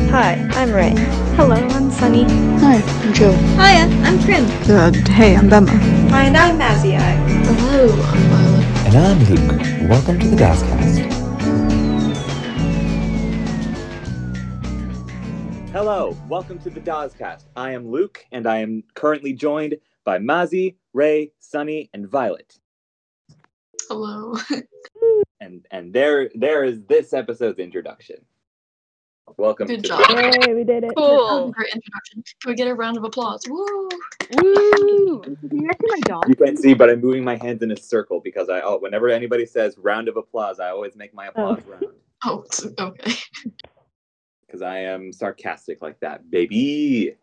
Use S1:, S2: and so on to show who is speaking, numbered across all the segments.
S1: I'm Ray. Hello, I'm Sunny.
S2: Hi, I'm Joe.
S3: Hiya, I'm Prim.
S2: Uh, hey, I'm Bema.
S3: And I'm Maziai.
S1: Hello.
S4: And I'm Luke. Welcome to the Gascast.
S5: Hello, welcome to the Dazcast. I am Luke, and I am currently joined by Mazi, Ray, Sunny, and Violet.
S6: Hello.
S5: And and there there is this episode's introduction. Welcome.
S6: Good
S5: to
S6: job.
S5: The,
S7: Yay, we did it.
S6: Cool. Great introduction. Can we get a round of applause? Woo!
S7: Woo! Do you guys see my dog?
S5: you can't see, but I'm moving my hands in a circle because I oh, whenever anybody says round of applause, I always make my applause round
S6: Oh, it's- okay.
S5: because I am sarcastic like that, baby.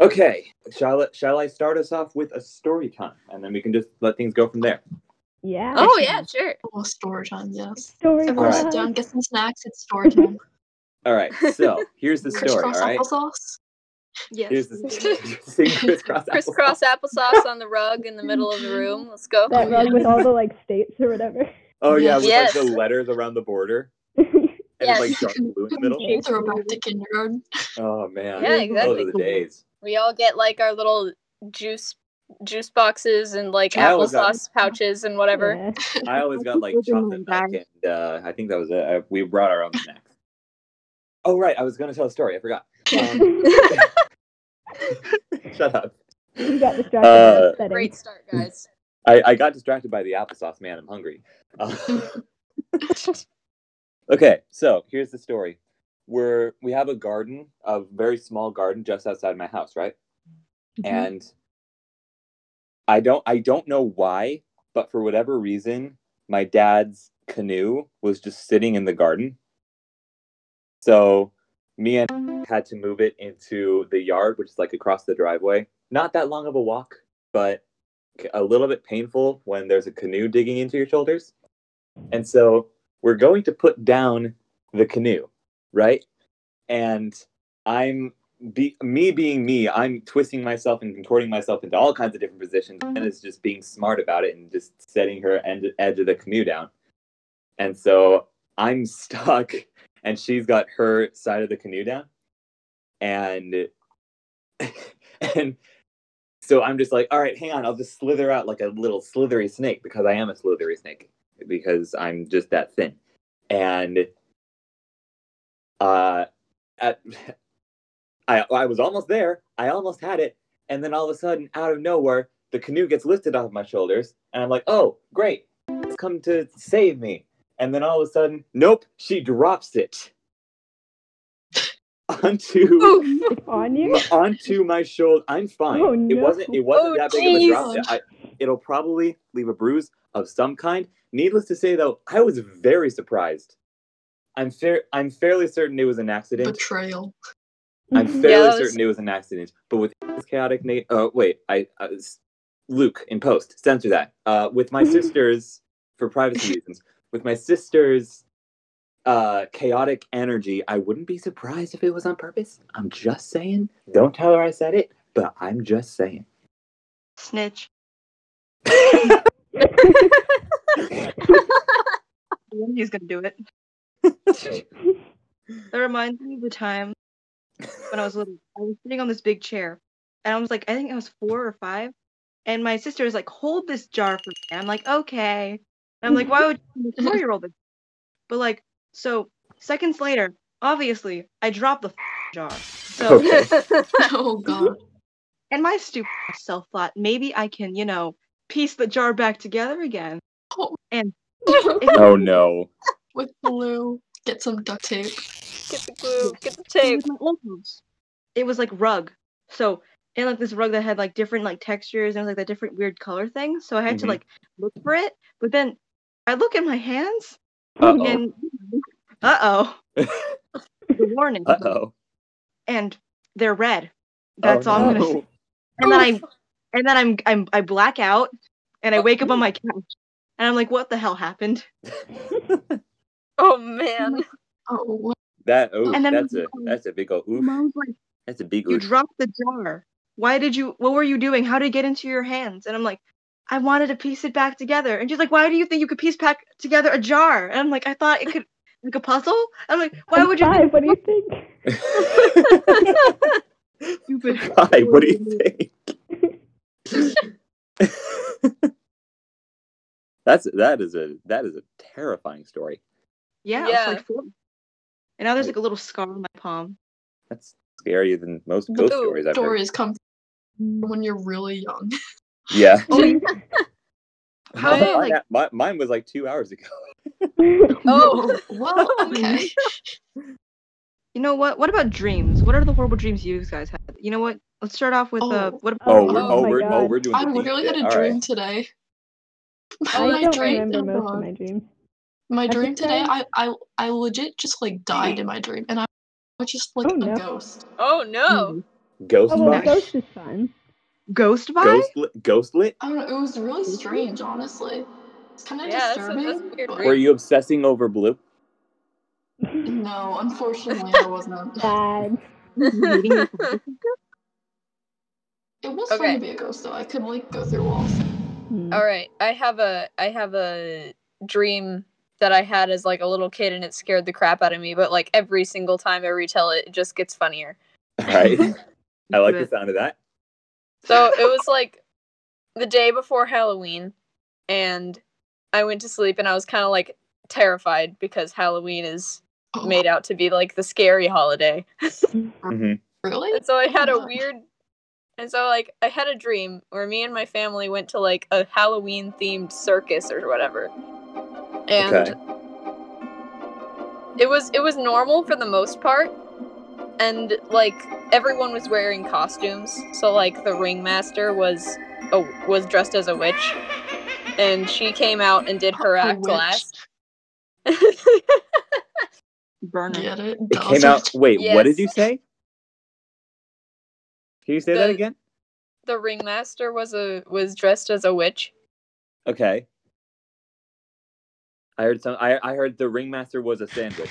S5: okay, shall I, shall I start us off with a story time, and then we can just let things go from there.
S7: Yeah.
S8: Oh yeah, sure.
S6: Well, story time, yes.
S7: Story
S6: Everyone
S5: Alright.
S6: sit down, get some snacks. It's story time.
S5: All right, so here's the story. All
S6: Crisscross
S5: right.
S6: applesauce.
S5: Here's
S8: Yes.
S5: the sing crisscross.
S8: Crisscross applesauce on the rug in the middle of the room. Let's go.
S7: That
S6: Oh,
S7: rug with all the like states or whatever.
S5: Oh yeah, with
S8: Yes.
S5: like the letters around the border. And it's,
S8: Yes.
S5: like dark blue in the middle.
S7: Okay.
S6: Throwback to kindergarten.
S5: Oh man.
S8: Yeah,
S5: Those
S8: exactly.
S5: are the days.
S8: We all get like our little juice juice boxes and like
S5: I always got-
S8: applesauce pouches and whatever.
S7: Yeah.
S5: I always got like chocolate milk and uh, I think that was it. I, we brought our own snacks. Oh right, I was gonna tell a story, I forgot. Um, shut up.
S7: You got distracted
S5: Uh,
S7: by the
S8: Great
S7: setting.
S8: start, guys.
S5: I, I got distracted by the applesauce, man. I'm hungry. Uh, okay, so here's the story. We're we have a garden, a very small garden just outside my house, right? and i don't i don't know why but for whatever reason my dad's canoe was just sitting in the garden so me and had to move it into the yard which is like across the driveway not that long of a walk but a little bit painful when there's a canoe digging into your shoulders and so we're going to put down the canoe right and i'm be, me being me, I'm twisting myself and contorting myself into all kinds of different positions, and it's just being smart about it and just setting her end, edge of the canoe down. And so I'm stuck, and she's got her side of the canoe down, and and so I'm just like, all right, hang on, I'll just slither out like a little slithery snake because I am a slithery snake because I'm just that thin, and uh, at I, I was almost there. I almost had it. And then all of a sudden, out of nowhere, the canoe gets lifted off my shoulders. And I'm like, oh, great. It's come to save me. And then all of a sudden, nope, she drops it onto,
S8: Oof.
S7: It's on you?
S5: my- onto my shoulder. I'm fine.
S7: Oh,
S5: It
S7: no.
S5: wasn't, it wasn't
S8: Oh,
S5: that big of a drop.
S8: jeez.
S5: I, it'll probably leave a bruise of some kind. Needless to say, though, I was very surprised. I'm, fair, I'm fairly certain it was an accident.
S6: Betrayal.
S5: I'm
S7: Mhm.
S5: fairly
S8: that was-
S5: certain it was an accident. But with this chaotic Nate, uh, wait, I, I was- Luke in post censor that. Uh, with my sister's for privacy reasons, with my sister's uh, chaotic energy, I wouldn't be surprised if it was on purpose. I'm just saying. Don't tell her I said it, but I'm just saying.
S3: Snitch. He's gonna do it. that reminds me of the time when I was little. I was sitting on this big chair, and I was like, I think I was four or five, and my sister was like, "Hold this jar for me." And I'm like, "Okay." And I'm like, "Why would you four year old?" But like, so seconds later, obviously, I dropped the jar. So.
S5: Okay.
S6: Oh God.
S3: And my stupid self thought, maybe I can, you know, piece the jar back together again.
S6: Oh.
S3: And
S5: oh no.
S6: With glue. Get some duct tape.
S8: Get the glue, get the
S3: it
S8: tape.
S3: was my old house. It was like rug. So and like this rug that had like different like textures and it was like the different weird color things. So I had
S5: Mhm.
S3: to like look for it. But then I look at my hands
S5: Uh
S3: and uh oh. the warning.
S5: oh. Uh oh.
S3: And they're red. That's all I'm gonna say.
S5: no.
S3: And then I and then I'm I'm I black out and I wake up on my couch and I'm like, what the hell happened?
S8: Oh man.
S6: Oh, what?
S5: That oh,
S3: And then-
S5: that's a that's a big old oof.
S3: Mom's like,
S5: That's a big
S3: you
S5: oof.
S3: dropped the jar. Why did you? What were you doing? How did it get into your hands? And I'm like, I wanted to piece it back together. And she's like, Why do you think you could piece back together a jar? And I'm like, I thought it could like a puzzle. I'm like, why would you?
S7: Five, what do you think?
S3: Stupid.
S5: Hi, what do you think? That's that is a that is a terrifying story.
S3: Yeah, I
S8: Yeah.
S3: was like four. And now there's like a little scar on my palm.
S5: That's scarier than most ghost
S8: Ooh,
S5: stories I've heard.
S6: Stories come when you're really young.
S5: Yeah.
S8: Oh, yeah.
S3: How
S8: did it,
S5: Mine-
S3: like-
S5: mi- mine was like two hours ago.
S8: Oh.
S6: well, okay.
S3: You know what? What about dreams? What are the horrible dreams you guys had? You know what? Let's start off with uh,
S6: Oh.
S3: what about
S6: Oh,
S5: Oh,
S6: oh
S5: we're, oh,
S6: my
S5: we're, oh,
S7: God.
S5: we're doing.
S6: I
S5: the deep
S6: literally
S5: shit.
S6: had a
S5: All
S6: dream
S5: right.
S6: today.
S7: I
S6: My
S7: don't
S6: dream-
S7: remember
S6: oh
S7: most
S6: God.
S7: of my dreams.
S6: My
S7: At
S6: dream
S7: this
S6: today, I,
S7: time?
S6: I I legit just like died in my dream, and I was just like
S7: Oh,
S6: a
S7: no.
S6: ghost.
S8: Oh no.
S5: Ghost
S7: Oh, well,
S5: box.
S7: Ghost is fun.
S3: ghost vibe?
S5: Ghost lit. Ghost lit.
S6: I don't know. It was really strange, honestly. It's kind of
S8: Yeah, that's a-
S6: disturbing.
S8: that's a weird
S6: but-
S5: Were you obsessing over blue?
S6: No, unfortunately, I was not.
S7: Bad.
S3: Meeting your friends?
S6: It was
S8: Okay.
S6: fun to be a ghost, though. I could like go through walls.
S7: Mm.
S8: All right, I have a I have a dream that I had as like a little kid and it scared the crap out of me, but like every single time I retell it, it just gets funnier.
S5: All right. I like the
S3: But-
S5: sound of that.
S8: So it was like the day before Halloween and I went to sleep and I was kind of like terrified because Halloween is
S6: Oh,
S8: made out to be like the scary holiday.
S5: hmm
S6: really?
S8: And so I had a
S6: Yeah.
S8: weird and so like I had a dream where me and my family went to like a Halloween themed circus or whatever. And
S5: Okay.
S8: it was it was normal for the most part. And like everyone was wearing costumes. So like the ringmaster was a, was dressed as a witch and she came out and did her
S6: A
S8: act
S6: witch.
S8: last.
S3: Burner.
S6: Get it?
S5: It came out. Wait, what did
S8: Yes.
S5: you say? Can you say that
S8: The-
S5: again?
S8: the ringmaster was a was dressed as a witch.
S5: Okay. I heard some. I, I heard the ringmaster was a sandwich.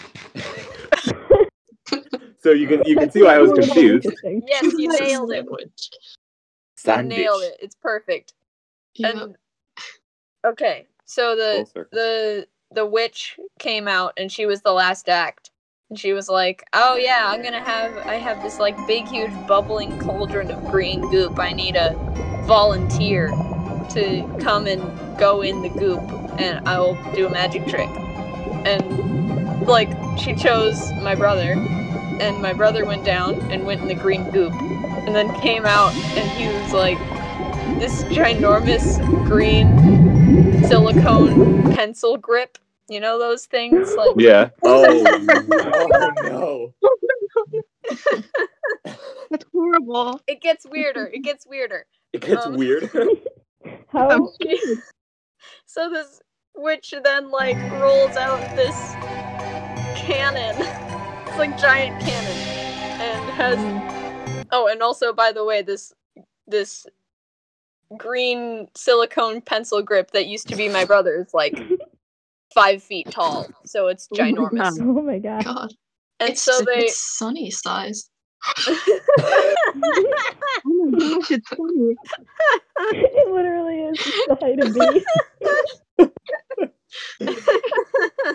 S5: so you can you can see why I was
S7: That's
S5: confused.
S7: interesting.
S8: Yes, you nailed it. You nailed it. It's perfect. And okay, so the
S5: Full circle.
S8: the the witch came out and she was the last act. And she was like, "Oh yeah, I'm gonna have I have this like big huge bubbling cauldron of green goop. I need a volunteer to come and go in the goop, and I will do a magic trick." And like she chose my brother, and my brother went down and went in the green goop, and then came out and he was like this ginormous green silicone pencil grip. You know those things? Like
S5: Yeah. Oh. oh no.
S3: That's horrible.
S8: it gets weirder. It gets weirder.
S5: It gets
S8: Um,
S5: weird.
S7: How?
S8: so this witch then like rolls out this cannon. It's like giant cannon. And has
S7: Hmm.
S8: Oh, and also by the way, this this green silicone pencil grip that used to be my brother's like five feet tall. So it's
S3: Oh my
S8: ginormous.
S3: God.
S7: Oh my god.
S6: God,
S8: And
S6: it's,
S8: so they
S6: it's sunny size.
S3: Oh my gosh, it's funny.
S7: it literally is it's the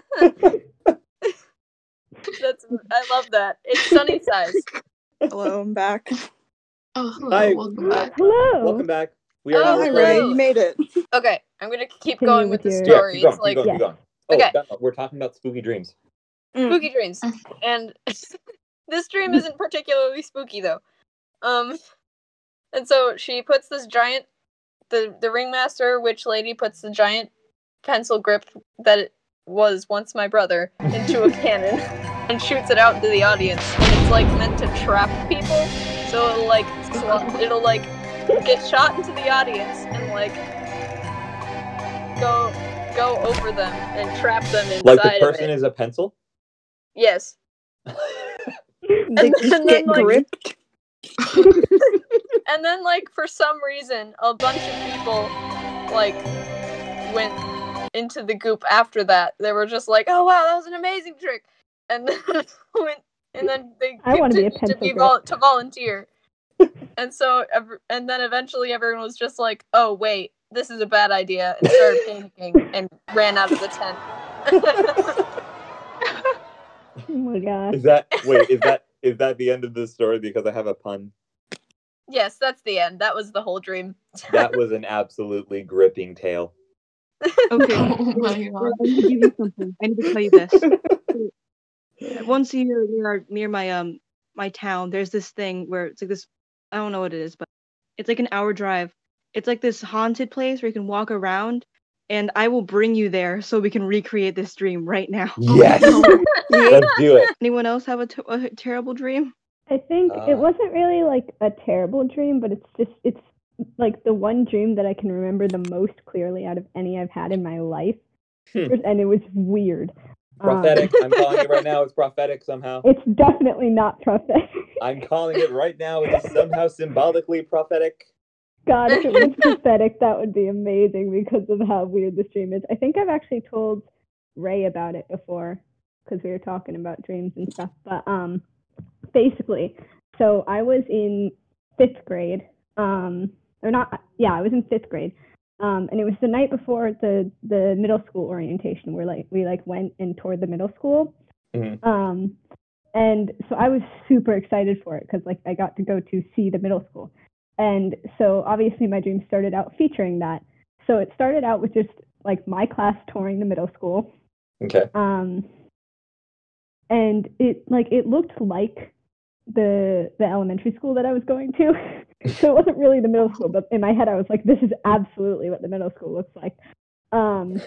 S7: height of me.
S8: That's I love that. It's sunny size.
S9: Hello, I'm back.
S6: Oh, hello,
S5: Hi.
S6: welcome back.
S7: Hello.
S5: Welcome back. We are
S8: Oh,
S5: now
S9: Hi,
S5: recording.
S9: Ray.
S8: hello.
S9: You made it.
S8: Okay, I'm gonna keep
S7: Continue
S8: going with
S7: with
S8: the
S7: your-
S5: Yeah,
S8: story.
S5: keep going.
S8: it's like
S5: keep going. Keep going. Oh,
S8: Okay.
S5: Bella, we're talking about spooky dreams.
S8: spooky dreams, and this dream isn't particularly spooky though. Um, and so she puts this giant, the the ringmaster witch lady puts the giant pencil grip that it was once my brother into a cannon and shoots it out into the audience. And it's like meant to trap people, so it'll like sl- it'll like get shot into the audience and like go go over them and trap them inside
S5: Like the
S8: of
S5: person
S8: it.
S5: is a pencil.
S8: yes.
S9: They
S8: And
S9: just
S8: then,
S9: get
S8: like-
S9: gripped.
S8: And then, like, for some reason, a bunch of people, like, went into the goop after that. They were just like, oh, wow, that was an amazing trick. And then, went, and then they
S7: I wanna be a
S8: continued to,
S7: pencil
S8: be
S7: grip.
S8: vol- to volunteer. and so, ev- and then eventually everyone was just like, oh, wait, this is a bad idea, and started panicking and ran out of the tent.
S7: Oh my gosh.
S5: Is that wait? Is that is that the end of the story? Because I have a pun.
S8: Yes, that's the end. That was the whole dream.
S5: That was an absolutely gripping tale.
S3: Okay.
S6: Oh my god.
S3: I need to give you something. I need to tell you this. Once a year near our, near my um my town, there's this thing where it's like this I don't know what it is, but it's like an hour drive. It's like this haunted place where you can walk around and I will bring you there so we can recreate this dream right now.
S5: Yes, let's do it.
S3: Anyone else have a, t- a terrible dream?
S7: I think
S5: Uh.
S7: it wasn't really like a terrible dream, but it's just it's like the one dream that I can remember the most clearly out of any I've had in my life,
S5: Hmm.
S7: and it was weird. Um,
S5: Prophetic. I'm calling it right now. It's prophetic somehow.
S7: it's definitely not prophetic.
S5: I'm calling it right now. It's somehow symbolically prophetic.
S7: God, if it was prophetic, that would be amazing because of how weird this dream is. I think I've actually told Ray about it before because we were talking about dreams and stuff. But um, basically, so I was in fifth grade, um, or not? Yeah, I was in fifth grade, um, and it was the night before the the middle school orientation. Where like we like went and toured the middle school.
S5: Mhm.
S7: Um, and so I was super excited for it because like I got to go to see the middle school. And so obviously my dream started out featuring that. So it started out with just like my class touring the middle school.
S5: Okay.
S7: Um, and it like it looked like the the elementary school that I was going to. so it wasn't really the middle school, but in my head I was like, this is absolutely what the middle school looks like. Um,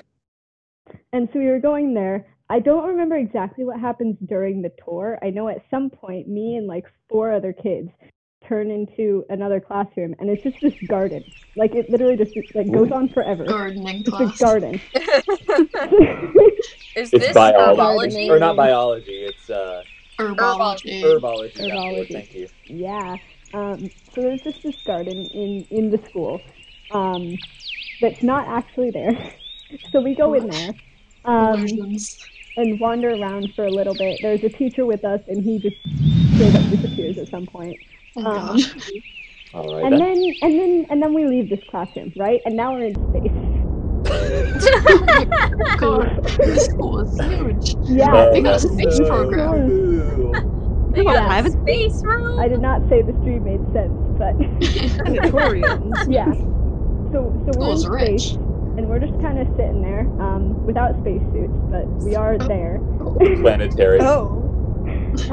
S7: and so we were going there. I don't remember exactly what happens during the tour. I know at some point me and like four other kids turn into another classroom and it's just this garden. Like it literally just like goes on forever.
S6: Gardening
S7: It's
S6: class.
S7: a garden.
S5: It's
S8: Is this
S5: biology,
S8: biology?
S5: or not biology? It's uh,
S6: Herbology.
S5: herbology. that's the word,
S7: Herbology.
S5: Thank you.
S7: Yeah. Um, so there's just this garden in, in the school um, that's not actually there. So we go in there um,
S6: Illusions.
S7: and wander around for a little bit. There's a teacher with us, and he just straight up disappears at some point.
S6: Oh
S7: um,
S6: gosh.
S5: All right.
S7: And
S5: then.
S7: then and then and then we leave this classroom, right? And now we're in space.
S6: God, this school is huge.
S7: Yeah.
S5: Oh,
S6: They got a
S5: that's
S6: space
S5: so
S6: program.
S5: cool.
S8: They got
S7: Yeah.
S8: a space room.
S7: I did not say this dream made sense, but
S3: Auditoriums.
S7: yeah. So so we're in
S6: School's
S7: space.
S6: rich.
S7: and we're just kind of sitting there um, without spacesuits, but we are there.
S5: Planetary.
S9: Oh.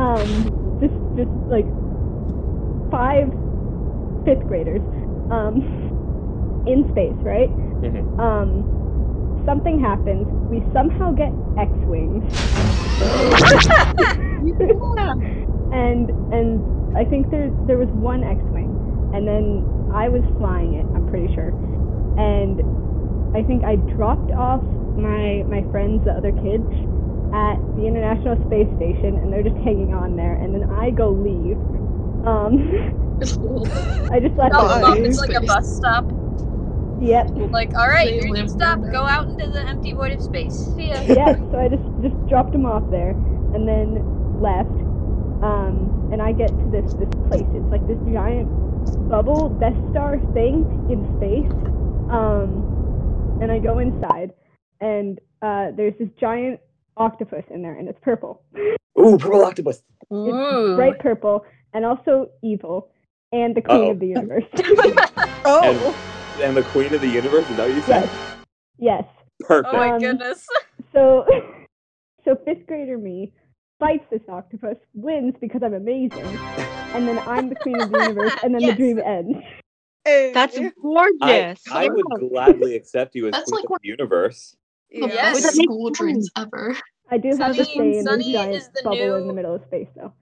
S7: Um, just, just like five fifth graders um, in space, right?
S5: Mhm.
S7: Um, something happens. We somehow get X wings, and and I think there there was one X wing, and then I was flying it. I'm pretty sure, and I think I dropped off my my friends, the other kids, at the International Space Station, and they're just hanging on there. And then I go leave. Um, I just left.
S8: Oh,
S9: Nice.
S8: mom,
S7: them.
S8: it's like a
S6: Space.
S8: bus stop.
S7: Yep.
S8: Like, all right,
S6: They
S8: you
S6: live
S8: stop.
S6: there.
S8: Go out into the empty void of space. See ya.
S7: yeah, so I just just dropped him off there, and then left. Um, and I get to this this place. It's like this giant bubble Death Star thing in space. Um, and I go inside, and uh, there's this giant octopus in there, and it's purple,
S5: Ooh, purple octopus.
S8: Ooh.
S7: bright purple, and also evil, and the queen
S5: Uh-oh.
S7: of the universe.
S9: Oh.
S5: And the queen of the universe. Is that what you said?
S7: yes, yes.
S8: Oh
S5: Perfect.
S8: my
S7: Um,
S8: goodness.
S7: So, so fifth grader me fights this octopus, wins because I'm amazing, and then I'm the queen of the universe, and then
S8: Yes.
S7: the dream ends.
S9: Hey.
S3: That's
S5: I,
S3: gorgeous.
S5: I would gladly accept you as
S6: That's
S5: queen
S6: like
S5: of the universe.
S6: The
S9: Yeah.
S8: Yes.
S6: best school dreams ever.
S7: I do have
S8: Sunny-
S7: to stay in
S8: Sunny
S7: this giant
S8: is the
S7: bubble in
S8: new-
S7: the middle of space, though.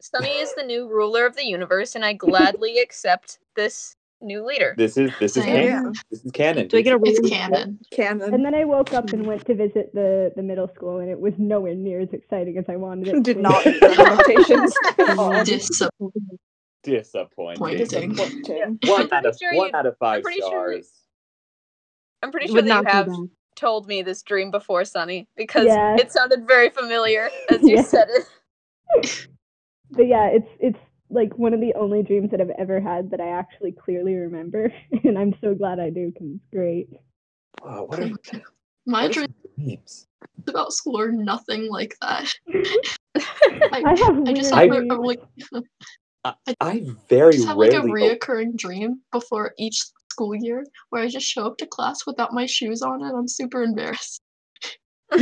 S8: Sunny is the new ruler of the universe, and I gladly accept this new leader.
S5: This is this is
S6: Same.
S5: canon.
S9: Yeah.
S5: This is canon.
S3: Do I get a
S6: It's
S3: roll?
S6: canon.
S7: And
S9: Canon.
S7: then I woke up
S9: hmm.
S7: and went to visit the, the middle school, and it was nowhere near as exciting as I wanted it to
S9: Did
S7: be.
S9: not meet their limitations at all.
S6: Disappointing.
S5: disappointing?
S6: Disappointing.
S9: Disappointing.
S8: I'm
S5: One
S8: pretty
S5: out of
S8: sure
S5: one
S8: you-
S5: out of five
S8: pretty sure you-
S5: stars.
S8: I'm pretty sure
S3: Would
S8: that
S3: not
S8: you
S3: be
S8: have
S3: bad.
S8: told me this dream before, Sunny, because
S7: Yeah.
S8: it sounded very familiar as you
S7: Yeah.
S8: said it.
S7: But yeah, it's it's like one of the only dreams that I've ever had that I actually clearly remember, and I'm so glad I do because it's great.
S5: Wow, what are
S6: My
S5: what are
S6: dream
S5: dreams?
S6: about school or nothing like that.
S7: I have
S6: I just
S7: weird
S6: have a, a,
S7: dreams.
S6: like,
S5: I very
S6: just have like a
S5: rarely.
S6: reoccurring dream before each school year where I just show up to class without my shoes on and I'm super embarrassed.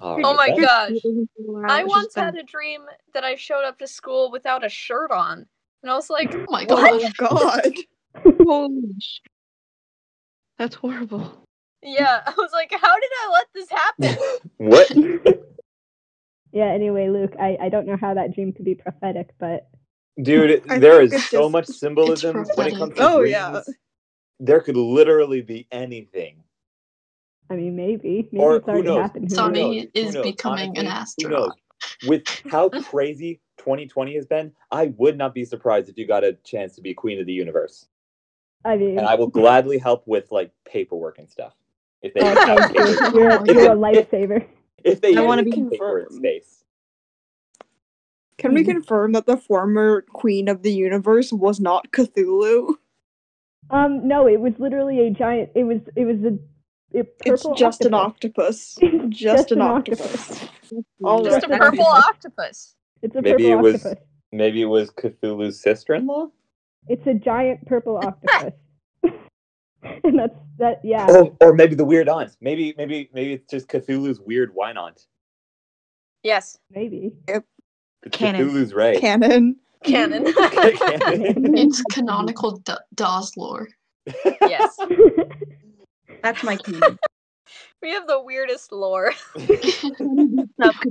S5: All
S8: Oh my
S5: that's-
S8: gosh.
S3: Wow,
S8: I
S3: it's
S8: once
S3: just been-
S8: had a dream that I showed up to school without a shirt on. And I was like,
S6: Oh my god.
S9: Oh god.
S3: Holy sh- That's horrible.
S8: yeah. I was like, how did I let this happen?
S5: What?
S7: yeah. Anyway, Luke, I, I don't know how that dream could be prophetic, but
S5: Dude,
S9: I
S5: there
S9: think
S5: is
S9: it
S5: so
S9: just-
S5: much symbolism when it
S6: prophetic.
S5: comes to
S9: Oh
S5: dreams.
S9: yeah.
S5: There could literally be anything.
S7: I mean, maybe maybe
S5: Or
S7: it's
S5: who
S7: already
S5: knows?
S7: happened. Who
S5: Somebody-
S7: knows?
S6: Sonny
S5: Who
S6: is
S5: knows?
S6: becoming
S5: Honestly,
S6: an
S5: who
S6: astronaut.
S5: With how crazy 2020 has been, I would not be surprised if you got a chance to be queen of the universe.
S7: I mean,
S5: And I will gladly help with like paperwork and stuff. If they
S7: oh,
S5: have
S7: thank
S5: paper,
S7: you. You're,
S5: If
S7: you're a
S5: it-
S7: lifesaver.
S5: if they
S3: I
S5: have
S3: wanna be
S5: paper in
S9: confirmed.
S5: space.
S9: Can we
S7: Mhm.
S9: confirm that the former queen of the universe was not Cthulhu?
S7: Um, no, it was literally a giant. It was it was a, a purple.
S9: it's just an
S7: octopus.
S9: octopus.
S7: It's
S9: just an octopus. All
S8: Just a
S9: right.
S8: purple octopus.
S7: It's a
S5: Maybe
S7: purple
S5: it was-
S7: octopus.
S5: Maybe it was Cthulhu's sister-in-law.
S7: It's a giant purple octopus. and that's that. Yeah.
S5: Or, or maybe the weird aunt. Maybe maybe maybe it's just Cthulhu's weird wine aunt.
S8: Yes.
S7: Maybe.
S5: It's
S3: Canon.
S5: Cthulhu's Ray.
S9: Canon.
S8: Canon.
S6: It's canonical D- Dawes lore.
S8: yes.
S3: That's my key.
S8: We have the weirdest lore.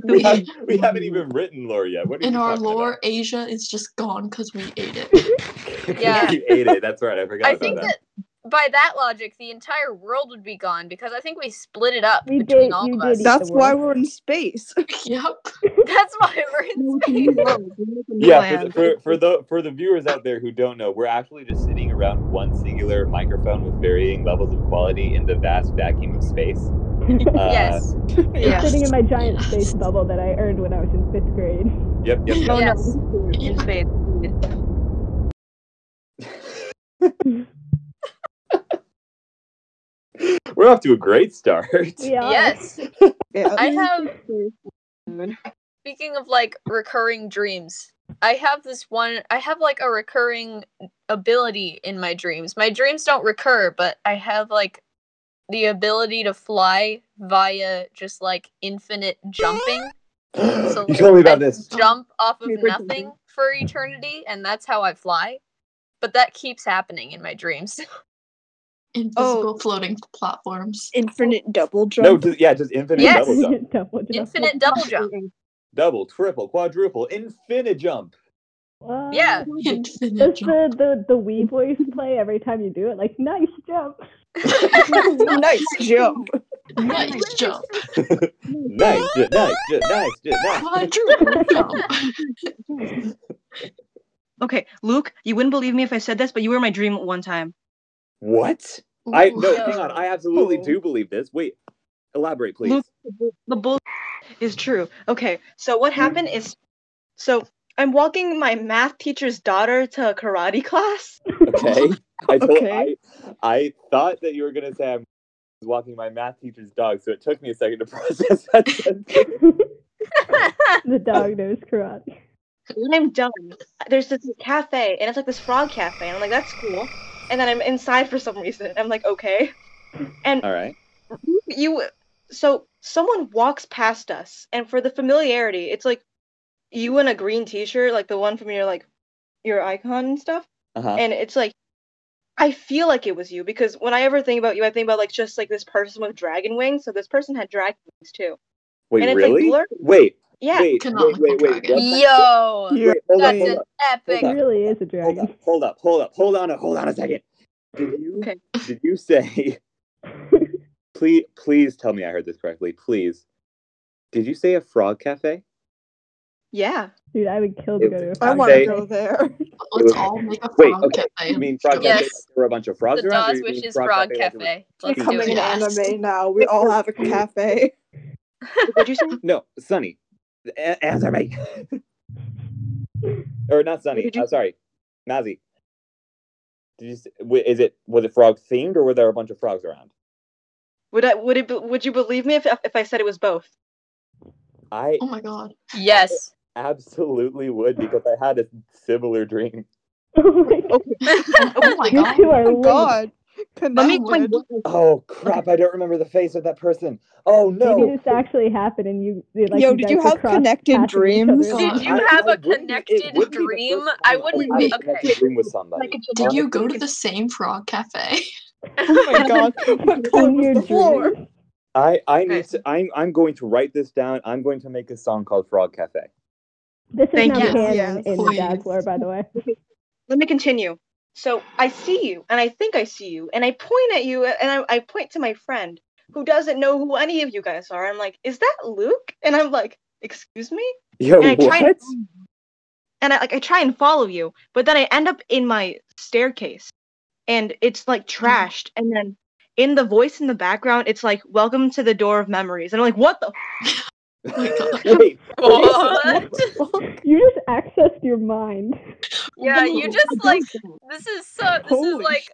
S5: we, have, we haven't even written lore yet. What are
S6: In
S5: you
S6: our
S5: talking about?
S6: lore, Asia is just gone because we ate it.
S8: Yeah.
S5: you ate it. That's right. I forgot
S8: I
S5: about
S8: think
S5: that.
S8: that by that logic, the entire world would be gone because I think we split it up
S7: We
S8: between
S7: did-
S8: all
S7: you
S8: of
S7: did
S8: us.
S7: eat
S9: That's
S7: the
S9: why
S7: world.
S9: we're in space.
S6: yep.
S8: That's why we're in space.
S5: yeah, for, the- for, for, the, for the viewers out there who don't know, we're actually just sitting around one singular microphone with varying levels of quality in the vast vacuum of space. Uh,
S8: yes.
S9: yeah.
S7: Sitting in my giant
S6: Yes.
S7: space bubble that I earned when I was in fifth grade.
S5: Yep, yep.
S3: Oh
S8: Yes.
S3: no, this is in space.
S5: We're off to a great start.
S7: Yeah.
S8: Yes.
S9: yeah.
S8: I have speaking of like recurring dreams i have this one i have like a recurring ability in my dreams my dreams don't recur but i have like the ability to fly via just like infinite jumping so
S5: you told me about
S8: I
S5: this.
S8: jump off of
S3: Wait, wait,
S8: nothing for eternity and that's how i fly but that keeps happening in my dreams Oh.
S6: Invisible floating platforms.
S9: Infinite double jump.
S5: No, just, yeah, just infinite
S8: Yes.
S5: double jump.
S7: Double jump.
S8: infinite double jump
S5: Double, triple, quadruple, infinite jump.
S7: Wow.
S8: Yeah.
S7: Does
S6: Infinite jump.
S7: the, the, the Wii voice play every time you do it? Like, nice jump.
S9: nice jump.
S6: Nice jump.
S5: Nice, ju- nice, ju- nice, ju- nice.
S6: Quadruple jump.
S3: Okay, Luke, you wouldn't believe me if I said this, but you were in my dream at one time.
S5: What? I no,
S6: Ooh.
S5: hang on. I absolutely
S9: Oh.
S5: do believe this. Wait, elaborate, please.
S3: Luke, the bull is true. Okay, so what happened is, so I'm walking my math teacher's daughter to karate class.
S5: Okay. I told,
S9: Okay.
S5: I, I thought that you were gonna say I'm walking my math teacher's dog, so it took me a second to process that. sentence.
S7: The dog knows karate.
S3: When I'm done, there's this cafe, and it's like this frog cafe, and I'm like, that's cool. And then I'm inside for some reason. I'm like, okay.
S5: All right.
S3: you so someone walks past us and for the familiarity it's like you in a green t-shirt like the one from your like your icon and stuff
S5: Uh-huh.
S3: and it's like i feel like it was you because when i ever think about you i think about like just like this person with dragon wings so this person had dragon wings too
S5: Wait,
S3: and it's, like,
S5: really?
S3: blurry.
S5: wait,
S3: yeah
S5: wait, wait,
S6: Canonical
S5: wait, wait.
S6: dragon.
S5: what the-
S8: yo
S5: Wait, hold on,
S8: that's
S5: hold
S8: an
S5: on,
S8: epic
S7: It really is a
S5: hold
S7: dragon.
S5: on, hold up, hold up, hold on, a- hold on a second. Did you
S3: Okay.
S5: did you say please please tell me I heard this correctly, please. Did you say a frog cafe?
S3: yeah
S7: Dude, I would kill to
S5: It-
S7: go to a
S9: I
S5: Okay.
S7: frog
S9: want to
S5: They-
S7: cafe.
S9: go there.
S6: Let's all make a
S5: Wait,
S6: frog
S5: okay,
S6: cafe.
S5: You mean frog
S8: Yes.
S5: cafe? Like there were a bunch of frogs
S8: the
S5: around. or
S8: Dawes
S5: you mean
S8: wishes frog
S5: like there
S8: cafe
S5: was-
S8: let's do
S9: Becoming
S8: it
S9: an
S6: Yes.
S9: anime now. We all have a cafe.
S3: would you say what
S5: No, Sunny. A- answer me. or not Sunny.
S3: did you-
S5: I'm sorry, Nazi. Did you? s- w- Is it was it frog themed or were there a bunch of frogs around?
S3: Would I would it be- would you believe me if if I said it was both?
S5: I
S6: Oh my god.
S8: Yes.
S5: absolutely would because I had a similar dream.
S7: Oh my god.
S6: Oh my
S7: You
S6: god.
S7: two are
S9: Oh
S7: linked.
S9: God. Connect
S6: me explain
S9: with-
S5: Oh crap! I don't remember the face of that person. Oh
S7: Maybe
S5: no!
S7: this actually happened and you you, like
S9: Yo,
S7: you
S9: did
S7: guys
S9: you
S7: were
S9: have
S7: cross
S9: connected
S7: pathing each
S9: dreams?
S7: other.
S6: God.
S8: Did you
S5: I-
S8: have
S5: I
S8: a
S5: wouldn't- it
S8: connected
S5: wouldn't be the
S8: dream?
S5: first
S8: I
S5: time
S8: wouldn't
S5: I've
S8: be.
S5: had a connected
S8: Okay.
S5: dream with somebody.
S6: Did you go to the same frog cafe?
S9: Oh my god. What color
S7: In your
S9: was the floor?
S7: dreams?
S5: I I need
S8: Right.
S5: to. I'm I'm going to write this down. I'm going to make a song called Frog Cafe.
S7: This is
S3: Thank
S7: now
S9: you.
S7: canon
S9: Yes,
S7: in the
S6: please.
S7: Jazz lore, by the way.
S3: Let me continue. So I see you, and I think I see you, and I point at you, and I, I point to my friend who doesn't know who any of you guys are. I'm like, is that Luke? And I'm like, excuse me?
S5: Yo,
S3: And I
S5: what?
S3: try and and I like I try and follow you, but then I end up in my staircase, and it's like trashed. And then in the voice in the background, it's like "Welcome to the door of memories," and I'm like, "What the?"
S6: Oh my god.
S5: Wait,
S8: What?
S7: You just accessed your mind.
S8: Yeah, you
S6: Whoa,
S8: just
S6: I
S8: like
S6: don't know.
S8: this is so. This is
S9: Holy
S8: like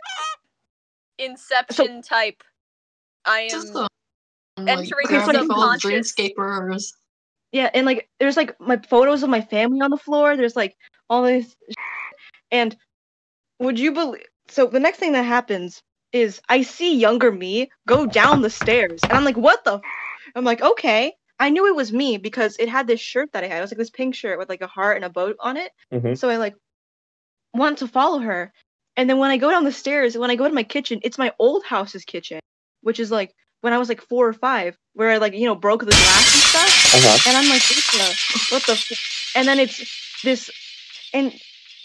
S8: Inception type. I am.
S6: Just the um,
S8: entering
S6: like, gravity
S3: your
S6: falls
S8: subconscious.
S6: dreamscapers.
S3: Yeah, and like there's like my photos of my family on the floor. There's like all this, and would you believe? So the next thing that happens is I see younger me go down the stairs, and I'm like, "What the?" F-? I'm like, "Okay." I knew it was me because it had this shirt that I had. It was like this pink shirt with like a heart and a boat on it.
S5: Mhm.
S3: So I like want to follow her, and then when I go down the stairs, when I go to my kitchen, it's my old house's kitchen, which is like when I was like four or five, where I like you know broke the glass and stuff.
S5: uh-huh.
S3: And I'm like, what the, what the? F-? And then it's this, and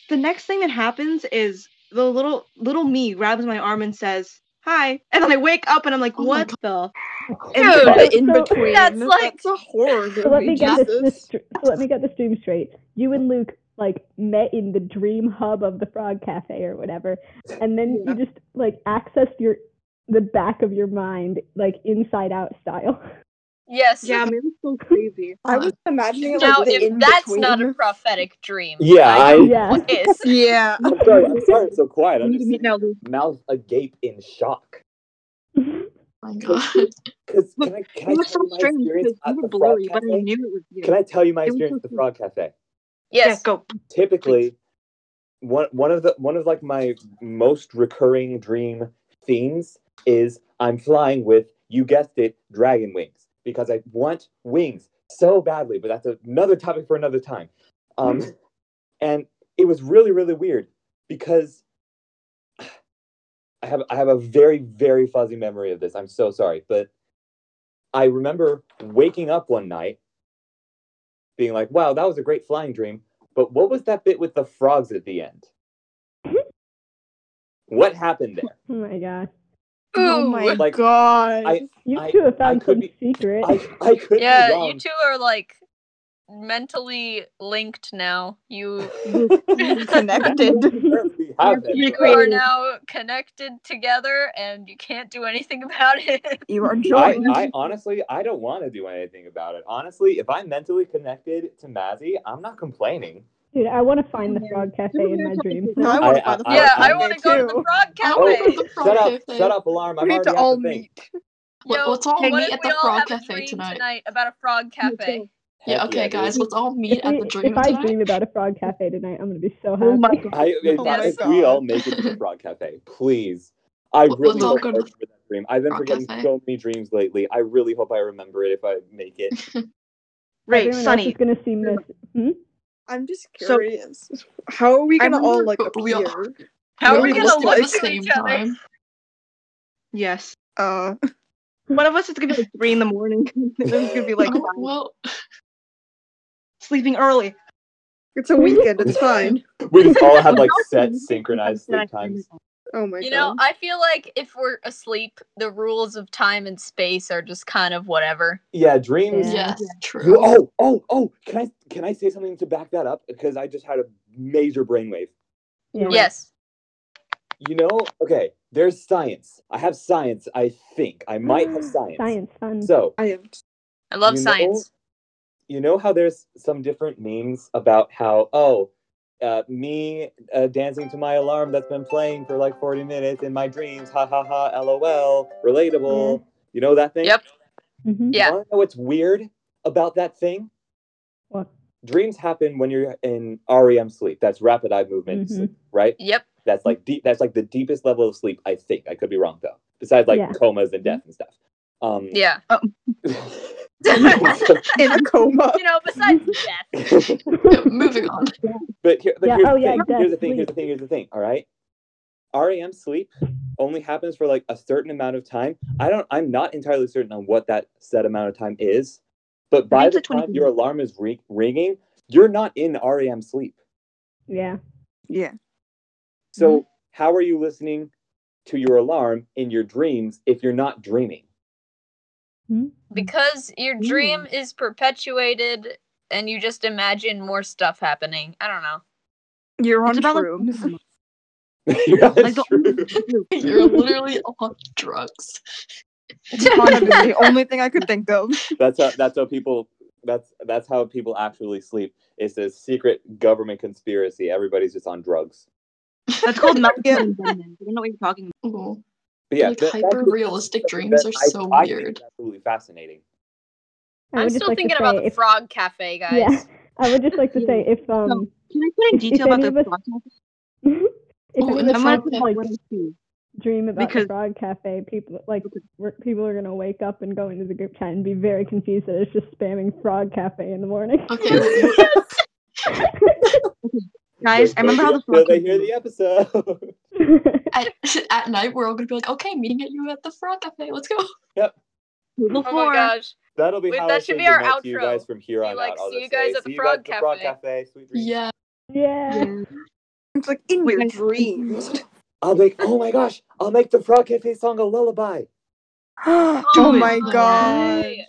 S3: the next thing that happens is the little little me grabs my arm and says, "Hi," and then I wake up and I'm like,
S6: Oh my
S3: what the?
S8: Dude,
S9: The in
S7: So-
S9: between.
S8: That's like-
S9: That's a horror
S7: So let me
S9: movie.
S7: get this, this
S9: Jesus.
S7: str- so let me get this dream straight. You and Luke like met in the dream hub of the Frog Cafe or whatever, and then
S3: Yeah.
S7: you just like accessed your the back of your mind like inside out style.
S8: Yes.
S3: Yeah, man, it's so crazy.
S9: I was imagining
S8: Now,
S9: like the
S8: if
S9: in
S8: that's
S9: between.
S8: not a prophetic dream,
S5: Yeah,
S8: I don't know
S7: I-
S8: what is.
S9: Yeah.
S5: I'm sorry. I'm sorry. I'm so quiet. I'm
S3: Need to
S5: just
S3: meet now, Luke.
S5: mouth agape in shock.
S6: Oh my god.
S5: Because can I can I
S3: It was
S5: tell
S3: so
S5: you my
S3: strange
S5: experience
S3: because
S5: at
S3: you were
S5: the Frog
S3: blurry, but I
S5: Cafe?
S3: knew it was you.
S5: Can I tell you my
S3: It was
S5: experience
S3: so
S5: at the Frog Cafe?
S3: Yeah,
S8: Yes.
S3: go.
S5: typically one one of the one of like my most recurring dream themes is I'm flying with you guessed it dragon wings because I want wings so badly but that's another topic for another time um and it was really really weird because I have I have a very very fuzzy memory of this I'm so sorry but I remember waking up one night being like wow that was a great flying dream but what was that bit with the frogs at the end? What happened there?
S7: Oh my god,
S9: Oh my
S5: Like,
S9: god.
S5: I-
S7: you
S5: I-
S7: two have
S5: I
S7: found
S5: could
S7: some
S5: be-
S7: secret.
S5: I, I could be
S8: Yeah,
S5: wrong.
S8: you two are like mentally linked now. You
S9: Connected.
S5: we have it.
S8: you are
S3: Equated.
S8: now connected together and you can't do anything about it.
S9: You are
S5: I,
S9: joined.
S5: I honestly, I don't want to do anything about it. Honestly, if I'm mentally connected to Mazzy, I'm not complaining.
S7: Dude, I want to find the Frog Cafe in my dreams.
S9: No, I
S7: now.
S9: want
S5: I-
S9: to buy the
S5: I- Oh,
S8: yeah,
S9: fucking
S8: I
S5: I'm
S8: want to
S9: thing,
S8: go to the
S9: too.
S8: frog
S6: I wanna go
S8: cafe.
S6: to the frog
S5: Shut up!
S6: cafe.
S5: Shut up! Alarm!
S9: We
S5: I'm
S9: need
S5: already
S9: to
S5: at
S9: all
S5: the thing.
S9: meet.
S6: Let-
S8: Yo,
S6: let's all
S3: Hey,
S8: what
S6: meet
S8: if
S6: at
S8: we
S6: the
S8: all
S6: frog
S8: have a
S6: cafe
S8: dream
S6: tonight.
S8: about a frog cafe?
S6: Yeah,
S5: Heck
S6: okay,
S5: dude.
S6: guys, let's all meet
S7: If,
S6: at
S7: we,
S6: the dream
S7: if I
S6: tonight.
S7: dream about a Frog Cafe tonight, I'm gonna be so happy.
S3: Oh my god.
S5: I if,
S9: Oh my
S5: if we all
S9: God.
S5: make it to the frog cafe, please. I
S6: Well,
S5: really
S6: let's all
S5: hope
S6: go
S5: I
S6: to the
S5: remember that dream. I've been
S6: frog
S5: forgetting
S6: cafe.
S5: so many dreams lately. I really hope I remember it if I make it.
S3: Right,
S7: Everyone else
S3: Sunny.
S7: is gonna see this.
S9: I'm just
S3: So-
S9: curious. How are we
S3: I
S9: gonna all
S3: remember-
S9: like
S6: but we all-
S9: appear?
S8: How
S9: We're
S8: are we
S9: all
S8: gonna
S9: still
S8: look
S9: at
S8: at
S9: the
S8: each other?
S3: Yes.
S9: Uh,
S3: One of us is gonna be like three in the morning. This is gonna be like
S6: Oh, well,
S3: sleeping early.
S9: it's a weekend. It's fine.
S5: We just all have like set synchronized sleep times.
S9: Oh my
S8: You know,
S9: god.
S8: I feel like if we're asleep, the rules of time and space are just kind of whatever.
S5: Yeah, dreams.
S7: Yeah.
S6: yes,
S5: You-
S6: true.
S5: oh, oh, oh! Can I can I say something to back that up? Because I just had a major brainwave.
S7: Yeah.
S8: Yes.
S5: You know, okay. There's science. I have science. I think I might have science.
S7: Science fun.
S5: So
S9: I am.
S8: I love
S5: You know-
S8: science.
S5: you know how there's some different memes about how oh uh, me uh, dancing to my
S7: Mm-hmm.
S5: alarm that's been playing for like 40 minutes in my dreams ha ha ha lol relatable You know that thing?
S8: Yep.
S7: hmm
S8: Yeah.
S5: Want to know what's weird about that thing?
S7: What?
S5: Dreams happen when you're in REM sleep. That's rapid eye movement
S7: Mhm.
S5: sleep, right?
S8: Yep.
S5: That's like deep. That's like the deepest level of sleep. I think I could be wrong though. Besides like
S7: Yeah.
S5: comas and
S8: Mm-hmm.
S5: death and stuff. Um,
S8: Yeah.
S9: in a coma.
S8: you know, besides death.
S6: Moving on.
S5: But, here, but
S7: Yeah,
S5: here's,
S7: oh,
S5: the
S7: yeah,
S5: thing, here's the thing.
S7: definitely.
S5: Here's the thing. Here's the thing. All right. REM sleep only happens for like a certain amount of time. I don't. I'm not entirely certain on what that set amount of time is. But by
S3: it's
S5: the
S3: like 20
S5: time your alarm is re- ringing, you're not in REM sleep.
S7: Mm-hmm. Yeah.
S9: Yeah.
S5: So how are you listening to your alarm in your dreams if you're not dreaming?
S8: Because your
S7: Mm.
S8: dream is perpetuated and you just imagine more stuff happening. I don't know.
S9: You're on
S3: It's about, like,
S9: shrooms.
S5: Yeah,
S3: Like
S5: that's
S3: the
S5: true.
S6: You're literally on drugs.
S9: Honestly, the only thing I could think of.
S5: That's how that's how people that's that's how people actually sleep. It's a secret government conspiracy. Everybody's just on drugs.
S3: That's called
S9: Yeah.
S3: melatonin. I don't know what you're talking about.
S6: Ooh.
S5: But yeah,
S6: Like,
S5: that- that's-
S6: hyper-realistic
S5: that's-
S6: dreams
S5: that
S6: are
S5: I-
S6: so
S5: I think
S6: weird.
S5: it's Absolutely fascinating.
S7: I
S8: I'm
S7: would just
S8: still
S7: like to
S8: thinking
S7: say
S8: about the
S7: if-
S8: frog cafe, guys.
S7: Yeah. I would just like to say if um
S3: Can I put in
S7: If- if
S3: detail about
S7: any
S3: the
S7: of us-
S3: frog cafe?
S7: if
S6: Oh, and
S7: any of
S6: the
S7: us
S3: I'm gonna
S6: frog
S3: put
S6: cafe-
S3: out
S7: like
S3: what I see.
S7: dream about
S3: because-
S7: the frog cafe, people like we're, people are gonna wake up and go into the group chat and be very confused that it's just spamming frog cafe in the morning.
S6: Okay.
S3: Guys, I
S5: They'll
S3: remember how
S5: wake
S3: the
S5: up till
S3: frog
S5: they
S3: cafe.
S5: hear the episode.
S6: at, at night, we're all gonna be like, okay, meeting at you at the frog cafe. Let's go.
S3: Table
S8: Oh
S3: four.
S8: my gosh.
S5: That'll be
S8: Wait,
S5: how
S8: that
S5: I
S8: should
S5: send
S8: be
S5: them
S8: our
S5: out To you
S8: outro.
S5: guys from here
S8: Be
S5: on
S8: like,
S5: out. I'll
S8: "See you
S5: just
S8: guys
S5: say,
S8: at the
S5: "See you
S8: Frog
S5: guys at the Frog
S8: Cafe."
S5: Cafe. Sweet dreams.
S6: Yeah.
S7: yeah.
S9: It's like in
S3: Wait,
S9: your
S3: guys.
S9: dreams.
S5: I'll make. Oh my gosh! I'll make the Frog Cafe song a lullaby.
S9: oh
S3: it.
S9: my god.
S8: Yay.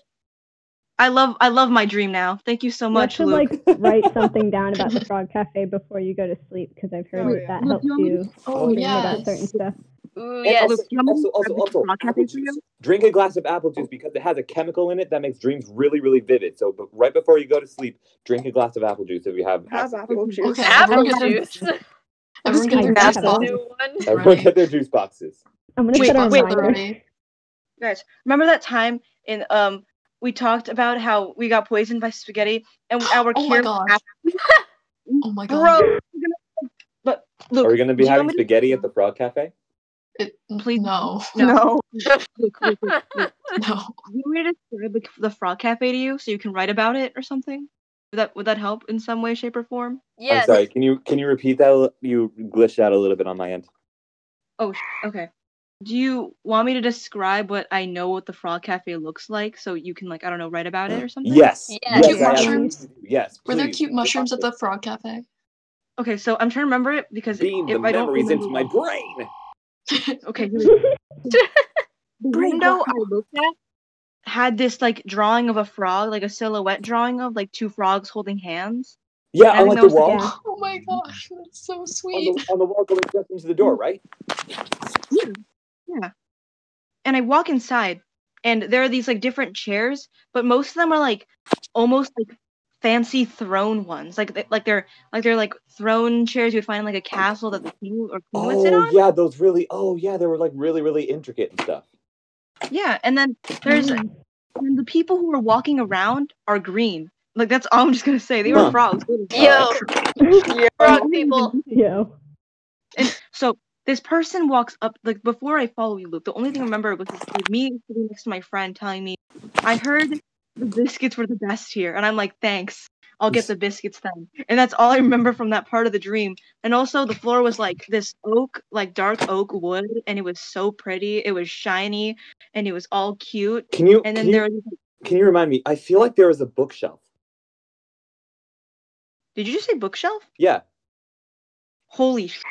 S3: I love I love my dream now. Thank you so
S7: You
S3: much,
S7: should
S3: Luke.
S7: like write something down about the frog cafe before you go to sleep because I've heard
S9: Oh,
S7: that
S9: yeah.
S7: that
S3: Look,
S7: helps
S3: you want me to-
S7: you
S6: Oh,
S7: dream about certain
S6: yes.
S7: stuff.
S8: Ooh,
S5: And
S8: Oh, yes.
S5: also,
S3: Do you want me
S5: also,
S3: to
S5: also,
S3: grab the
S5: also,
S3: frog
S5: apple
S3: cafe for
S5: juice.
S3: you?
S5: Drink a glass of apple juice because it has a chemical in it that makes dreams really, really vivid. So, but right before you go to sleep, drink a glass of apple juice if you have.
S9: Have
S5: access.
S9: apple juice.
S6: Okay,
S8: Apple
S6: everyone get,
S8: juice.
S6: everyone
S7: I
S6: get their juice
S7: got
S8: That's
S7: it.
S8: a
S6: box.
S8: new one.
S5: Everyone
S6: Right.
S5: get their juice boxes.
S7: I'm gonna
S3: Wait,
S7: set a
S3: wait,
S7: reminder.
S6: already.
S3: guys remember that time in um we talked about how we got poisoned by spaghetti and our
S6: Oh my
S3: cure
S6: gosh. Oh my
S3: bro
S6: god.
S3: we're gonna- but look
S5: Are we going to
S3: do
S5: be
S3: you
S5: having
S3: want me to-
S5: spaghetti at the Frog Cafe?
S6: It,
S3: Please.
S6: No.
S9: No.
S3: look, look, look, look.
S6: No.
S3: Do you want me to describe the, the frog cafe to you so you can write about it or something would that would that help in some way shape or form
S8: Yes.
S5: I'm sorry. Can you can you repeat that? a li- You glitched out a little bit on my end.
S3: oh sh- okay do you want me to describe what i know what the frog cafe looks like so you can like i don't know write about it or something
S5: Mm, Yes.
S8: Yes.
S5: Yes.
S6: Cute
S5: I
S6: mushrooms?
S5: absolutely do. Yes.
S6: Were there
S5: please.
S6: cute
S5: Your
S6: mushrooms at the
S5: boxes.
S6: frog cafe?
S3: okay so i'm trying to remember it because
S5: Beam
S3: if
S5: the
S3: i don't
S5: memories into
S3: remember-
S5: my brain.
S3: Okay. here we go. the window I looked at had this like drawing of a frog, like a silhouette drawing of like two frogs holding hands.
S5: Yeah,
S3: I
S5: on
S3: think
S5: like
S3: that
S5: the
S3: was the-
S5: wall,
S7: yeah.
S6: Oh my gosh, that's so
S5: on,
S6: sweet.
S5: the, on the wall going just into the door, right?
S3: And I walk inside, and there are these like different chairs, but most of them are like almost like fancy throne ones, like they, like they're like they're like throne chairs you would find in like a castle that the king or queen would sit
S5: Oh
S3: on.
S5: yeah, those really. Oh yeah, they were like really, really intricate and stuff.
S3: Yeah, and then there's
S7: Mm.
S3: and the people who are walking around are green. Like that's all I'm just gonna say. They were
S5: Huh.
S3: frogs.
S8: Yo,
S5: Uh,
S8: frog people.
S7: Yo.
S3: And so this person walks up, like before I follow you, Luke, the only thing I remember was this- like, me sitting next to my friend telling me, I heard the biscuits were the best here. And I'm like, thanks. I'll get the biscuits then. And that's all I remember from that part of the dream. And also, the floor was like this oak, like dark oak wood, and it was so pretty. It was shiny and it was all cute.
S5: Can you?
S3: And
S5: can
S3: then
S5: you-
S3: there was,
S5: Can you remind me? I feel like there was a bookshelf.
S3: did you just say bookshelf?
S5: Yeah.
S3: Holy sh-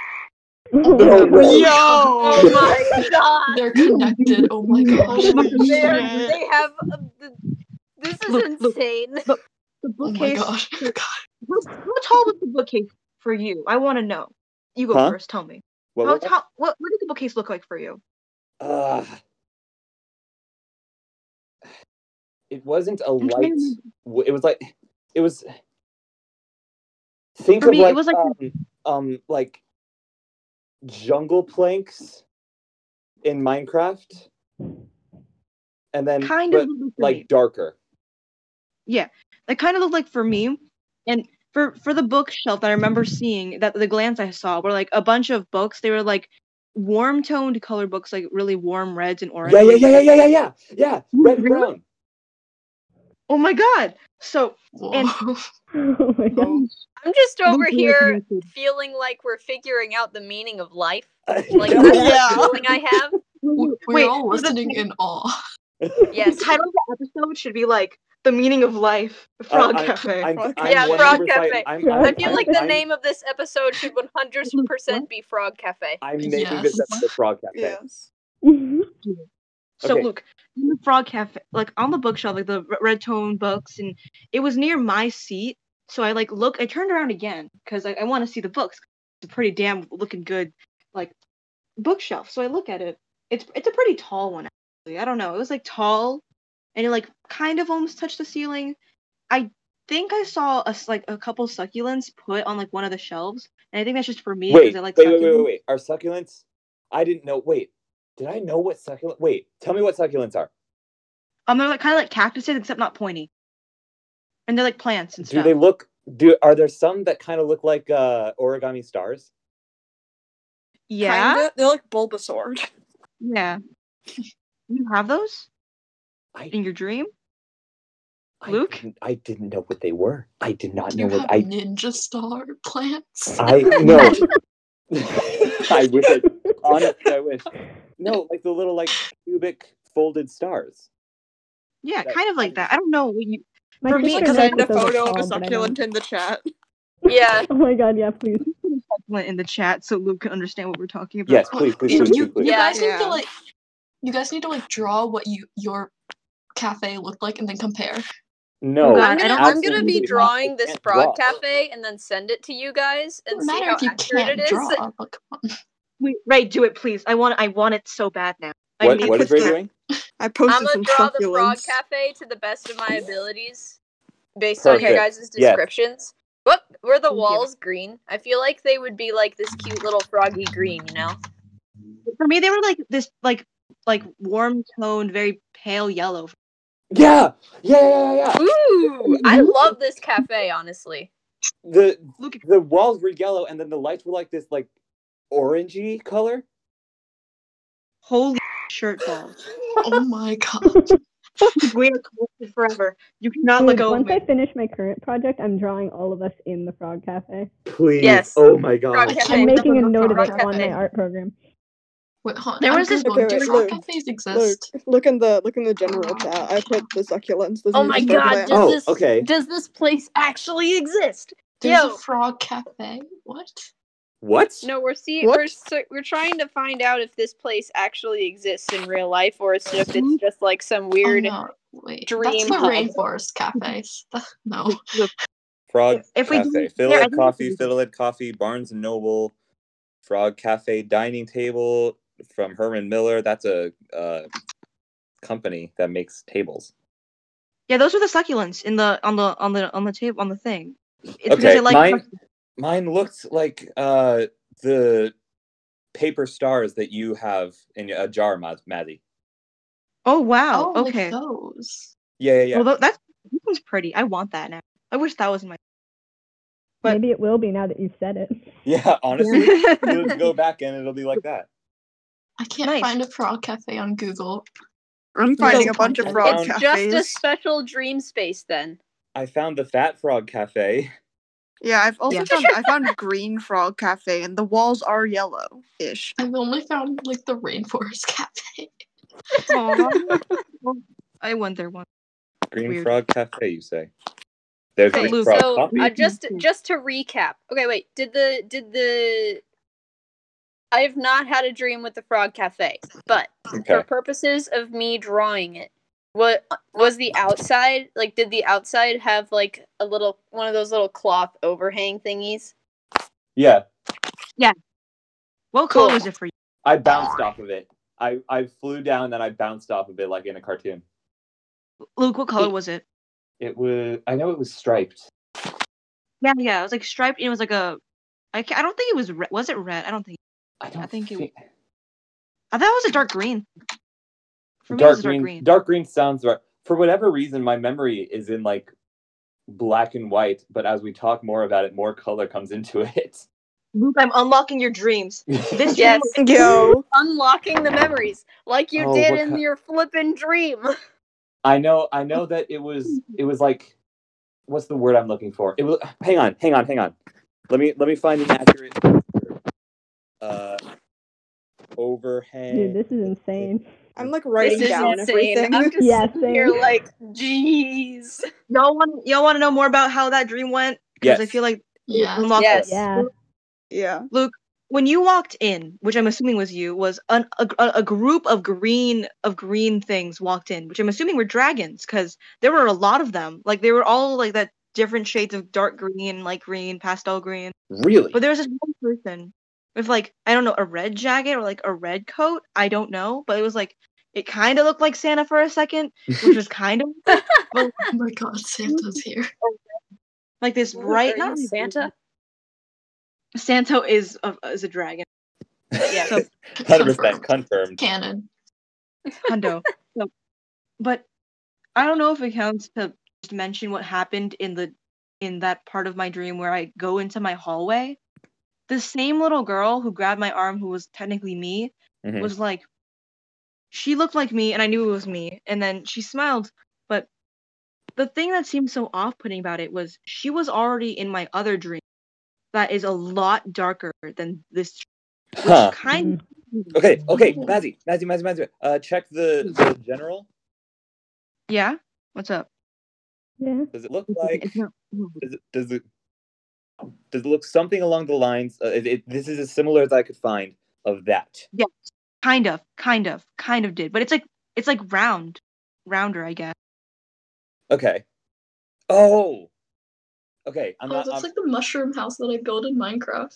S5: No way.
S8: Oh
S9: Yo.
S8: my god.
S6: They're connected. Oh my gosh.
S9: Holy
S8: They're-
S9: shit.
S8: They have. uh, th- This is
S3: Look, look.
S8: insane.
S3: The
S6: Oh my
S3: bookcase.
S6: gosh.
S3: How, how tall was the bookcase for you? I want to know. You go
S5: Huh?
S3: first. Tell me.
S5: What,
S3: how
S5: what,
S3: tall? What, what did the bookcase look like for you?
S5: uh, it wasn't a
S3: I'm trying to
S5: light.
S3: remember.
S5: w- It was like it was. Think
S3: For
S5: of
S3: me, it
S5: like,
S3: was like
S5: um, um like jungle planks in Minecraft, and then
S3: kind
S5: but,
S3: of looked
S5: like
S3: like
S5: darker.
S3: that kind of looked like for
S5: Mm.
S3: me and for for the bookshelf that I remember seeing that the glance I saw were like a bunch of books. They were like warm toned color books, like really warm reds and oranges.
S5: Yeah, yeah, yeah, yeah, yeah, yeah, yeah, yeah.
S3: You
S5: Red and
S3: really?
S5: brown.
S3: Oh my god! So
S6: Whoa.
S3: And-
S7: oh my god.
S8: I'm just over
S3: Look, we were
S8: here
S3: connected.
S8: feeling like we're figuring out the meaning of life. Like
S5: Like,
S8: that's
S9: Yeah.
S8: the feeling I
S6: we we're
S3: Wait,
S6: all
S3: so the-
S6: listening in awe.
S8: have.
S3: The
S8: Yes.
S3: title of the episode should be like "The Meaning of Life." Frog
S5: I-
S3: Cafe.
S5: I'm,
S9: Frog
S5: I'm
S8: Yeah, Frog
S5: 100%
S8: Cafe.
S5: I'm, I'm,
S8: I feel like the
S5: I'm,
S8: name of this episode should 100% be Frog Cafe.
S5: I'm making this
S6: Yes.
S5: up the Frog Cafe.
S9: Yes.
S3: So
S5: Okay.
S3: look, in the Frog Cafe, like on the bookshelf, like the r- red tone books, and it was near my seat. So I like look, I turned around again because I, I want to see the books. It's a pretty damn looking good, like bookshelf. So I look at it. It's it's a pretty tall one. Actually. I don't know. It was like tall, and it like kind of almost touched the ceiling. I think I saw a s- like a couple succulents put on like one of the shelves, and I think that's just for me
S5: Wait,
S3: because I like
S5: wait, wait, wait, wait,
S3: succulents.
S5: wait. Are succulents? I didn't know. Wait, did I know what succulent? Wait, tell me what succulents are.
S3: Um, they're like kind of like cactuses except not pointy, and they're like plants and
S5: Do
S3: stuff.
S5: they look? Do are there some that kind of look like uh, origami stars?
S3: Yeah.
S9: Kinda. They're like Bulbasaur.
S3: Yeah. You have those
S5: I-
S3: in your dream?
S5: I
S3: Luke?
S5: didn't- I didn't know what they were. I did not know
S6: You have
S5: what I. Ah,
S6: ninja star plants.
S5: I no. I wish. I, honestly, I wish. No, like the little like cubic folded stars.
S3: Yeah,
S5: That-
S3: kind of like that. I don't know. What you...
S7: My
S3: For me,
S7: sister
S3: Sure,
S7: knows
S9: Send a
S7: what those
S9: photo
S7: are
S9: of a
S7: called, but I don't.
S9: succulent in the chat.
S8: Yeah.
S7: Oh my god, yeah, please.
S3: Went in the chat so Luke can understand what we're talking about.
S5: Yes, please, please,
S6: you,
S5: please,
S6: you,
S5: please. please.
S6: you guys
S9: Yeah.
S6: need to like you guys need to like draw what you your cafe looked like and then compare.
S5: No,
S3: God,
S8: Oh, I'm
S3: I
S8: gonna,
S3: don't
S8: I'm gonna
S5: absolutely
S8: be
S5: not.
S8: drawing
S5: I
S8: this
S5: can't
S8: Frog
S5: draw.
S8: Cafe and then send it to you guys and
S6: Doesn't
S8: see
S6: matter
S8: how
S6: if you
S8: accurate
S6: can't
S8: it
S6: draw.
S8: is.
S6: Like, come on.
S3: Wait, Ray, do it please. I want I want it so bad now. I
S5: What,
S3: need
S5: what
S3: this
S5: is Ray
S3: now.
S5: doing?
S9: I posted
S8: I'm gonna
S9: some
S8: draw the Frog
S9: succulents.
S8: Cafe to the best of my abilities, based on
S5: Perfect.
S8: your guys'
S5: Yes.
S8: descriptions. Whoop, were the
S3: you.
S8: walls green? I feel like they would be like this cute little froggy green, you know?
S3: For me, they were like this like like warm toned, very pale yellow.
S5: Yeah, yeah, yeah, yeah, yeah.
S8: Ooh, I love this cafe, honestly.
S5: The
S3: Look at
S5: the walls were yellow, and then the lights were like this, like orangey color.
S3: holy shirt balls.
S6: Oh my god.
S3: we are connected forever. You cannot let
S7: Dude,
S3: go of
S7: once I
S3: me.
S7: finish my current project, I'm drawing all of us in the Frog Cafe.
S5: Please.
S8: Yes.
S5: Oh my god.
S8: Frog Cafe.
S7: I'm
S6: Hey,
S7: making a
S6: the
S7: note of
S6: Frog
S7: it on
S8: Cafe.
S7: my art program.
S6: Wait, hold on.
S3: There
S6: I'm
S3: was this-
S6: Googling,
S9: Okay,
S6: Do
S9: wait,
S6: frog
S9: look,
S6: cafes
S9: Look,
S6: exist?
S9: look in the look in the general chat. I put the succulents. Those
S8: Oh
S9: are
S8: my
S9: just our
S8: God,
S9: plants.
S8: just-
S5: Oh,
S8: this-
S5: okay.
S8: Does this place actually exist?
S6: There's
S8: Yo.
S6: a frog cafe. What? Oh
S5: What?
S8: No, we're see
S9: What?
S8: we're s- we're trying to find out if this place actually exists in real life or it's just it's just like some weird.
S6: Oh, no. Wait, that's
S8: dream Oh,
S6: the
S8: hub.
S6: rainforest cafes. no.
S5: Frog
S3: If we
S5: Cafe.
S3: do it
S5: Fiddlehead
S3: here, I think we
S5: Coffee,
S3: can
S5: Fiddlehead Coffee, Barnes and Noble, Frog Cafe Dining Table from Herman Miller. That's a uh, company that makes tables.
S3: Yeah, those were the succulents in the on the on the on the table on the thing. It's
S5: Okay,
S3: I like
S5: mine- Mine looks like uh, the paper stars that you have in a jar, Maz- Mazzy.
S3: Oh wow.
S6: Oh,
S3: okay.
S6: like those.
S5: Yeah, yeah, yeah.
S3: Well, tho- that's that one's pretty. I want that now. I wish that was my. But-
S7: Maybe it will be now that you've said it.
S5: yeah, honestly,
S3: I
S5: you'll go back and it'll be like that.
S6: I can't
S3: Nice.
S6: find a frog cafe on Google.
S9: I'm finding a bunch of
S6: It's
S9: frog
S8: it's
S9: cafes.
S8: just a special dream space then.
S5: I found the Fat Frog Cafe.
S9: Yeah, I've also
S3: Yeah.
S9: found I found Green Frog Cafe, and the walls are yellow ish.
S6: I've only found like the rainforest cafe.
S3: went there once.
S5: Green
S3: Weird.
S5: Frog Cafe, you say? There's
S8: Okay,
S5: Green
S3: Luke.
S5: Frog
S8: so
S5: Coffee.
S8: uh, just
S9: Mm-hmm.
S8: just to recap. Okay, wait. Did the did the I have not had a dream with the Frog Cafe, but for
S5: Okay.
S8: purposes of me drawing it, what was the outside like? Did the outside have like a little one of those little cloth overhang thingies?
S5: Yeah.
S3: What
S8: Cool.
S3: color was it for you?
S5: I bounced off of it. I, I flew down and I bounced off of it like in a cartoon.
S3: Luke, what color was it?
S5: It was I know it was striped.
S3: Yeah, yeah. It was like striped. and It was like a. I can't, I don't think it was red. Was it red? I don't think.
S5: I don't
S3: I think it-
S5: thi-
S3: I thought it was a dark green. For me,
S5: dark
S3: it's dark
S5: green,
S3: green.
S5: dark green sounds right. For whatever reason, my memory is in like black and white. But as we talk more about it, more color comes into it.
S3: Luke, I'm unlocking your dreams. This
S8: Yes.
S3: dream
S9: Yo.
S8: Unlocking the memories, like you
S5: Oh,
S8: did
S5: what
S8: in
S5: ki-
S8: your flippin' dream.
S5: I know, I know that it was, it was like, what's the word I'm looking for? It was. Hang on, hang on, hang on. Let me, let me find an accurate. Uh, overhang.
S7: Dude, this is insane.
S9: I'm like
S8: This
S9: writing
S8: is
S9: down
S8: insane.
S9: everything.
S8: I'm just
S7: Yeah,
S8: sitting here
S7: same.
S8: like, jeez.
S3: y'all want y'all want to know more about how that dream went? Because
S5: Yes.
S3: I feel like
S6: Yeah.
S3: unlock-
S8: Yes.
S7: Yeah.
S9: yeah.
S3: when you walked in, which I'm assuming was you, was an, a, a a group of green of green things walked in, which I'm assuming were dragons, because there were a lot of them. Like they were all like that different shades of dark green, light green, pastel green.
S5: Really?
S3: But there was this one person with like I don't know a red jacket or like a red coat. I don't know, but it was like it kind of looked like Santa for a second, which was kind of
S6: Oh my god, Santa's here.
S3: like this bright. Not really-
S8: Santa.
S3: Santo is a, is a dragon.
S5: yeah,
S3: so-
S5: hundred percent confirmed.
S6: Canon.
S3: Hundo. So, but I don't know if it counts to just mention what happened in the in that part of my dream where I go into my hallway. The same little girl who grabbed my arm, who was technically me,
S5: Mhm.
S3: was like, she looked like me, and I knew it was me. And then she smiled, but the thing that seemed so off-putting about it was she was already in my other dream, that is a lot darker than this. Which
S5: Huh.
S3: kind
S5: Okay, okay, Mazzy, Mazzy, Mazzy, Mazzy. Uh, check the, the general.
S3: yeah. What's up?
S7: Yeah.
S5: Does it look like?
S3: It's not-
S5: Does it? Does it? Does it look something along the lines? Uh, it, it, this is as similar as I could find of that.
S3: kind of kind of kind of did but it's like it's like round rounder i guess
S5: Okay. Oh. Okay. I'm
S6: Oh,
S5: not.
S6: that's
S5: I'm,
S6: like the mushroom house that I built in Minecraft.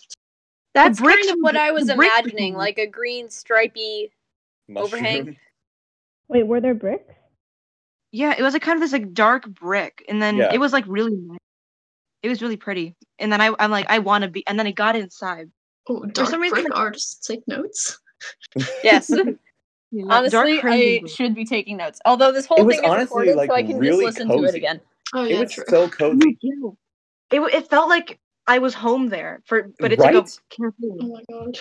S8: That's
S3: bricks
S8: kind of
S3: would
S8: what
S3: be-
S8: I was
S3: the bricks would be
S8: imagining,
S3: nice.
S8: like a green stripy.
S5: mushroom.
S8: overhang.
S7: Wait, were there bricks?
S3: yeah it was like kind of this like dark brick and then
S5: Yeah.
S3: it was like really nice it was really pretty and then I, i'm like i want to be and then i got inside
S6: Oh, dark
S3: some
S6: brick
S3: reason-
S6: artists take notes.
S8: Yes,
S3: You know, dark
S8: honestly, I
S3: crimson.
S8: should be taking notes. Although this
S5: It
S8: whole
S5: was
S8: thing is
S5: honestly,
S8: recorded,
S5: like,
S8: so I can
S5: really
S8: just listen to it
S5: cozy.
S8: again.
S6: Oh
S5: It
S6: yeah,
S5: was
S6: true.
S5: so cozy.
S3: it, w- it felt like i was home there for but it's like a
S5: Right?
S6: Oh
S3: campaign.
S6: my god.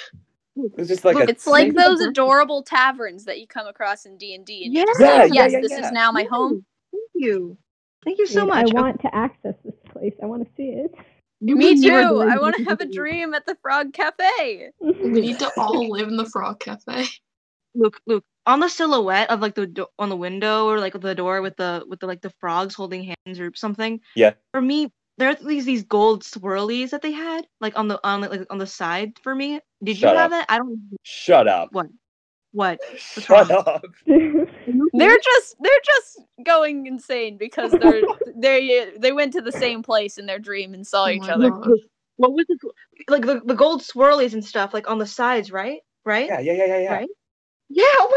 S5: It was just like
S3: Look,
S5: a.
S8: It's like
S5: thing.
S3: the
S8: those
S3: bricks.
S8: adorable taverns that you come across in D and D. and you're
S3: Yeah,
S8: just
S5: Yeah,
S8: like,
S5: yeah,
S8: Yes,
S5: yeah,
S8: this
S5: yeah.
S8: is now my home.
S3: thank you thank you so
S7: Dude,
S3: much
S7: I want to access this place. I want to see it.
S8: Me too. I want to have a dream at the Frog Cafe.
S7: Mm-hmm.
S6: We need to all live in the frog cafe.
S3: Look, look on the silhouette of like the do- on the window or like the door with the with the like the frogs holding hands or something.
S5: Yeah.
S3: For me, there are these these gold swirlies that they had like on the on the, like on the side for me. Did
S5: Shut
S3: you have
S5: up.
S3: that? I don't.
S5: Shut up.
S3: What? What?
S5: Shut
S3: wrong?
S5: up.
S8: They're just they're just going insane because they're they they went to the same place in their dream and saw
S6: Oh
S8: each
S6: my
S8: other.
S6: God.
S3: What was the like the, the gold swirlies and stuff like on the sides, right? Right?
S5: Yeah, yeah, yeah, yeah, yeah.
S3: Right? Yeah. Oh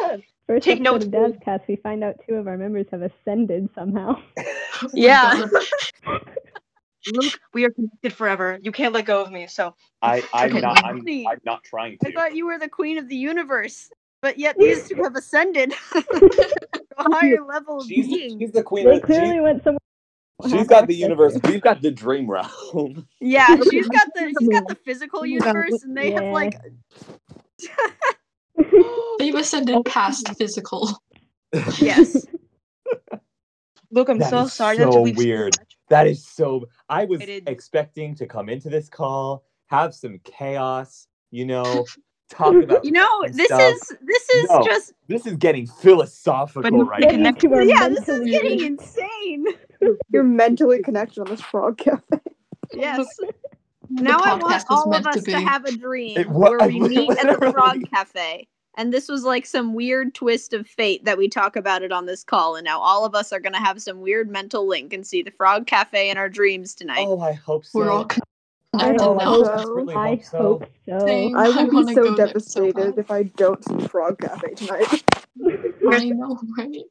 S3: my god.
S7: First
S3: Take
S7: episode
S3: notes,
S7: of
S3: dude.
S7: Dadcast, we find out two of our members have ascended somehow.
S6: Oh my
S8: Yeah.
S6: God.
S3: Luke, we are connected forever. You can't let go of me. So
S5: I, I'm
S6: Okay.
S5: not. I'm,
S8: Honey.
S5: I'm not trying to.
S8: I thought you were the queen of the universe, but yet these two have ascended to a higher level of
S5: She's,
S8: being.
S5: she's the queen.
S7: They
S5: of- she-
S7: clearly went somewhere.
S5: she's got the universe. We've got the dream realm.
S8: Yeah, she's got the she's got the physical universe, and they have
S7: Yeah.
S8: like
S6: They've ascended past physical.
S8: yes.
S3: Luke, I'm
S5: That
S3: so
S5: is
S3: sorry that
S5: so
S3: took me
S5: weird.
S3: much.
S5: That is so. I was
S3: It is.
S5: expecting to come into this call, have some chaos, you know, talk about.
S8: You know,
S5: different
S8: this
S5: stuff.
S8: is this is
S5: No.
S8: just
S5: This is getting philosophical
S3: But
S5: right
S3: they
S5: now.
S3: connect-
S7: to our
S8: yeah, this is
S7: mentally-
S8: getting insane.
S9: You're mentally connected on this frog cafe.
S8: Yes.
S6: The
S8: Now I want
S6: podcast was
S8: all of
S6: meant to
S8: us to,
S6: be.
S8: have a dream
S5: It wa-
S8: where we
S5: I
S8: meet at the
S5: literally-
S8: Frog Cafe. And this was like some weird twist of fate that we talk about it on this call. And now all of us are going to have some weird mental link and see the Frog Cafe in our dreams tonight.
S5: Oh, I hope so.
S6: We're all
S7: I
S6: connected
S5: oh,
S7: hope
S5: I
S6: now.
S7: so.
S5: desperately
S7: I
S5: hope so.
S7: hope so.
S6: Same.
S9: I
S6: I
S9: will
S6: wanna
S9: be so
S6: go there so
S9: devastated
S6: bad.
S9: if I don't see Frog Cafe tonight.
S6: I know, right?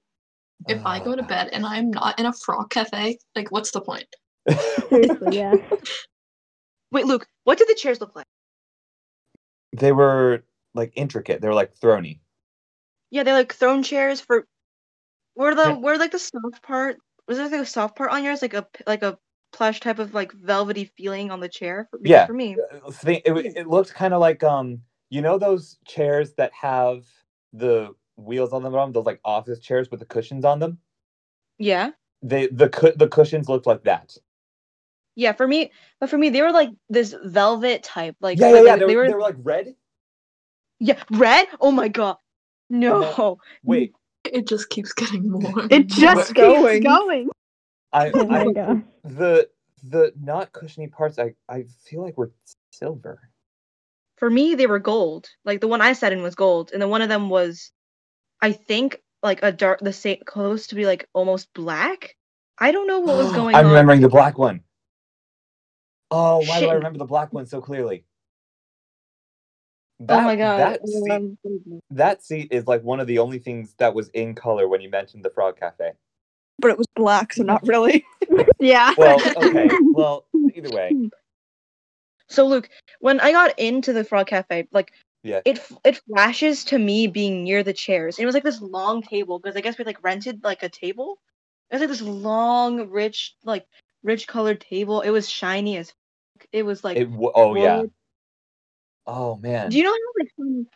S6: If I go to
S5: Ah.
S6: bed and I'm not in a frog cafe, like what's the point?
S7: Seriously, yeah.
S3: Wait, Luke, what did the chairs look like?
S5: they were like intricate. They were like throny.
S3: Yeah, they're like throne chairs for. Were the
S10: Yeah.
S3: were like the soft part? Was there like a soft part on yours, like a p- like a plush type of like velvety feeling on the chair? For, because
S5: Yeah.
S3: For me,
S5: Thi- it, w- it looked kind of like um you know those chairs that have the wheels on the bottom those like office chairs with the cushions on them
S3: yeah,
S5: they the cu- the cushions looked like that
S3: yeah. For me, but for me, they were like this velvet type. Like
S5: yeah yeah,
S3: like,
S5: yeah.
S3: They, were,
S5: like red
S3: yeah red. Oh my god, no.
S5: wait
S6: It just keeps getting more.
S9: It
S6: and
S9: just keeps
S6: more.
S9: going.
S5: I,
S7: Oh my
S5: I
S7: god.
S5: the the not cushiony parts I I feel like were silver
S3: For me, they were gold. Like the one I sat in was gold, and then one of them was, I think, like a dark, the same close to be like almost black. I don't know what was going
S5: I'm
S3: on.
S5: remembering the black one. Oh, why do I
S3: Shit.
S5: remember the black one so clearly?
S3: oh my god.
S5: That seat,
S3: um,
S5: that seat is like one of the only things that was in color when you mentioned the Frog Cafe.
S9: but it was black, so not really. yeah.
S5: Well, okay. well, either way,
S3: So Luke, when I got into the Frog Cafe, like
S5: Yeah.
S3: it f- it flashes to me being near the chairs. It was like this long table because I guess we like rented like a table. It was like this long, rich, like rich colored table. It was shiny as. Fuck. It was like.
S5: it. W- oh yeah.
S3: wood.
S5: Oh man.
S3: Do you know how like some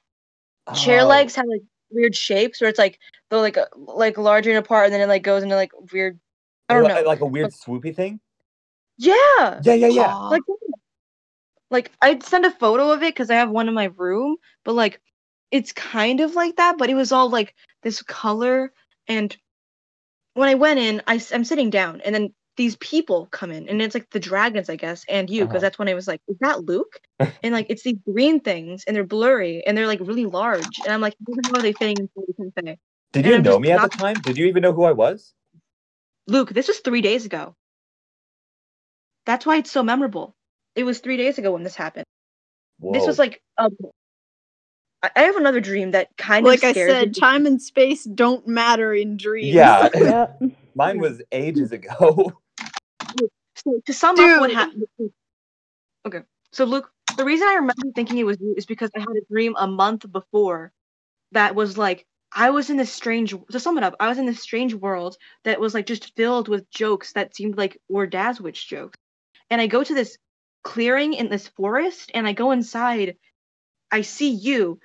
S3: chair
S5: Oh,
S3: legs have like weird shapes where it's like they're like uh, like larger and apart and then it like goes into like weird. I don't
S5: li-
S3: know. uh,
S5: Like a weird swoopy thing.
S3: Yeah.
S5: Yeah, yeah, yeah.
S6: Aw.
S3: like like I'd send a photo of it because I have one in my room, but like it's kind of like that, but it was all like this color. And when I went in, I, am sitting down, and then these people come in, and it's like the dragons, I guess, and you, because
S5: Uh-huh.
S3: that's when I was like, is that Luke? and like it's these green things, and they're blurry, and they're like really large, and I'm like, how are they fitting into the cafe?
S5: Did
S3: and
S5: you
S3: I'm
S5: know
S3: just
S5: me at the
S3: not-
S5: time? Did you even know who I was?
S3: Luke, this was three days ago. That's why it's so memorable. It was three days ago when this happened. This was
S5: Whoa.
S3: like a. I I have another dream that kind of
S9: Like I
S3: scares me.
S9: said, time and space don't matter in dreams.
S5: Yeah,
S7: Yep.
S5: mine was ages ago.
S3: So to sum up what
S9: Dude.
S3: happened. Okay, so Luke, the reason I remember thinking it was you is because I had a dream a month before that was like I was in this strange. To sum it up, I was in this strange world that was like just filled with jokes that seemed like were Daswitch jokes, and I go to this clearing in this forest, and I go inside. I see you.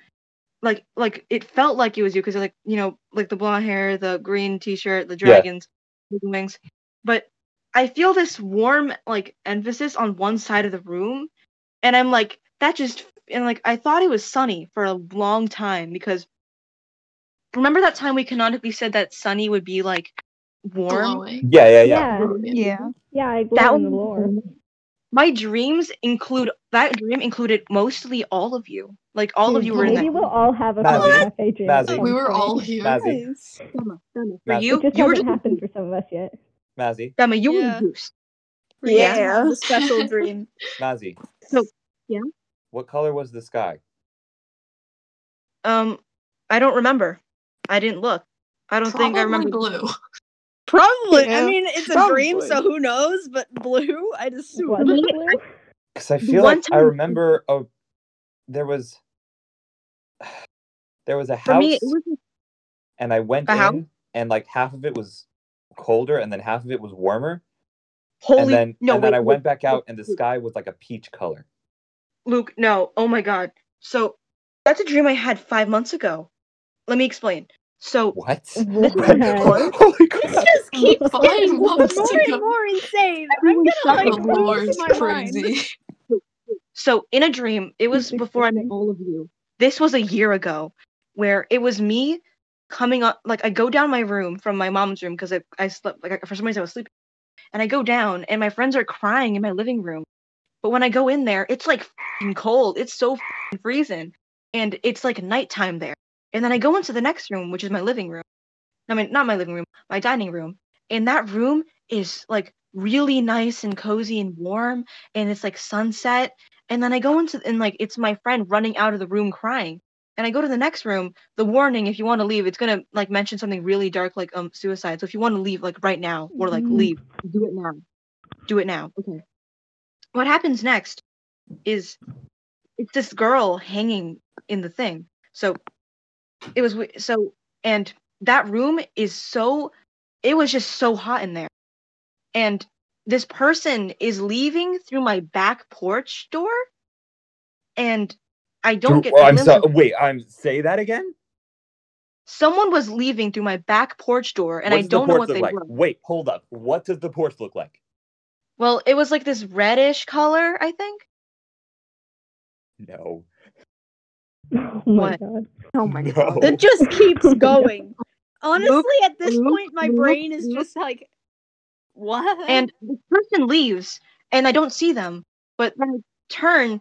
S3: Like, like it felt like it was you because, like, you know, like the blonde hair, the green T-shirt, the dragons, wings. But I feel this warm like emphasis on one side of the room, and I'm like that just and like I thought it was sunny for a long time because remember that time we canonically said that sunny would be like warm.
S6: Glowing.
S5: Yeah, yeah, yeah.
S7: Yeah.
S9: Yeah.
S7: Yeah, I
S3: That
S7: glow in the
S3: one-
S7: lore.
S3: My dreams include that dream included mostly all of you. Like all of you were in
S7: Maybe
S3: that.
S7: we'll all have a
S5: Mazzy.
S7: Frog Cafe dream. at
S5: Mazzy.
S7: some
S6: We were
S7: point.
S6: all here.
S5: Mazzy,
S9: Nice.
S3: For
S5: Mazzy.
S3: you,
S7: It just
S3: you were
S7: hasn't
S3: just
S7: happened for some of us yet.
S5: Mazzy,
S3: Emma, you were
S9: Yeah.
S3: induced.
S9: Yeah.
S6: Yeah.
S9: The special dream.
S5: Mazzy.
S3: So, yeah?
S5: What color was the sky?
S3: Um, I don't remember. I didn't look. I don't think I remember.
S6: blue.
S9: Probably.
S6: Yeah.
S9: I mean, it's a dream, so who knows? But blue, I'd assume.
S7: Was it blue?
S5: Because I
S3: The
S5: feel
S3: one
S5: like I
S3: time-
S5: remember a there was there was a
S3: For
S5: house,
S3: me, it was
S5: and I went
S3: a
S5: in,
S3: house?
S5: and like half of it was colder, and then half of it was warmer,
S3: holy.
S5: and then
S3: no,
S5: and then
S3: wait,
S5: I
S3: wait.
S5: went back out, and the
S3: wait.
S5: sky was like a peach color.
S3: Luke, no. Oh my god. So that's a dream I had five months ago. Let me explain. So
S5: What?
S3: this is
S7: What?
S5: Holy crap!
S9: just
S6: keep buying
S9: getting
S6: months
S9: more
S6: to go.
S9: and more insane. I'm
S3: Everyone
S9: gonna
S3: shut
S9: like
S6: the
S3: up.
S6: lore
S9: lose
S6: is
S9: my mind.
S6: crazy.
S3: so in a dream, it was
S7: Six,
S3: before I
S7: six,
S3: met
S7: six.
S3: all of you. This was a year ago, where it was me coming up. Like I go down my room from my mom's room because I, I slept. Like I, for some reason I was sleeping, and I go down, and my friends are crying in my living room. But when I go in there, it's like fing cold. It's so fing freezing, and it's like nighttime there. And then I go into the next room, which is my living room. I mean, not my living room, my dining room. And that room is like really nice and cozy and warm, and it's like sunset. And then I go into and like it's my friend running out of the room crying. And I go to the next room. The warning: if you want to leave, it's gonna like mention something really dark, like um suicide. So if you want to leave, like right now, or like
S7: Mhm.
S3: leave, do it now. Do it now. Okay. What happens next is it's this girl hanging in the thing. So it was wi- so and that room is so it was just so hot in there and this person is leaving through my back porch door and i don't get
S5: Oh, I'm
S3: familiar
S5: sorry. Wait, I'm say that again.
S3: someone was leaving through my back porch door and
S5: What
S3: i
S5: does the
S3: don't know
S5: porch
S3: what
S5: look
S3: they
S5: like?
S3: were
S5: Wait, hold up. What does the porch look like?
S3: well it was like this reddish color i think
S5: No.
S7: Oh my
S3: What?
S7: god.
S9: Oh my
S5: No.
S9: god.
S10: That just keeps going.
S9: Look,
S10: Honestly, at this
S9: look,
S10: point, my
S9: look,
S10: brain is
S9: look.
S10: just like, what?
S3: and the person leaves and i don't see them but then i turn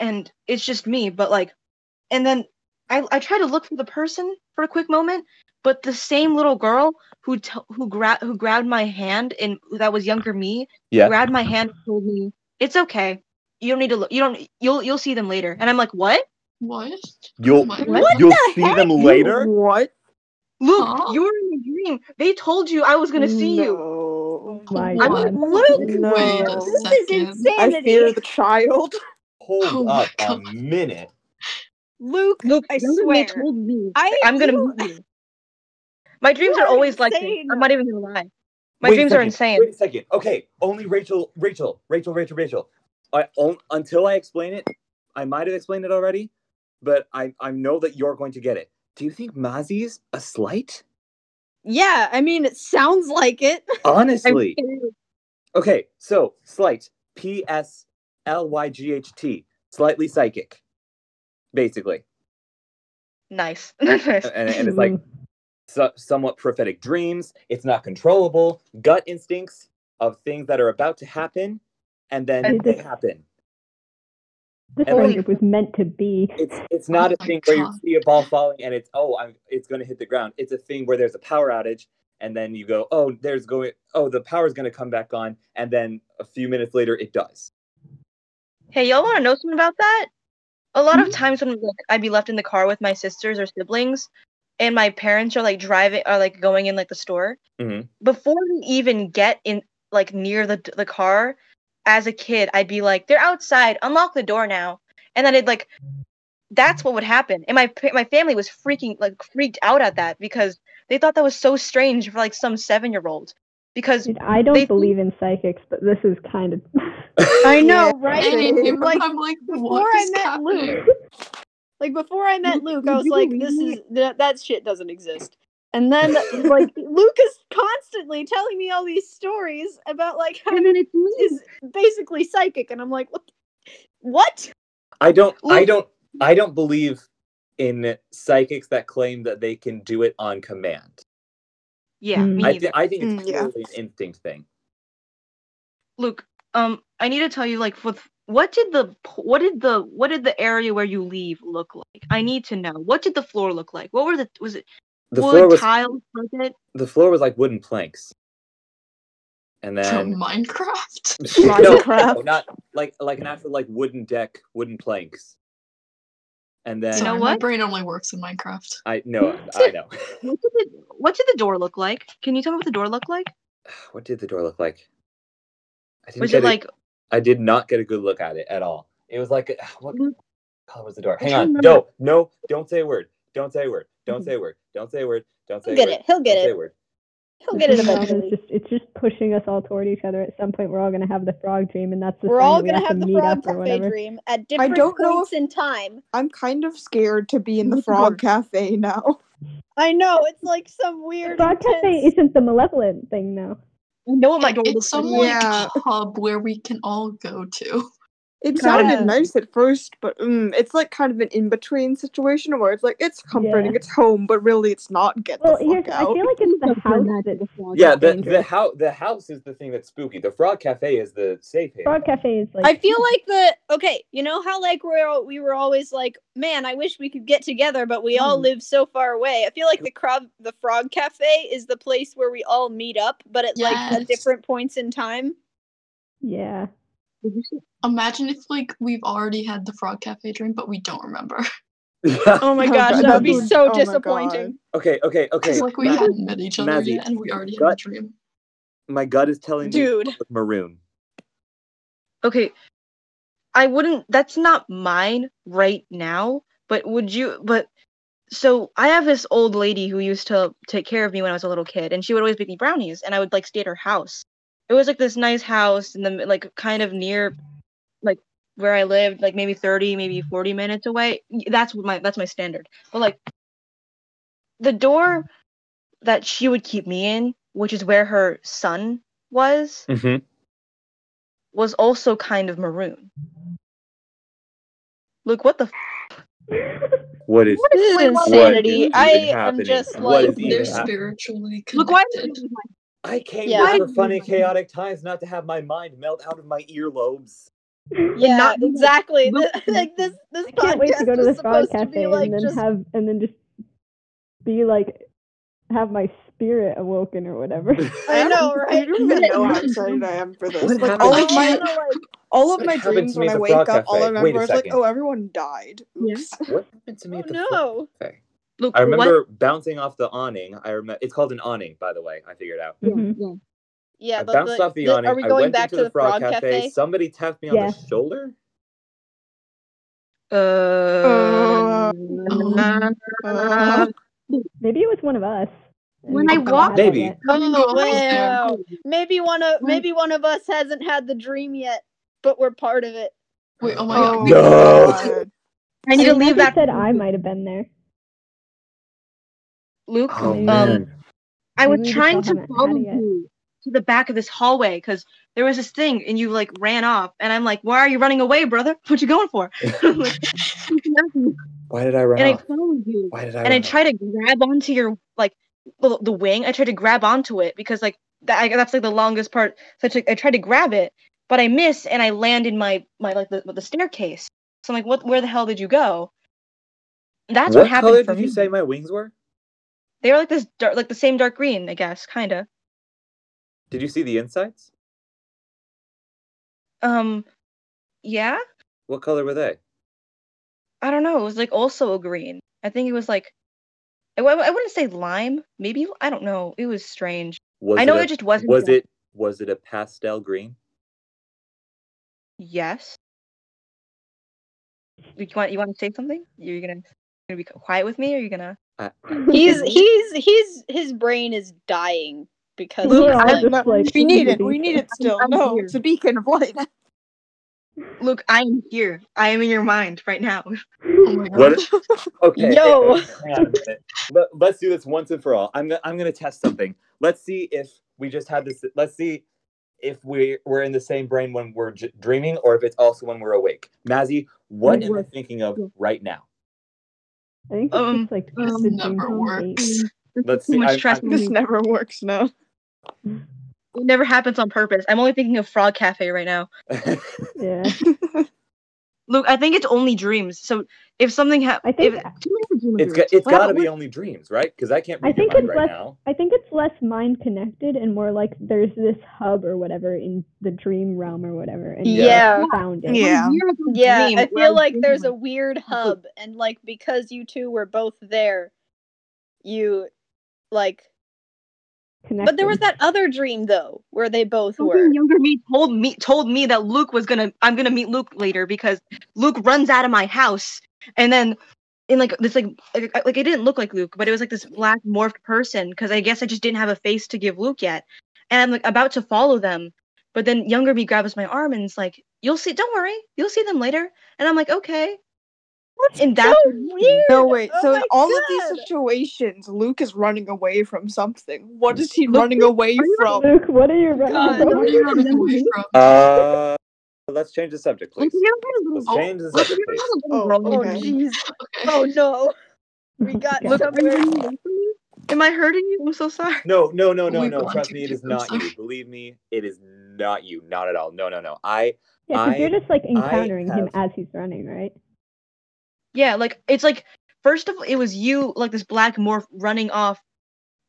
S3: and it's just me but like and then i i try to look for the person for a quick moment but the same little girl who t- who grabbed who grabbed my hand and that was younger me
S5: Yeah.
S3: grabbed my hand and told me it's okay you don't need to look you don't you'll you'll see them later and i'm like what
S6: What?
S5: You'll
S6: What?
S5: you'll see them later.
S9: What?
S3: luke
S6: Huh?
S3: you were in a dream they told you i was gonna see you
S9: No.
S7: My
S6: What?
S7: god.
S10: Luke,
S9: No.
S6: Wait a
S10: this is
S6: second.
S9: I
S10: insanity.
S9: fear the child.
S5: Hold
S6: Oh my
S5: up a
S6: God.
S5: minute.
S10: Luke,
S3: luke
S10: I
S3: younger
S10: swear.
S3: me told me
S10: I,
S3: I'm gonna
S10: you-
S3: meet you. My dreams
S10: You
S3: are
S10: are
S3: always like this.
S10: insane.
S3: I'm not even gonna lie. My
S5: Wait a
S3: dreams are
S5: second,
S3: insane.
S5: Wait a second. Okay, only Rachel, Rachel, Rachel, Rachel, Rachel. I on, until I explain it, I might have explained it already, but I I know that you're going to get it. Do you think Mozzie's a slight?
S10: Yeah, I mean, it sounds like it.
S5: Honestly. Okay, so slight. P S L Y G H T. Slightly psychic. Basically.
S3: Nice.
S5: And, and it's like so- somewhat prophetic dreams. It's not controllable. Gut instincts of things that are about to happen, and then
S7: And-
S5: they happen.
S7: This
S5: and
S7: friend
S5: like-
S7: group was meant to be.
S5: It's it's not a
S6: my
S5: thing where you
S6: God.
S5: see a ball falling and it's oh I'm, it's going to hit the ground. It's a thing where there's a power outage and then you go oh there's going oh the power's going to come back on and then a few minutes later it does.
S3: hey, y'all want to know something about that? A lot
S5: Mm-hmm.
S3: of times when like I'd be left in the car with my sisters or siblings, and my parents are like driving, are like going in like the store.
S5: Mhm.
S3: Before we even get in, like near the the car, as a kid, I'd be like, "They're outside. Unlock the door now." And then I'd like, that's what would happen. And my pa- my family was freaking like freaked out at that because they thought that was so strange for like some seven year old. Because
S7: Dude, I don't
S3: They-
S7: believe in psychics, but this is kind of.
S10: I know,
S9: Yeah.
S10: right?
S6: Same.
S10: Like,
S6: I'm like,
S10: before
S6: what
S10: I
S6: is
S10: met
S6: happening?
S10: Luke. Like before I met Luke, I
S9: you
S10: was
S9: do
S10: like,
S9: believe
S10: "This
S9: in
S10: is that, that shit doesn't exist." And then like Luke is constantly telling me all these stories about like how is basically psychic, and I'm like, "What? the- What?
S5: I don't I
S3: Luke-
S5: don't I don't believe in psychics that claim that they can do it on command.
S3: yeah,
S7: Mm.
S3: me
S5: I,
S3: either.
S5: thi- I think it's
S9: Mm, yeah.
S5: purely an instinct thing.
S3: Luke, um, I need to tell you, like, with what did the p- what did the what did the area where you leave look like? I need to know. What did the floor look like? What were the was it
S5: The floor
S3: wood
S5: was
S3: tile carpet?
S5: the floor was like wooden planks, and
S6: So
S5: then
S6: Minecraft?
S5: No, no,
S9: Minecraft.
S5: not like like an actual like wooden deck, wooden planks, and then
S6: Sorry,
S3: know
S6: my
S3: what?
S6: brain only works in Minecraft.
S5: I no I know.
S3: What did the what did the door look like? Can you tell me what the door looked like?
S5: what did the door look like? I didn't
S3: Was
S5: get
S3: it
S5: a-
S3: like
S5: I did not get a good look at it at all. It was like what color was the door? Hang
S3: trying
S5: on,
S3: to
S5: no, no, don't say a word, don't say a word, don't say a word, don't say a word, don't say
S10: He'll
S5: a
S10: get
S5: word,
S10: it. He'll
S5: don't
S10: get
S5: say a
S10: it.
S5: word.
S10: He'll get it
S7: This is-
S10: eventually."
S7: It's just, it's just pushing us all toward each other. At some point, we're all gonna have the frog dream, and that's the
S10: We're
S7: time
S10: all
S7: that we
S10: gonna have
S7: to
S10: the
S7: meet
S10: frog
S7: up or
S10: cafe
S7: whatever.
S10: dream at different
S9: don't know
S10: points in time.
S9: I'm kind of scared to be in the
S3: Look at
S9: frog cafe now.
S10: I know it's like some weird.
S7: Frog cafe
S10: intense-
S7: isn't the malevolent thing, though.
S3: I know what my door
S6: It's
S3: looks
S6: some
S3: like.
S6: like
S9: Yeah.
S6: hub where we can all go to.
S9: It
S10: Got
S9: sounded
S10: it.
S9: nice at first, but mm, it's like kind of an in between situation where it's like it's comforting,
S7: Yeah.
S9: it's home, but really it's not. Get
S7: Well,
S9: the fuck
S7: here's I
S9: out.
S7: feel like it's the house that
S5: Yeah, the the
S7: dangerous.
S5: house the house is the thing that's spooky. The frog cafe is the safe haven.
S7: frog cafe is like.
S10: I feel like the okay, you know how like we're all, we were always like, man, I wish we could get together, but we all live so far away. I feel like the crab, the frog cafe is the place where we all meet up, but at like
S6: Yes.
S10: at different points in time.
S7: yeah.
S3: Did you see-
S6: Imagine if like we've already had the frog cafe dream, but we don't remember.
S10: Oh my
S9: Oh
S10: gosh,
S9: God,
S10: that would be
S9: that would-
S10: so
S9: oh my
S10: disappointing.
S5: okay, okay, okay.
S6: Because like we
S5: Ma-
S6: hadn't met each other
S5: Mazzy,
S6: yet, and we already had a
S5: gut-
S6: dream.
S5: my gut is telling me
S10: Dude,
S5: maroon.
S3: Okay, I wouldn't. That's not mine right now. But would you? But so I have this old lady who used to take care of me when I was a little kid, and she would always bake me brownies, and I would like stay at her house. It was like this nice house in the like kind of near, like where I lived, like maybe thirty, maybe forty minutes away. That's my that's my standard. But like the door that she would keep me in, which is where her son was,
S5: Mm-hmm.
S3: was also kind of maroon. Luke, what the f-
S5: What is
S8: What is
S5: what
S8: insanity?
S5: is
S8: I
S5: even
S8: am
S5: happening?
S8: just
S5: What
S8: like-
S5: is even
S6: They're
S5: happening?
S6: spiritually
S3: Look, why?
S6: connected.
S5: I came
S10: Yeah.
S5: here for funny, chaotic times, not to have my mind melt out of my earlobes.
S10: Yeah,
S3: not-
S10: exactly.
S3: Nope.
S10: Th- like this, this
S7: I can't wait
S10: podcast
S7: to go to
S10: was
S7: this frog
S10: supposed to
S7: cafe
S10: be like
S7: and then
S10: just
S7: have and then just be like have my spirit awoken or whatever.
S10: I know,
S9: I
S10: right?
S9: don't even know how excited I am for this.
S5: What
S9: Like
S5: happened?
S9: all
S10: I
S9: of my
S10: wanna, like, oh
S9: all of
S5: What
S9: my
S5: happened
S9: dreams
S5: to me
S9: when
S5: at
S9: I
S5: the
S9: wake
S5: Frog
S9: up, all I
S5: Cafe? Wait a
S9: remember is like,
S5: second.
S9: oh, everyone died. Oops.
S5: What happened to me at the
S10: oh
S5: front
S10: no.
S5: cafe?
S3: Luke,
S5: I
S3: what?
S5: remember bouncing off the awning. I remember it's called an awning, by the way. I figured out.
S7: Mhm.
S10: Yeah,
S5: I
S10: but
S5: bounced
S10: the-
S5: off the
S10: the-
S5: awning.
S10: are we
S5: I
S10: going
S5: went
S10: back
S5: into
S10: to the
S5: frog,
S10: frog cafe?
S5: Somebody tapped me on
S7: Yeah.
S5: the shoulder.
S3: Uh,
S6: Oh,
S9: Uh, uh,
S7: Maybe it was one of us. and
S3: When
S7: we
S3: I
S7: just haven't
S3: walked-
S7: had that
S5: Maybe.
S7: yet.
S10: Oh
S6: yeah.
S10: wow. Maybe one of maybe one of us hasn't had the dream yet, but we're part of it.
S6: Wait, oh my
S9: oh,
S6: god.
S5: No.
S9: God.
S3: I need to
S7: I
S3: leave
S7: think it
S3: that
S7: said I might have been there.
S3: Luke. um,
S5: Oh
S7: Maybe.
S5: man.
S3: I
S7: Maybe
S3: was
S7: we just
S3: trying
S7: all
S3: to
S7: haven't had
S3: follow
S7: it yet.
S3: you to the back of this hallway because there was this thing, and you like ran off, and I'm like, "Why are you running away, brother? What you going for?" I'm like, and
S5: Why did I run
S3: I
S5: off?
S3: followed you,
S5: Why did I?
S3: and I
S5: run off?
S3: tried to grab onto your like the, the wing. I tried to grab onto it because like that, I, that's like the longest part. So I, took, I tried to grab it, but I missed, and I landed my my like the, the staircase. So I'm like, "What? Where the hell did you go?" That's what,
S5: what
S3: happened
S5: color
S3: for
S5: did you
S3: me.
S5: say my wings were?
S3: They were like this dark, like the same dark green, I guess, kind of.
S5: Did you see the insides?
S3: Um, yeah.
S5: What color were they?
S3: I don't know. It was like also a green. I think it was like, I, w- I wouldn't say lime. Maybe I don't know. It was strange.
S5: Was
S3: I know
S5: it,
S3: it,
S5: a,
S3: just wasn't.
S5: Was
S3: black.
S5: it was it a pastel green?
S3: Yes. You want you want to say something? You're gonna you're gonna be quiet with me, or you're gonna?
S5: I,
S10: He's he's he's his brain is dying because
S7: Luke,
S10: he's
S7: I
S10: like,
S7: just, like,
S9: we need it.
S7: sleepy.
S9: We need it still.
S3: I'm
S9: no,
S3: here.
S9: it's a beacon of light.
S3: Look, I am here. I am in your mind right now.
S6: Oh my god.
S5: What? Okay.
S10: Yo.
S5: okay, okay, Hang on a minute. Let, let's do this once and for all. I'm gonna, I'm gonna test something. Let's see if we just had this. Let's see if we we're in the same brain when we're j- dreaming, or if it's also when we're awake. Mazzy, what am I thinking of right now?
S7: I think it's
S3: Um,
S7: just like
S6: This
S7: the dream
S6: never
S7: home eight.
S6: works.
S5: Let's
S3: Too
S5: see.
S3: much
S5: I'm-
S3: stress
S5: I'm-
S3: for me.
S9: this never works. No.
S3: It never happens on purpose. I'm only thinking of Frog Cafe right now.
S7: Yeah.
S3: Luke, I think it's only dreams. So if something
S7: I
S3: happens,
S7: think
S5: it's got, it's got to be only dreams, right? Because I can't
S7: I
S5: read your
S7: think
S5: mind
S7: it's
S5: right
S7: less-
S5: now.
S7: I think it's less mind connected and more like there's this hub or whatever in the dream realm or whatever. And we
S10: Yeah.
S7: found it.
S9: Yeah.
S10: yeah, I feel like there's
S3: a.
S10: a weird hub and like because you two were both there, you like
S7: Connected.
S10: But there was that other dream though where they both
S9: Oh,
S10: were.
S3: Fucking younger me told me told me that Luke was gonna I'm gonna meet Luke later because Luke runs out of my house and then in like this like like, like it didn't look like Luke but it was like this black morphed person because I guess I just didn't have a face to give Luke yet and I'm like about to follow them but then younger me grabs my arm and is like you'll see don't worry you'll see them later and I'm like okay
S9: That's
S3: and
S10: So
S3: that's
S10: weird.
S9: No wait.
S10: Oh
S9: so
S10: my
S9: in all of these
S10: God.
S9: situations, Luke is running away from something. What is he
S3: Luke,
S9: running away
S3: are you-
S9: from?
S7: Luke, what are you
S6: God,
S7: running
S6: what are
S7: from?
S6: you running away from?
S5: Uh, let's change the subject, please.
S3: Like, you know,
S5: Let's
S6: Oh.
S5: change the subject, please.
S3: little
S9: Oh,
S3: girl
S10: Oh
S3: in
S9: okay.
S3: me.
S10: jeez.
S6: Okay.
S10: Oh no. We got
S7: Look,
S3: Look, are you
S10: somewhere.
S3: running away from me? Am I hurting you? I'm so sorry.
S5: No, no, no,
S6: Oh
S5: no,
S6: my
S5: no.
S6: God,
S5: Trust
S6: dude,
S5: me, it
S6: dude,
S5: is
S6: I'm
S5: not you.
S6: sorry.
S5: Believe me, it is not you. Not at all. No, no, no. I
S7: Yeah, because
S5: I-
S7: you're just like encountering him
S5: have-
S7: as he's running, right?
S3: Yeah, like it's like first of all, it was you, like this black morph running off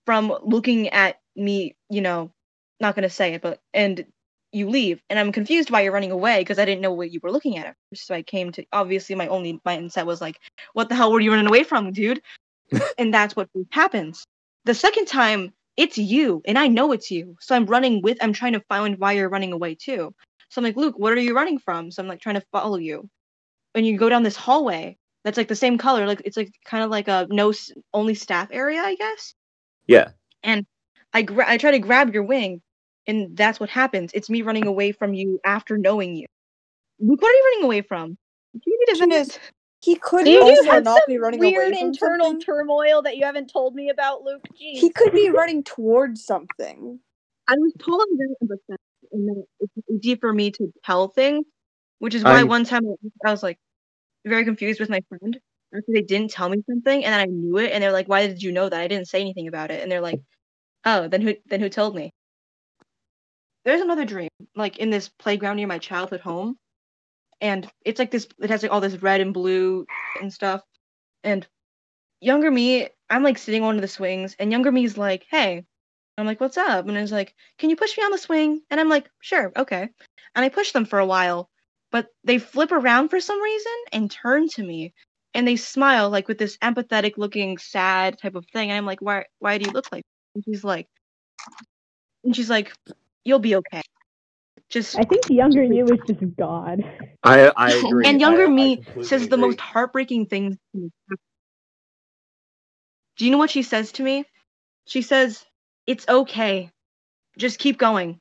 S3: from looking at me. You know, not gonna say it, but and you leave, and I'm confused why you're running away because I didn't know what you were looking at at first. So I came to obviously my only mindset was like, what the hell were you running away from, dude? and that's what happens. The second time, it's you, and I know it's you, so I'm running with. I'm trying to find why you're running away too. So I'm like, Luke, what are you running from? So I'm like trying to follow you, and you go down this hallway that's like the same color. Like it's like kind of like a no s- only staff area, I guess.
S5: Yeah.
S3: And I gra- I try to grab your wing, and that's what happens. It's me running away from you after knowing you. Luke, what are you running away from? You doesn't it?
S9: He could
S10: You do
S9: also
S10: have
S9: not
S10: some
S9: be running away
S10: weird
S9: from
S10: internal
S9: something.
S10: turmoil that you haven't told me about, Luke. Jeez.
S9: He could be running towards something.
S3: I was told that about that, and that it's easy for me to tell things, which is why
S5: I'm-
S3: one time I was like very confused with my friend after they didn't tell me something, and then I knew it, and they're like, "Why did you know that? I didn't say anything about it." And they're like, "Oh, then who then who told me?" There's another dream, like in this playground near my childhood home, and it's like this. It has like all this red and blue and stuff, and younger me, I'm like sitting on one of the swings, and younger me's like, "Hey." I'm like, what's up? And it's like, can you push me on the swing? And I'm like, sure, okay. And I push them for a while, but they flip around for some reason and turn to me and they smile like with this empathetic looking sad type of thing. And I'm like, why why do you look like that? And she's like and she's like, You'll be okay. Just
S7: I think younger you is just God.
S5: I I agree.
S3: and
S5: I-
S3: younger
S5: I
S3: me
S5: completely
S3: says the
S5: agree.
S3: most heartbreaking things. to me. Do you know what she says to me? She says, "It's okay, just keep going.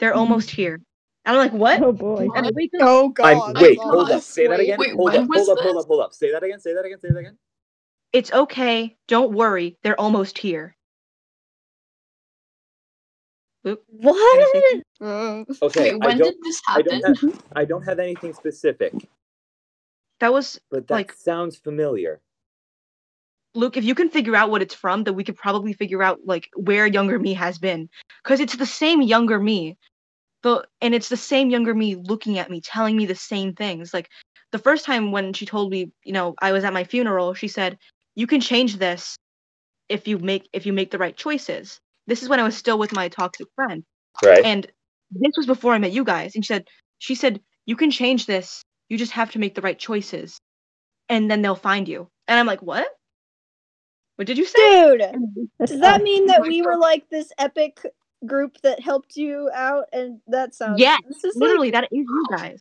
S3: They're
S5: Mm-hmm.
S3: almost here." And I'm like, "What?"
S7: Oh boy.
S3: And I wake up.
S9: Oh
S5: I'm-
S9: god.
S5: wait,
S9: that's
S5: hold up.
S9: awesome.
S5: Say that again.
S6: Wait,
S5: hold
S6: when
S5: up.
S6: was
S5: Hold up. Hold
S6: this?
S5: up. Hold up. Say that again. Say that again. Say that again.
S3: It's okay. Don't worry. They're almost here. Oop. Did I say
S10: What?
S3: something?
S9: Uh,
S5: Okay.
S6: Wait,
S5: I
S6: when
S5: don't.
S6: did this
S5: I
S6: happen?
S5: don't have. I don't have anything specific,
S3: That was
S5: but that
S3: Like-
S5: sounds familiar.
S3: Luke. If you can figure out what it's from, then we could probably figure out like where younger me has been, because it's the same younger me. The and it's the same younger me looking at me, telling me the same things. Like the first time when she told me, you know, I was at my funeral, she said, "You can change this if you make if you make the right choices." This is when I was still with my toxic friend.
S5: Right.
S3: and this was before I met you guys. And she said, she said, you can change this. You just have to make the right choices, and then they'll find you. And I'm like, what? What did you say?
S10: Dude,
S7: That's
S10: does that
S7: us.
S10: mean
S6: Oh
S10: that
S6: my
S10: we were
S6: God.
S10: like this epic group that helped you out? And that sounds.
S3: Yes,
S10: This is like,
S3: Literally, that is you guys.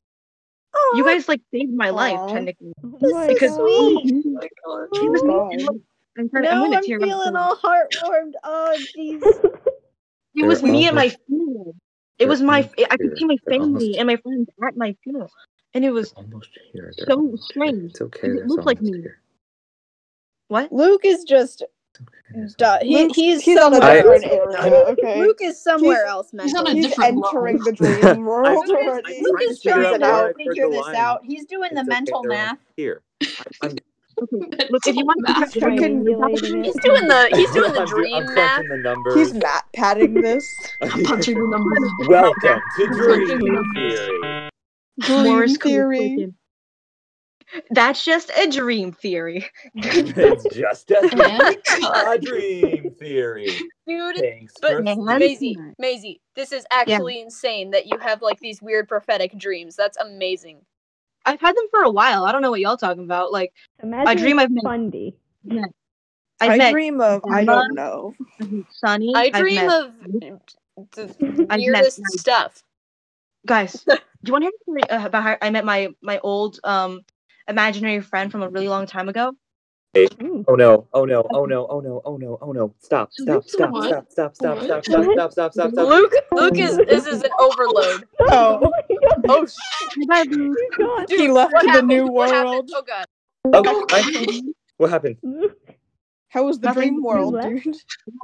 S3: You
S10: Aw,
S3: guys like saved my life
S9: Aw.
S3: technically.
S7: Oh
S10: That's
S7: my
S10: so
S7: God.
S10: sweet.
S6: Oh my god.
S3: She was
S9: Oh.
S3: me. and- I'm, trying, I'm
S10: Now
S3: gonna
S10: I'm
S3: tear up.
S10: feeling all heartwarmed. Oh, jeez.
S3: It was
S5: They're
S3: me and my
S5: almost-
S3: funeral. It
S5: they're
S3: was my.
S5: almost
S3: I could see my
S5: here. They're almost
S3: family and my friends at my funeral, and it was
S5: Almost here.
S3: They're So almost here. strange,
S5: It's okay.
S3: 'cause it there's looked like almost me. here. what?
S10: Luke is just. duh. He,
S9: Luke's-
S10: he's,
S9: he's on a
S10: somewhere.
S9: different area, okay?
S10: Luke is somewhere
S9: He's-
S10: else
S6: He's on
S10: mentally.
S6: a
S9: He's
S6: different level.
S9: entering the dream world
S5: I'm
S9: already.
S10: Luke
S5: trying
S10: is
S5: to figure
S10: trying
S5: out
S10: to
S5: where
S10: help
S5: I put
S10: figure
S5: the
S10: this
S5: line.
S10: out. He's doing the
S5: It's okay,
S10: mental
S5: they're
S10: math.
S5: almost Here. I- I'm-
S3: Okay, look, if
S6: Mental
S3: you want to figure
S6: math.
S3: out where you're
S9: Freaking-
S7: Triangulating
S8: He's
S7: it.
S8: doing the Uh, he's doing the
S5: I'm do- I'm
S8: dream math.
S5: crunching the numbers.
S9: He's mat padding this.
S6: Punching the numbers.
S5: Welcome to
S6: Crunching the
S5: Dream
S6: numbers.
S5: Theory.
S9: Dream
S3: Morse code
S9: theory.
S3: freaking- That's just a dream theory.
S5: It's just a,
S6: And cut.
S5: a dream theory.
S8: Dude,
S5: Thanks
S8: But
S5: for
S3: man.
S8: Maisie, Maisie, this is actually insane that you have like these weird prophetic dreams. That's amazing.
S3: I've had them for a while. I don't know what y'all talking about. Like
S7: Imagine
S3: dream I've met-
S7: Fundy.
S3: I've
S9: I
S3: met
S9: dream of I
S3: Emma.
S9: don't know.
S3: Sunny.
S8: I
S3: I've
S8: dream
S3: met-
S8: of the
S3: met
S8: weirdest
S3: my-
S8: stuff.
S3: guys. do you want to hear a story uh, about how I met my my old um imaginary friend from a really long time ago?
S7: Ooh.
S5: Oh no, oh no, oh no, oh no, oh no, oh no. Stop,
S3: So
S5: stop,
S3: this
S5: stop,
S6: one-
S5: stop, stop, stop,
S6: What?
S5: stop, stop, stop, stop, stop, stop.
S8: Luke, Luke is this is an overload.
S9: Oh,
S7: my God.
S8: Oh shit,
S3: Bye, Luke.
S7: You got
S8: dude,
S9: He left
S8: what
S9: to the
S8: happened?
S9: new
S8: What happened?
S9: world.
S8: Oh god,
S5: Okay.
S6: Okay.
S5: I- What happened?
S9: how was the
S3: Nothing
S9: dream
S3: you
S9: world,
S7: left?
S9: dude?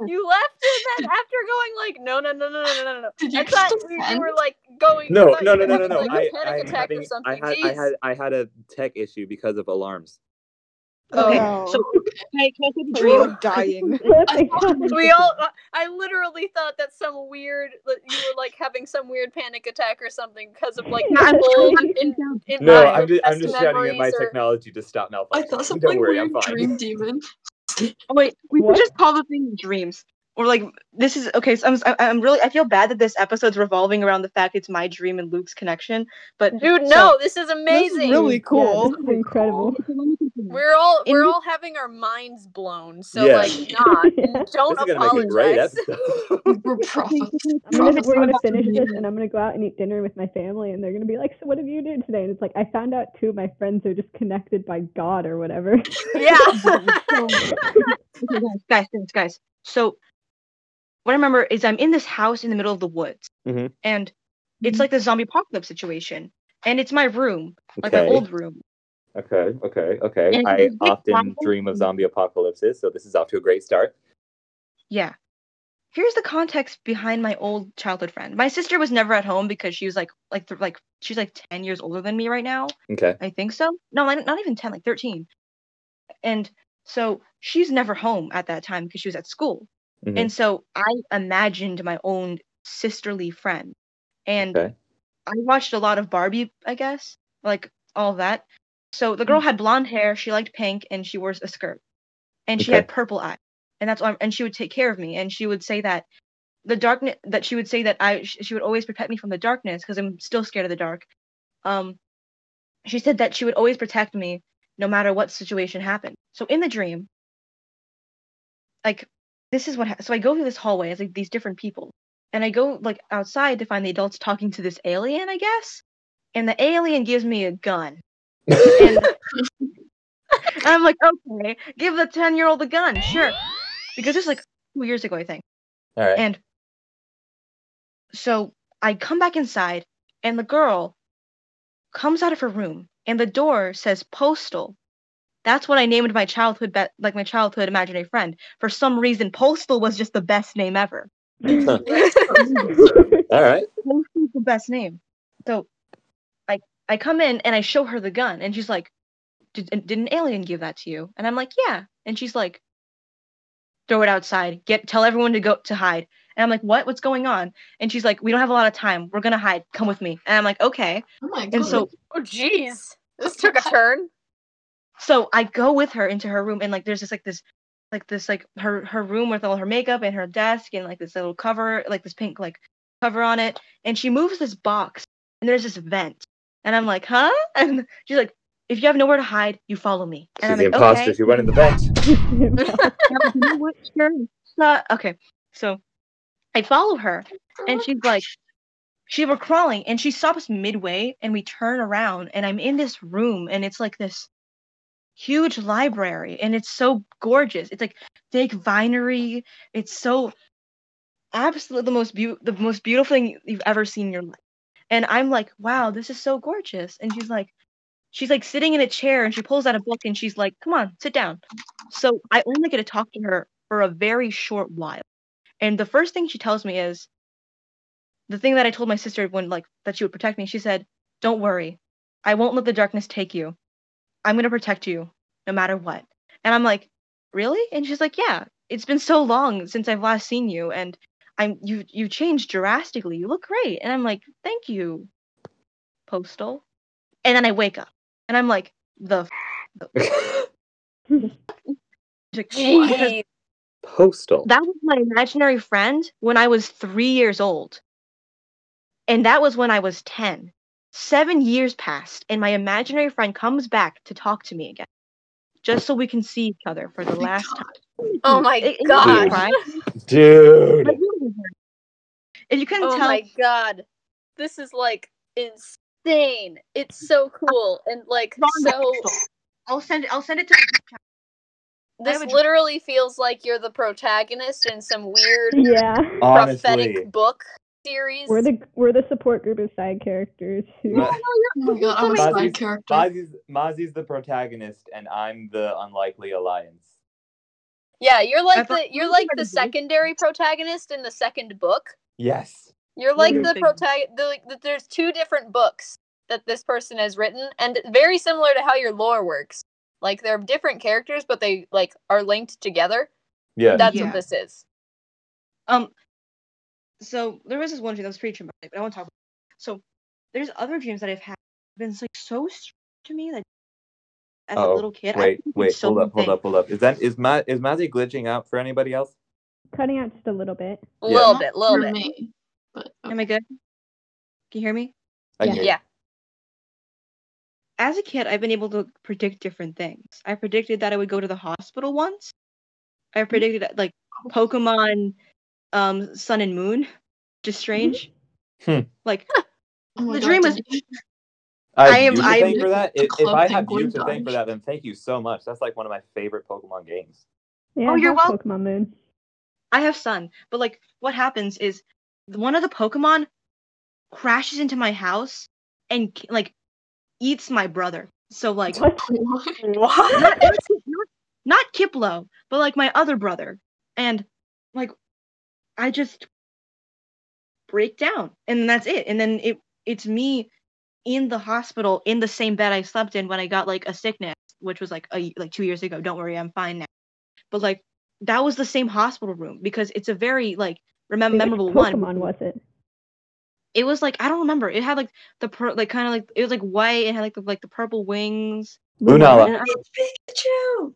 S8: you left and then after going like no no no no no no no no.
S6: Did you
S8: I thought
S6: just
S8: you, you
S6: offend?
S8: were like going. I
S5: No,
S8: thought
S5: no,
S8: you
S5: no,
S8: were
S5: no, no,
S8: having,
S5: no.
S8: like, a
S5: I,
S8: panic
S5: I, am
S8: attack or
S5: having, I
S8: something.
S5: had, I
S8: Jeez.
S5: had, I had a tech issue because of alarms.
S3: Okay,
S9: Oh.
S3: so can I, can I take a
S9: Are you
S3: dream?
S9: dying?
S7: Flipping
S6: thought-
S8: We all. I literally thought that some weird that you were like having some weird panic attack or something because of like
S3: Yeah, I'm
S8: old
S3: trying to
S8: in,
S3: figure out-
S8: in
S5: No,
S8: my
S5: I'm just, I'm
S8: best
S5: just shouting at
S8: memories
S5: my
S8: or-
S5: technology to stop malfunctioning.
S6: I thought some
S5: Don't
S6: like
S5: worry, I'm
S6: weird
S5: fine.
S6: dream demon.
S3: Oh, wait, we should
S7: What?
S3: just call the thing dreams. or like this is okay. So I'm I- I'm really I feel bad that this episode's revolving around the fact it's my dream and Luke's connection. But
S8: Dude,
S3: so-
S8: no, this is amazing.
S9: really cool.
S7: this is incredible.
S8: We're all
S3: In
S8: we're
S3: this-
S8: all having our minds blown. So
S5: Yeah.
S8: like, not
S7: Yeah.
S5: this
S8: don't
S5: is gonna make a
S8: apologize.
S5: great episode.
S6: We're prophet.
S7: I'm gonna,
S6: prophets
S7: we're
S6: are
S7: gonna
S6: about to
S7: finish
S6: be
S7: this,
S6: in.
S7: and I'm gonna go out and eat dinner with my family, and they're gonna be like, "So what have you done today?" And it's like, "I found out two of my friends are just connected by God or whatever."
S8: yeah.
S3: Okay, guys, guys, guys, guys. So what I remember is I'm in this house in the middle of the woods,
S5: Mhm.
S3: and it's like the zombie apocalypse situation, and it's my room, like my old room.
S5: Okay, okay, okay.
S3: And
S5: I
S3: it's
S5: often
S3: happening.
S5: dream of zombie apocalypses, so this is off to a great start.
S3: Yeah. Here's the context behind my old childhood friend. My sister was never at home because she was like like th- like she's like 10 years older than me right now.
S5: Okay.
S3: I think so. No, like, not even 10, like 13. And so she's never home at that time because she was at school.
S5: Mhm.
S3: And so I imagined my own sisterly friend. And
S5: Okay.
S3: I watched a lot of Barbie, I guess, like all that. So the girl
S5: Mm.
S3: had blonde hair, she liked pink, and she wore a skirt. And she
S5: Okay.
S3: had purple eyes. And that's why, and she would take care of me. And she would say that the darkness, that she would say that I, sh- she would always protect me from the darkness because I'm still scared of the dark. Um, she said that she would always protect me no matter what situation happened. So in the dream, like this is what, ha- so I go through this hallway, it's like these different people and I go like outside to find the adults talking to this alien, I guess. And the alien gives me a gun. And and I'm like, okay, give the ten year old a gun, sure. Because this is like two years ago, I think.
S5: All right.
S3: And so I come back inside, and the girl comes out of her room, and the door says postal. That's what I named my childhood, be- like my childhood imaginary friend. For some reason, postal was just the best name ever.
S5: All right.
S3: Postal's the best name. So I I come in and I show her the gun, and she's like, did, did an alien give that to you? And I'm like, yeah. And she's like, throw it outside. Get tell everyone to go to hide. And I'm like, what? What's going on? And she's like, we don't have a lot of time. We're gonna hide. Come with me. And I'm like, okay.
S6: Oh my god.
S3: And so
S8: oh jeez. This took a turn.
S3: so I go with her into her room, and like there's this like this like this like her her room with all her makeup and her desk and like this little cover like this pink like cover on it, and she moves this box, and there's this vent, and I'm like, huh? And she's like. If you have nowhere to hide, you follow me.
S5: She's
S3: And
S5: the
S3: I'm like,
S5: imposter.
S3: okay.
S5: She went in the bench.
S3: you know what? Sure. Uh, okay. So I follow her
S6: Oh
S3: and she's like, she were crawling and she stops midway and we turn around and I'm in this room and it's like this huge library and it's so gorgeous. It's like fake vinery. It's so absolutely the most beau- the most beautiful thing you've ever seen in your life. And I'm like, wow, this is so gorgeous. And she's like, she's like sitting in a chair and she pulls out a book and she's like, come on, sit down. So I only get to talk to her for a very short while. And the first thing she tells me is the thing that I told my sister when like that she would protect me. She said, "Don't worry. I won't let the darkness take you. I'm going to protect you no matter what." And I'm like, "Really?" And she's like, "Yeah. It's been so long since I've last seen you and I'm you you changed drastically. You look great." And I'm like, "Thank you." Postal. And then I wake up and I'm like, "The f- the f- She's like, "What?" Because
S8: Jeez.
S5: Postal.
S3: that was my imaginary friend when I was three years old. And that was when I was 10. Seven years passed, and my imaginary friend comes back to talk to me again, just so we can see each other for the
S6: Oh my
S3: last
S6: God.
S3: time.
S8: Oh my
S3: It- it made me
S8: god.
S3: cry.
S5: Dude.
S3: I really hurt. If you couldn't
S8: Oh
S3: tell,
S8: my god. This is like insane. It's so cool and like so
S3: I'll send it. I'll send it to. the group chat.
S8: this
S3: would-
S8: literally feels like you're the protagonist in some weird
S7: yeah,
S5: Honestly.
S8: prophetic book series.
S7: we're the we're the support group of side characters. who-
S5: Ma-
S6: Oh my god, I'm a
S5: Mozzie's-
S6: side character.
S5: Mozzie's, Mozzie's the protagonist, and I'm the unlikely alliance.
S8: yeah, you're like
S3: thought-
S8: the you're like the
S3: Everybody.
S8: secondary protagonist in the second book.
S5: Yes.
S8: You're like
S3: Weird
S8: the
S3: thing.
S8: protagonist. Like, th- there's two different books that this person has written, and very similar to how your lore works. Like they're different characters, but they like are linked together.
S5: Yeah.
S8: That's
S3: Yeah.
S8: what this is.
S3: Um, so there was this one dream that was pretty traumatic, but I won't talk. About it. So there's other dreams that I've had been like so strange to me that as
S5: Uh-oh.
S3: a little kid, I
S5: Wait,
S3: think it's
S5: wait,
S3: so
S5: hold up,
S3: many
S5: hold up, hold up. Is that is Ma is Mazzy glitching out for anybody else?
S7: cutting out just a little bit.
S8: A little bit, little bit.
S3: Oh. Am I good? Can you hear me?
S5: I can hear you.
S8: Yeah.
S3: As a kid, I've been able to predict different things. I predicted that I would go to the hospital once. I predicted that, like Pokemon um, Sun and Moon, just strange.
S5: Hmm.
S3: Like
S6: Oh my
S3: the
S6: God,
S3: dream
S6: did
S3: was
S6: you-
S5: I,
S3: I
S5: am. You
S3: am-
S5: to
S3: I am
S5: thank for that.
S6: the
S5: If, if
S6: club
S5: I have
S6: penguin
S5: you to thank for
S6: dodge.
S5: that, then thank you so much. That's like one of my favorite Pokemon games.
S7: Yeah,
S3: Oh, you're
S7: that's Pokemon Moon.
S3: I have Sun, but like what happens is one of the Pokemon crashes into my house and like eats my brother. So like
S7: What?
S3: not, not, not- not Kiplo, but like my other brother. And like I just break down and that's it. And then it it's me in the hospital in the same bed I slept in when I got like a sickness, which was like a, like 2 years ago. Don't worry, I'm fine now. But like that was the same hospital room because it's a very like remem-
S7: Wait, which
S3: memorable one.
S7: Pokemon was it?
S3: It was like I don't remember. It had like the per- like kind of like it was like white. It had like the like the purple wings.
S5: Lunala.
S3: And I-
S6: Pikachu!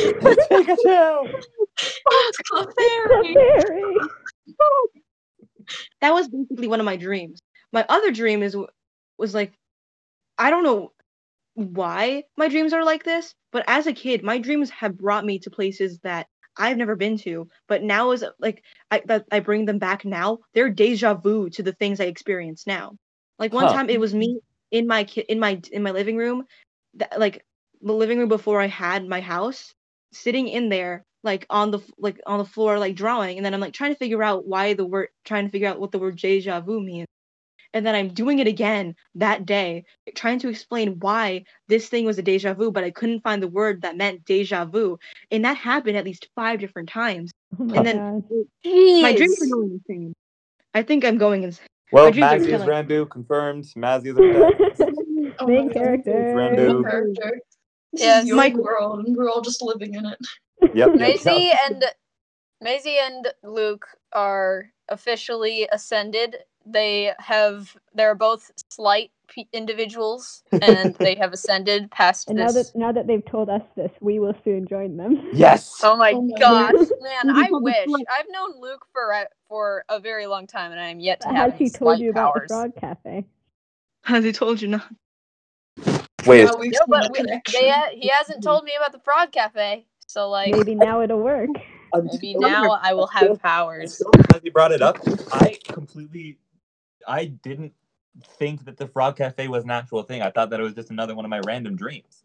S5: Pikachu!
S6: It's Clefairy!
S7: Clefairy.
S3: that was basically one of my dreams. My other dream is was like I don't know why my dreams are like this, but as a kid, my dreams have brought me to places that I've never been to, but now is like I that I bring them back now. They're deja vu to the things I experience now. Like one
S5: Huh.
S3: time, it was me in my ki- in my in my living room, that, like the living room before I had my house, sitting in there like on the f- like on the floor like drawing, and then I'm like trying to figure out why the word trying to figure out what the word deja vu means, and then I'm doing it again that day, trying to explain why this thing was a deja vu, but I couldn't find the word that meant deja vu, and that happened at least five different times.
S7: Oh my
S3: And then-
S7: god.
S3: My dreams are
S8: Jeez.
S3: going insane. I think I'm going insane.
S5: Well,
S3: dreams are
S5: Mazzy is
S3: killing.
S5: Rambu confirmed. Mazzy is a
S6: Oh my
S7: Main
S6: God.
S7: character.
S5: Rambo.
S6: character. This
S8: Yes.
S6: is your
S3: Michael-
S6: world, and we're all just living in it.
S5: Yep. yep, yep.
S8: Maisie and Maisie and Luke are officially ascended. They have they're both slight p- individuals and they have ascended past
S7: And now
S8: this.
S7: that now that they've told us this, we will soon join them.
S5: Yes.
S8: Oh my
S6: Oh my
S8: gosh,
S7: goodness.
S8: man! I wish I've known Luke for a, for a very long time, and I am yet to have
S7: Has
S8: any
S7: she told
S8: slight
S7: you about
S8: powers.
S7: the Frog Cafe?
S3: As I told you not.
S5: Wait.
S6: Now we've
S8: No,
S6: seen
S8: but
S6: the
S8: we,
S6: connection.
S8: they, ha- he hasn't told me about the fraud cafe, so like maybe,
S7: Maybe now it'll work.
S5: I'm
S8: now I will have
S5: I'm
S8: powers.
S5: so glad you brought it up. I completely, I didn't think that the Frog Cafe was an actual thing. I thought that it was just another one of my random dreams.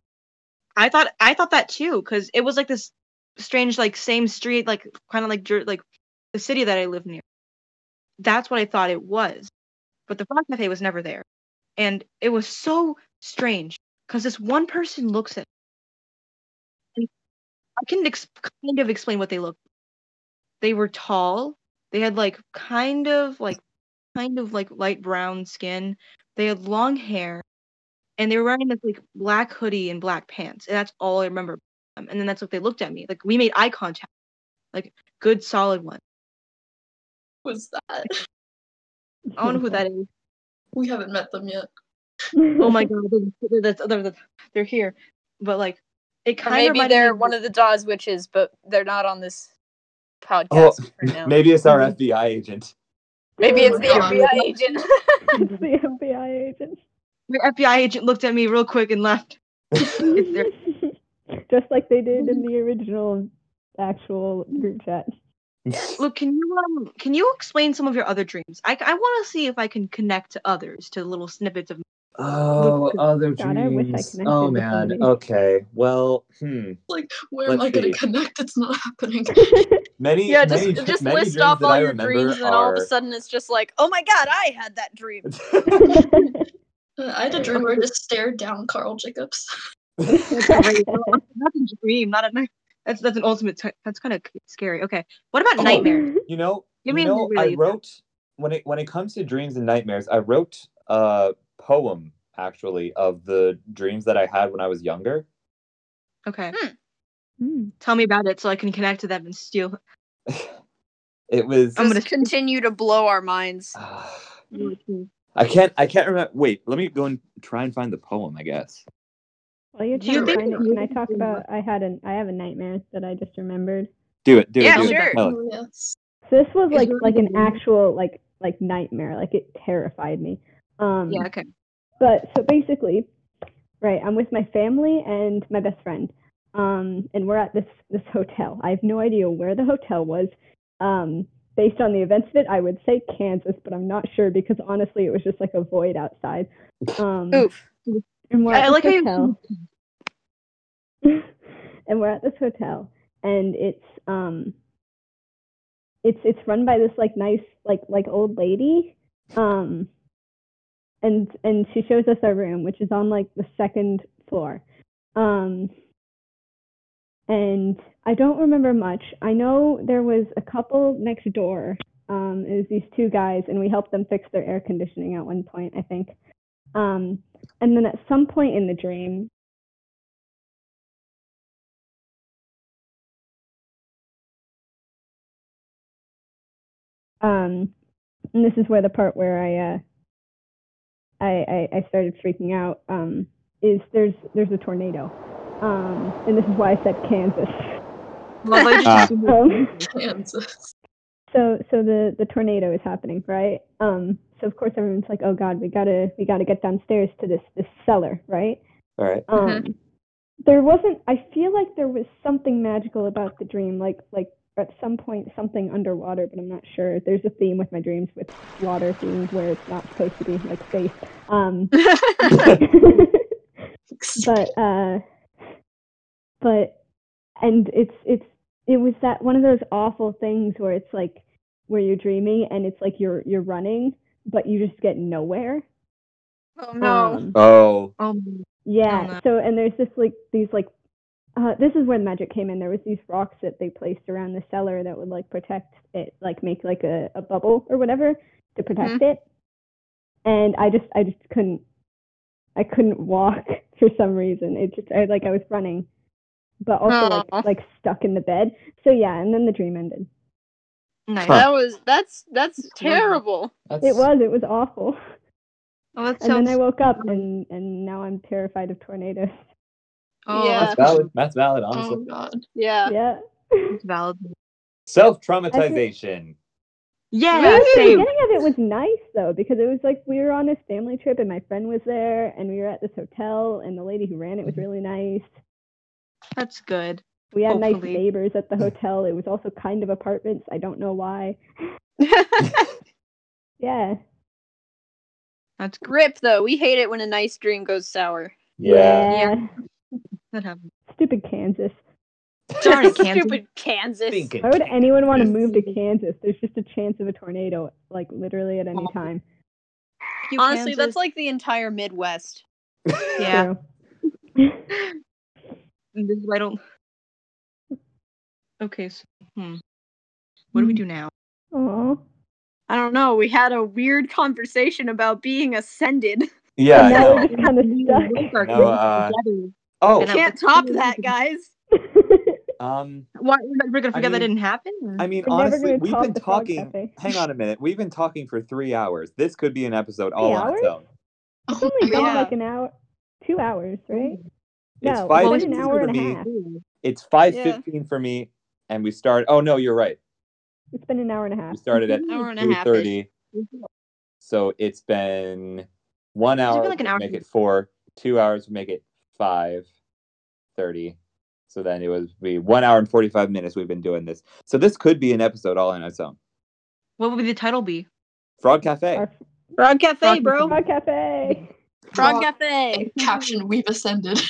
S3: I thought I thought that too because it was like this strange like same street like kind of like jur- like the city that I live near. That's what I thought it was, but the frog cafe was never there, and it was so strange because this one person looks at. and I can ex- kind of explain what they looked. They were tall. They had like kind of like kind of like light brown skin. They had long hair and they were wearing this like black hoodie and black pants, and that's all I remember. Um, and then that's what they looked at me like. We made eye contact, like good solid one.
S6: was that?
S3: I don't know who that is.
S6: We haven't met them yet.
S3: Oh my god, they're, they're, they're, they're here, but like it
S8: Or
S3: kind of
S8: maybe
S3: reminded me
S8: they're
S3: of-
S8: one of the Dawes witches, but they're not on this podcast for now. Maybe,
S5: Maybe it's our FBI agent.
S8: it's
S6: Oh
S8: the
S6: my God.
S8: FBI agent.
S7: It's the FBI agent.
S3: my FBI agent looked at me real quick and left. It's their-
S7: Just like they did in the original actual group chat.
S3: Look, can you um, can you explain some of your other dreams? I I want to see if I can connect to others to little snippets of.
S5: Oh, other
S7: God, I wish I
S5: dreams.
S7: connected
S5: Oh
S7: with
S5: man.
S7: somebody.
S5: Okay. Well, hmm.
S6: Like, where am
S5: Let's
S6: I going
S5: see.
S6: to connect? It's not happening.
S5: Many,
S8: yeah, just
S5: many,
S8: just
S5: many
S8: list
S5: dreams
S8: off
S5: that
S8: all
S5: I
S8: your
S5: remember
S8: dreams, and then all of a
S5: are-
S8: sudden it's just like, oh my god, I had that dream.
S6: Uh, I had a dream where I just stared down Carl Jacobs.
S3: That's a dream, not a night. That's that's an ultimate. T- that's kind of scary. Okay, what about
S5: Oh.
S3: nightmares?
S5: You know,
S3: You
S5: you,
S3: mean
S5: know,
S3: really-
S5: I wrote when it when it comes to dreams and nightmares, I wrote a poem actually of the dreams that I had when I was younger.
S3: Okay.
S7: Hmm.
S3: Tell me about it so I can connect to them and steal.
S5: It was
S3: I'm
S8: I'm gonna
S3: gonna-
S8: continue to blow our minds.
S5: I can't I can't remember wait, let me go and try and find the poem, I guess.
S7: While you're
S3: Do you
S7: trying to
S3: think
S7: find it,
S3: that you
S7: can I
S3: can
S7: talk
S3: do
S7: about I had an I have a nightmare that I just remembered.
S5: Do it. Do
S7: Yeah,
S5: it. Do
S7: sure.
S5: It. Tell us.
S6: Oh,
S7: So this was like really like an good. actual like like nightmare. Like it terrified me. Um,
S3: Yeah, okay.
S7: But so basically, right? I'm with my family and my best friend, um, and we're at this this hotel. I have no idea where the hotel was. Um, based on the events of it, I would say Kansas, but I'm not sure because honestly, it was just like a void outside. Um,
S10: Oof.
S7: And we're
S10: I-
S7: at
S10: I
S7: this
S10: like how you-
S7: hotel. and we're at this hotel, and it's um, it's it's run by this like nice like like old lady um and and she shows us our room which is on like the second floor um and i don't remember much i know there was a couple next door um it was these two guys and we helped them fix their air conditioning at one point i think um and then at some point in the dream um and this is where the part where i uh I, I, I started freaking out um, is there's there's a tornado, um, and this is why I said Kansas.
S6: Love, I just
S7: Ah.
S6: assumed it
S7: Um,
S6: was Kansas.
S7: so so the the tornado is happening, right? Um, so of course everyone's like, oh God, we gotta we gotta get downstairs to this this cellar, right?
S5: All right.
S7: Um, There wasn't. I feel like there was something magical about the dream, like like at some point something underwater, but I'm not sure. There's a theme with my dreams with water being where it's not supposed to be, like space. Um, but uh, but and it's it's it was that one of those awful things where it's like where you're dreaming and it's like you're you're running, but you just get nowhere. Um,
S10: Oh
S7: no.
S5: Oh.
S7: Yeah.
S10: no.
S7: So and there's this like these like uh, this is where the magic came in. There was these rocks that they placed around the cellar that would like protect it, like make like a, a bubble or whatever to protect
S10: Mhm.
S7: it. And I just I just couldn't I couldn't walk for some reason. It just I like I was running, but also
S10: Aw.
S7: like like stuck in the bed. So yeah, and then the dream ended.
S3: Nice.
S10: That was that's that's terrible.
S7: It was it was awful.
S3: Oh, that
S7: and then
S3: sounds.
S7: I woke up and and now I'm terrified of tornadoes.
S3: oh,
S10: Yeah.
S5: That's valid. That's valid. Honestly,
S6: Oh, god.
S10: Yeah.
S7: Yeah.
S3: that's valid.
S5: self traumatization.
S3: Yeah.
S7: Really,
S3: same.
S7: The beginning of it was nice though because it was like we were on this family trip and my friend was there and we were at this hotel and the lady who ran it
S3: Mm-hmm.
S7: was really nice.
S3: That's good.
S7: We had nice
S3: Hopefully.
S7: neighbors at the hotel. It was also kind of apartments. I don't know why. yeah.
S3: That's great.
S10: Rip though, we hate it when a nice dream goes sour.
S5: Yeah.
S3: Yeah. That happened.
S7: Stupid Kansas.
S3: Darn it, Kansas.
S10: Stupid Kansas.
S5: Thinking.
S7: Why would anyone want to move to Kansas? There's just a chance of a tornado, like literally at
S3: Oh,
S7: any time.
S3: You
S10: Honestly,
S3: Kansas.
S10: that's like the entire Midwest.
S3: yeah.
S7: True.
S3: And This is why I don't. Okay, so hmm. what do we do now?
S7: Aw.
S10: I don't know. We had a weird conversation about being ascended.
S5: Yeah.
S7: and
S5: I
S7: now
S5: know.
S7: we're just kind of stuck.
S3: Our
S5: No,
S3: dreams
S5: uh,
S3: together.
S5: Oh,
S3: And I-
S10: Can't top that, guys.
S5: um,
S3: Why we're gonna forget that
S5: mean-
S3: didn't happen? or-
S5: I mean,
S7: We're never
S5: honestly,
S7: gonna
S5: we've
S7: top
S5: been
S7: the Frog
S5: talking.
S7: Cafe.
S5: Hang on a minute. We've been talking for three hours. This could be an episode all on its
S7: hours?
S5: own.
S8: Oh
S7: It's only been
S10: God.
S7: Oh like an hour, two hours, right?
S10: Mm-hmm.
S5: It's
S7: no,
S5: five
S7: it's been
S5: fifteen
S7: an hour
S5: for
S7: and a
S5: me.
S7: half.
S5: It's five
S10: Yeah.
S5: fifteen for me, and we started. Oh no, you're right.
S7: It's been an hour and a half. Mm-hmm.
S5: We started at
S10: Hour and a
S5: two
S10: half.
S5: thirty. So it's been one
S3: been
S5: hour.
S3: like an
S5: would
S3: hour.
S5: Make it four. Two hours. would Make it five thirty. So then it was be one hour and forty five minutes. We've been doing this. So this could be an episode all on its own.
S3: What would the title be?
S5: Frog Cafe.
S7: Our
S10: Frog Cafe,
S3: Frog
S10: bro.
S7: Frog Cafe.
S10: Frog
S6: Frog
S10: Cafe.
S6: And caption, we've ascended.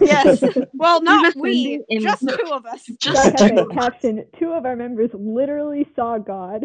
S10: Yes. Well, not
S3: just
S10: we.
S3: ended in-
S10: Just
S6: No.
S10: two of us.
S7: Frog
S6: Just
S7: Cafe
S6: do it.
S7: caption. Two of our members literally saw God.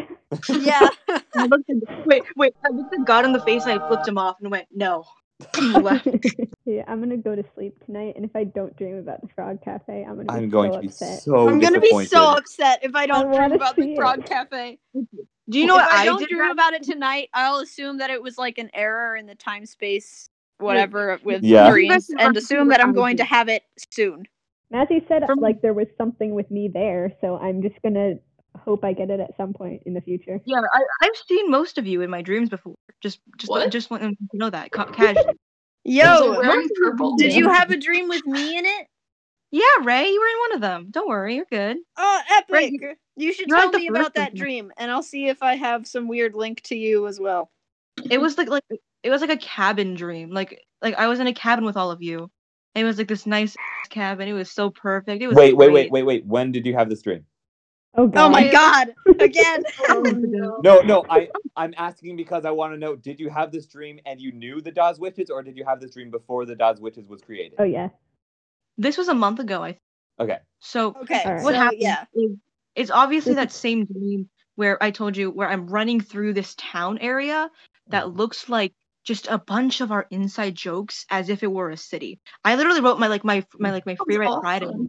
S10: Yeah.
S3: I looked at- wait, wait. I looked at God in the face and I flipped him off and went, "No." uh, And he left.
S7: yeah, I'm gonna go to sleep tonight, and if I don't dream about the Frog Cafe, I'm gonna. Be
S5: I'm going
S7: so
S5: to be
S7: upset.
S5: so
S10: I'm gonna be
S5: disappointed.
S10: so upset if I don't
S7: I
S10: dream
S7: wanna
S10: about the
S7: see it.
S10: Frog Cafe.
S3: Do you know
S10: if
S3: what
S10: I,
S3: I,
S10: don't
S3: did?
S10: dream
S3: that-
S10: about it tonight, I'll assume that it was like an error in the time space, whatever with
S5: Yeah.
S10: dreams,
S3: You guys
S10: and
S3: have
S10: assume
S3: to
S10: that I'm
S3: do
S10: going to
S3: it.
S10: have it soon.
S7: Matthew said
S3: From-
S7: like there was something with me there, so I'm just gonna hope I get it at some point in the future.
S3: Yeah, I, I've seen most of you in my dreams before. Just, just,
S6: What?
S3: just want you to know that ca- casually.
S6: Was I
S10: Yo,
S8: Oh,
S6: wearing purple?
S10: did you have a dream with me in it?
S3: Yeah, Ray, you were in one of them. Don't worry, you're good.
S10: Oh, epic! You should
S3: you're
S10: tell
S3: not the
S10: me
S3: first
S10: about that
S3: one.
S10: dream, and I'll see if I have some weird link to you as well.
S3: It was like like it was like a cabin dream. Like like I was in a cabin with all of you. And it was like this nice cabin. It was so perfect. It was
S5: Wait, wait, wait,
S3: great.
S5: wait, wait. When did you have this dream?
S7: Oh,
S10: Oh my god! Again,
S6: Oh,
S5: No, no. I I'm asking because I want to know. Did you have this dream and you knew the Dawes Witches, or did you have this dream before the Dawes Witches was created?
S3: Uh,
S7: Oh yeah.
S3: This was a month ago, I think.
S5: Okay.
S3: So
S10: okay.
S7: Alright.
S10: so,
S3: what happened
S10: Yeah.
S3: is it's obviously that same dream where I told you where I'm running through this town area that
S10: Mm-hmm.
S3: looks like just a bunch of our inside jokes as if it were a city. I literally wrote my like my my like my free
S6: That's
S3: ride pride.
S6: awesome.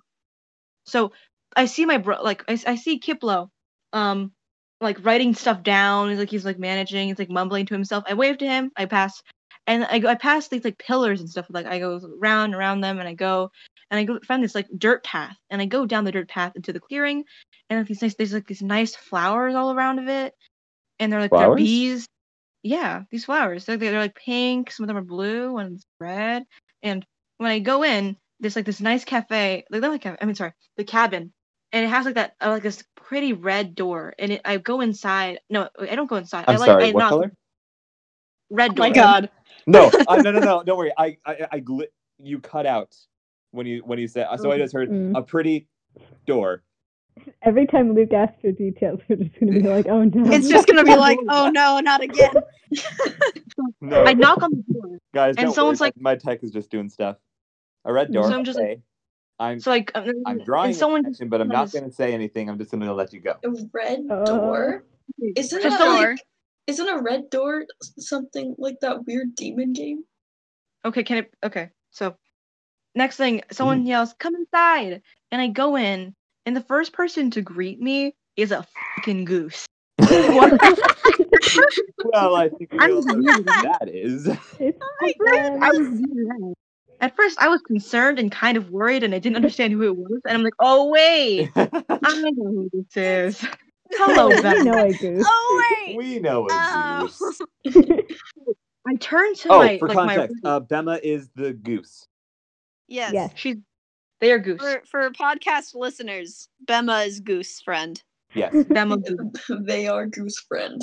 S3: So I see my bro like I, I see Kiplo um like writing stuff down. He's like he's like managing, he's like mumbling to himself. I wave to him, I pass and I go I pass these like pillars and stuff. Like I go round and around them and I go and I go find this like dirt path and I go down the dirt path into the clearing and like these nice there's like these nice flowers all around of it. And they're like they're
S5: Flowers?
S3: bees. Yeah, these flowers. They're, they're like pink, some of them are blue, one's red. And when I go in, there's like this nice cafe, like not like cafe, I mean sorry, the cabin. And it has like that uh, like this pretty red door. And it, I go inside. No, I don't go inside.
S5: I'm
S3: I like
S5: sorry.
S3: I
S5: what
S3: knock
S5: color?
S8: Oh
S3: red door.
S10: my god.
S5: No, uh, no, no, no. Don't worry. I I, I gl- you cut out when you when you said. So I just heard
S3: Mm-hmm.
S7: Mm.
S5: a pretty door.
S7: Every time Luke asks for details, we're just gonna be like, oh no.
S10: It's just gonna be like, oh no, not again.
S5: No,
S3: I knock on the door.
S5: guys.
S3: and
S5: don't
S3: someone's
S5: worry,
S3: like-
S5: my my tech is just doing stuff. A red door.
S3: So I'm just like-
S5: okay. I'm
S3: So like um,
S5: I'm drawing
S3: and
S5: someone
S3: someone
S5: attention, but I'm not
S3: noticed-
S5: going to say anything. I'm just going to let you go.
S6: A red
S8: Oh.
S7: Uh,
S6: door? Isn't
S3: Just
S6: that
S3: don't-
S6: like, isn't a red door s- something like that weird demon game?
S3: Okay, can it? Okay, so next thing,
S5: Mm.
S3: someone yells, "Come inside!" and I go in, and the first person to greet me is a fucking goose.
S5: Well, I think we
S3: I'm
S5: all know who
S3: leaving.
S5: that is.
S7: It's
S3: At first, I was at first I was concerned and kind of worried, and I didn't understand who it was, and I'm like, "Oh wait, I know who this is." Hello,
S7: you
S3: Bella.
S7: know I goose.
S10: Oh wait.
S5: we know it's
S10: Oh.
S5: Zeus.
S3: I turn to
S5: Oh,
S3: my
S5: for
S3: like
S5: context,
S3: my.
S5: uh, Bema is the goose.
S10: Yes.
S7: Yes.
S3: she's they are goose.
S10: For for podcast listeners, Bema is Goose friend.
S5: Yes.
S3: Bema goose.
S6: they are goose friend.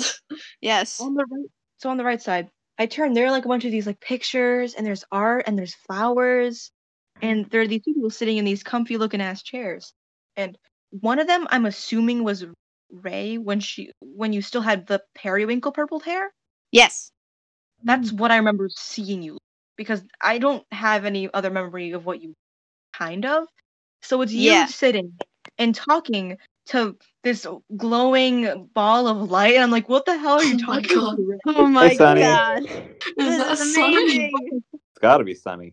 S10: Yes.
S8: Oh.
S3: on the right so on the right side i turn there are like a bunch of these like pictures and there's art and there's flowers and there are these people sitting in these comfy looking ass chairs and one of them i'm assuming was ray when she when you still had the periwinkle purpled hair
S10: Yes.
S3: that's what i remember seeing you because i don't have any other memory of what you kind of so it's you
S10: Yeah.
S3: sitting and talking to this glowing ball of light and i'm like what the hell are you
S6: Oh my
S3: talking about
S6: God.
S3: Ray?
S10: Oh my
S5: Sunny.
S10: god.
S6: Is
S10: This
S6: that
S10: is
S6: sunny?
S10: amazing.
S5: It's got to be sunny.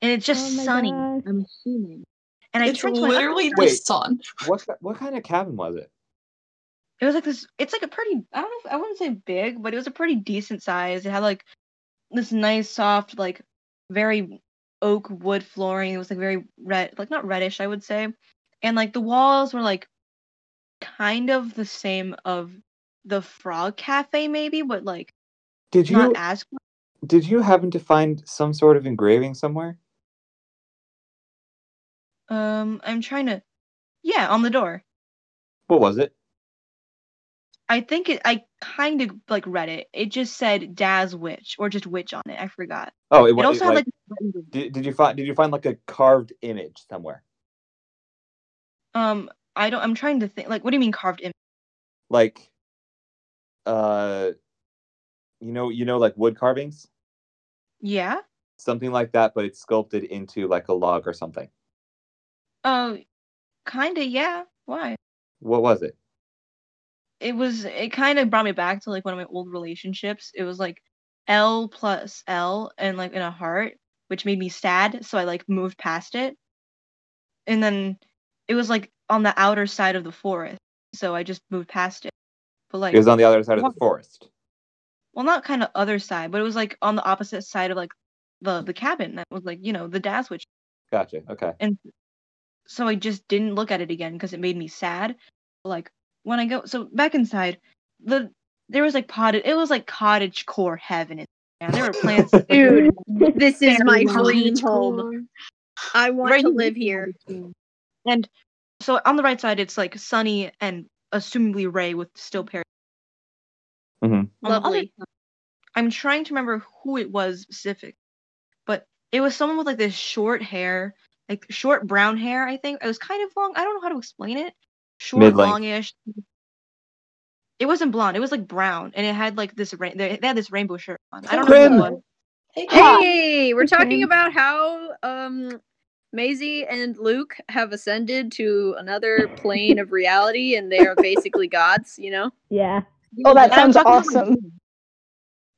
S3: and it's just
S7: Oh my
S3: sunny.
S7: gosh.
S3: I'm assuming. And I
S6: It's
S3: turned to my other
S6: literally the
S5: Wait.
S6: sun.
S5: What ki- what kind of cabin was it?
S3: it was like this. It's like a pretty. I don't know. If, I wouldn't say big, but it was a pretty decent size. It had like this nice, soft, like very oak wood flooring. It was like very red, like not reddish, I would say. And like the walls were like kind of the same of the Frog Cafe, maybe, but like
S5: Did you
S3: not as.
S5: did you happen to find some sort of engraving somewhere?
S3: Um, I'm trying to. Yeah, on the door.
S5: What was it?
S3: I think it. I kind of like read it. It just said Daz Witch or just Witch on it. I forgot.
S5: Oh, it,
S3: It
S5: was
S3: also had like,
S5: did, did you find did you find like a carved image somewhere?
S3: um I don't I'm trying to think like what do you mean carved image?
S5: Like uh you know you know like wood carvings?
S3: Yeah.
S5: Something like that, but it's sculpted into like a log or something.
S3: Oh, kind of yeah. Why?
S5: What was it?
S3: It was it kind of brought me back to like one of my old relationships. It was like L plus L and like in a heart, which made me sad, so I like moved past it. And then it was like on the outer side of the forest, so I just moved past it. But like
S5: It was on the other side of
S3: what-
S5: the forest.
S3: well not kind of other side, but it was like on the opposite side of like the the cabin that was like, you know, the Daz which
S5: Gotcha. Okay.
S3: so I just didn't look at it again because it made me sad. Like when I go so back inside, the there was like potted it was like cottage core heaven. in there. There were plants.
S10: Dude, this is my
S6: Cottage
S10: dream home.
S6: core.
S10: I want
S3: Right.
S10: to live here.
S3: And so on the right side, it's like Sunny and assumably Ray with still Perry.
S5: Mhm.
S3: On the other
S10: Lovely.
S3: side, I'm trying to remember who it was specific, but it was someone with like this short hair, like short brown hair. I think it was kind of long. I don't know how to explain it. Short,
S5: Mid-length.
S3: longish. It wasn't blonde. It was like brown, and it had like this. Ra- they they had this rainbow shirt on. I don't know. Who it was.
S8: Hey, we're talking
S3: Okay.
S8: about how um Maisie and Luke have ascended to another plane of reality and they are basically gods, you know?
S7: Yeah.
S10: Oh, that
S8: And I'm
S10: sounds
S8: talking about-
S10: awesome.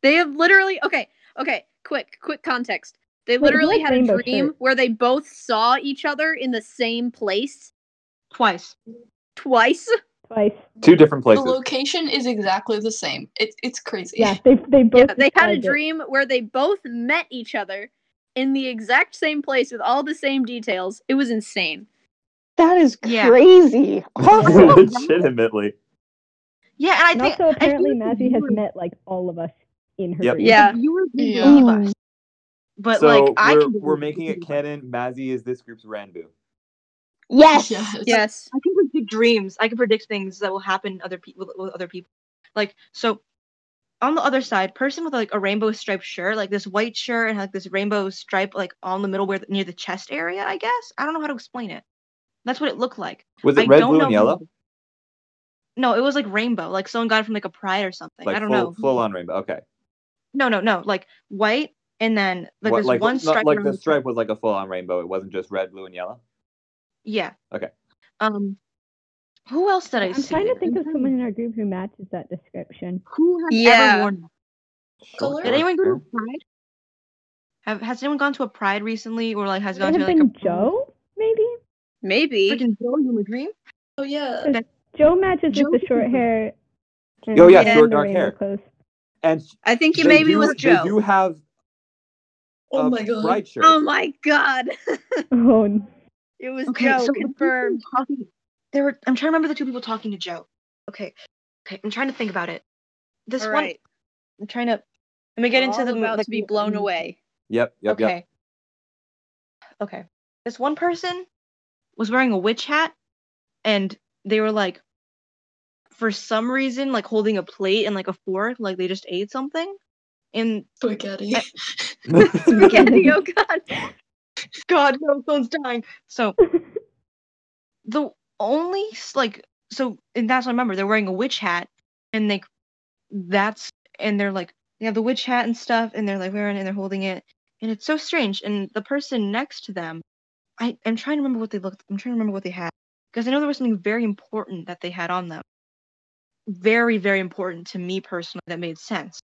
S8: They have literally okay, okay, quick, quick context. They
S7: Wait, who
S8: literally
S7: has
S8: had a
S7: rainbow
S8: dream
S7: shirt?
S8: where they both saw each other in the same place
S3: twice.
S8: Twice?
S7: Twice.
S5: Two different
S6: The
S5: places.
S6: location is exactly the same. It's it's crazy.
S7: Yeah, they they both.
S8: they had a
S7: described it.
S8: dream where they both met each other in the exact same place with all the same details. It was insane.
S9: That is
S3: Yeah.
S9: crazy. Awesome.
S5: Legitimately.
S3: Yeah, and I
S7: And
S3: think
S7: also,
S3: I feel
S7: apparently,
S3: like
S7: Mazzy has
S3: you-
S7: met like all of us in her
S5: Yep.
S7: dream.
S8: Yeah.
S3: You were
S6: Yeah.
S3: believe us, but
S5: so
S3: like
S5: we're,
S3: I can
S5: we're
S3: believe
S5: making
S3: you
S5: it canon. Mazzy is this group's Ranbu.
S9: Yes.
S8: Yes.
S3: I can predict dreams. I can predict things that will happen other people with other people. Like so, on the other side, person with like a rainbow striped shirt, like this white shirt and like this rainbow stripe, like on the middle where near the chest area. I guess I don't know how to explain it. That's what it looked like.
S5: Was it
S3: I
S5: red,
S3: don't
S5: blue,
S3: know
S5: and
S3: who-
S5: yellow?
S3: No, it was like rainbow. Like someone got it from like a pride or something.
S5: Like
S3: I don't
S5: full,
S3: know.
S5: full on rainbow. Okay.
S3: No, no, no. Like white and then like
S5: What-
S3: there's
S5: like
S3: one
S5: not
S3: stripe.
S5: like
S3: around
S5: the
S3: chest.
S5: stripe was like a full on rainbow. It wasn't just red, blue, and yellow.
S3: Yeah.
S5: Okay.
S3: Um, who else did I
S7: I'm
S3: see?
S7: trying to
S3: there?
S7: think
S3: I'm
S7: of
S3: trying
S7: someone in our group who matches that description.
S3: Who has ever
S8: Yeah.
S3: worn that?
S6: Color?
S3: Did anyone go to a pride? Have, has anyone gone to a pride recently, or like has
S7: Would it
S3: gone to
S7: have
S3: like a
S7: been Joe, maybe?
S8: Maybe.
S3: freaking Joe you dream?
S6: Oh yeah.
S7: 'Cause Joe matches
S3: Joe
S7: with the short
S3: is-
S7: hair. and-
S5: Oh, yeah,
S7: and
S5: short
S7: the
S5: dark
S7: rainbow
S5: hair.
S7: Clothes.
S5: And sh-
S8: I think it
S5: they
S8: maybe
S5: do,
S8: was
S5: They
S8: Joe.
S5: do have.
S6: Oh
S5: a
S6: my god.
S5: Pride shirt.
S3: Um,
S8: Oh my god.
S7: Oh, n-
S8: it was
S3: Okay,
S8: Joe
S3: so the person
S8: confirmed.
S3: talking- there were. I'm trying to remember the two people talking to Joe. Okay, okay. I'm trying to think about it. This
S8: All
S3: one.
S8: right.
S3: I'm trying to. Let me get into
S8: All
S3: the
S8: about
S3: like,
S8: to be blown away.
S5: Yep. Yep.
S3: okay.
S5: Yep.
S3: Okay. This one person was wearing a witch hat and they were like for some reason like holding a plate and like a fork like they just ate something and
S6: Spaghetti.
S8: Spaghetti, oh god.
S3: god no someone's dying so the only s- like so and that's what i remember they're wearing a witch hat and they that's and they're like they have the witch hat and stuff and they're like wearing it and they're holding it and it's so strange and the person next to them i i'm trying to remember what they looked i'm trying to remember what they had because i know there was something very important that they had on them very very important to me personally that made sense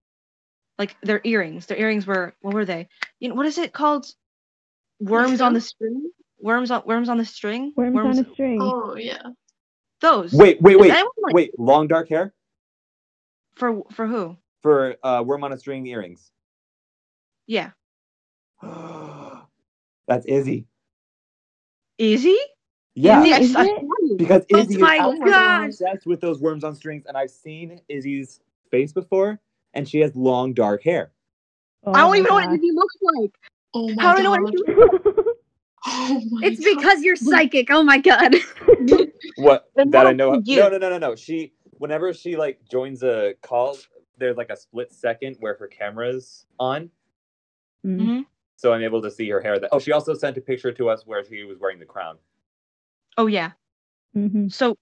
S3: like their earrings their earrings were what were they you know what is it called worms on the string worms on worms on the string
S7: worms, on a string.
S6: Oh yeah.
S3: those
S5: Wait. Wait.
S3: Does
S5: Wait.
S3: anyone, like-
S5: Wait. Long dark hair
S3: for for who
S5: for uh, worm on a string earrings.
S3: yeah
S5: That's Izzy.
S3: izzy
S5: Yeah.
S3: izzy I,
S7: Is
S3: I
S7: it?
S3: saw you.
S5: Because
S8: Oh
S5: Izzy
S8: my
S5: is absolutely
S8: God.
S5: obsessed with those worms on strings, and I've seen Izzy's face before, and she has long dark hair.
S7: Oh
S3: i don't
S7: my
S3: even know what
S7: gosh.
S3: izzy looks like
S6: Oh my
S3: how do i
S6: god.
S3: know what izzy
S6: Oh my
S8: It's
S6: god.
S8: because you're psychic. Oh my god.
S5: What
S3: Then
S5: that
S3: what
S5: I know?
S3: about you?
S5: No, no, no, no, no. She whenever she like joins a call, there's like a split second where her camera's on,
S7: Mm.
S5: so I'm able to see her hair. That oh, she also sent a picture to us where she was wearing the crown.
S3: oh yeah
S7: Mhm.
S3: so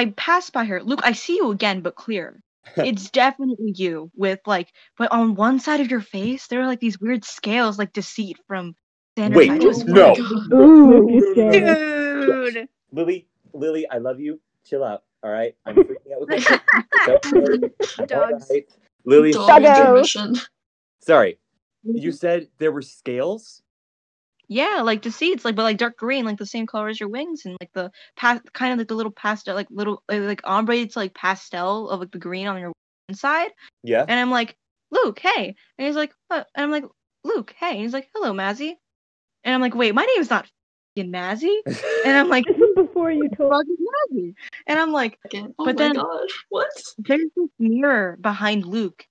S3: i passed by her luke i see you again but clear it's definitely you with like but on one side of your face there are like these weird scales like deceit from Xander's
S5: Wait,
S3: side. It
S6: Oh
S3: was
S6: my
S5: no.
S6: god.
S7: Look
S5: no, no,
S7: at Joe.
S5: no.
S8: Dude.
S5: Lily, Lily, I love you. Chill out. All right, I'm freaking out with my kids. It's okay. I'm all
S8: Dogs.
S5: right. Lily,
S6: Dog
S9: Shadow.
S6: intermission.
S5: sorry. You said there were scales.
S3: Yeah, like deceits, like but like dark green, like the same color as your wings, and like the past, kind of like the little pastel, like little uh, like ombre, it's like pastel of like the green on your inside.
S5: Yeah.
S3: And I'm like, Luke, hey, and he's like, what? And I'm like, Luke, hey, and he's like, hello, Mazzy, and I'm like, wait, my name's not fing Mazzy, and I'm like,
S7: This is before you told.
S3: fuck is Mazzy, and I'm like,
S6: Again. Oh
S3: But
S6: my
S3: then-
S6: god. What?
S3: there's this mirror behind Luke,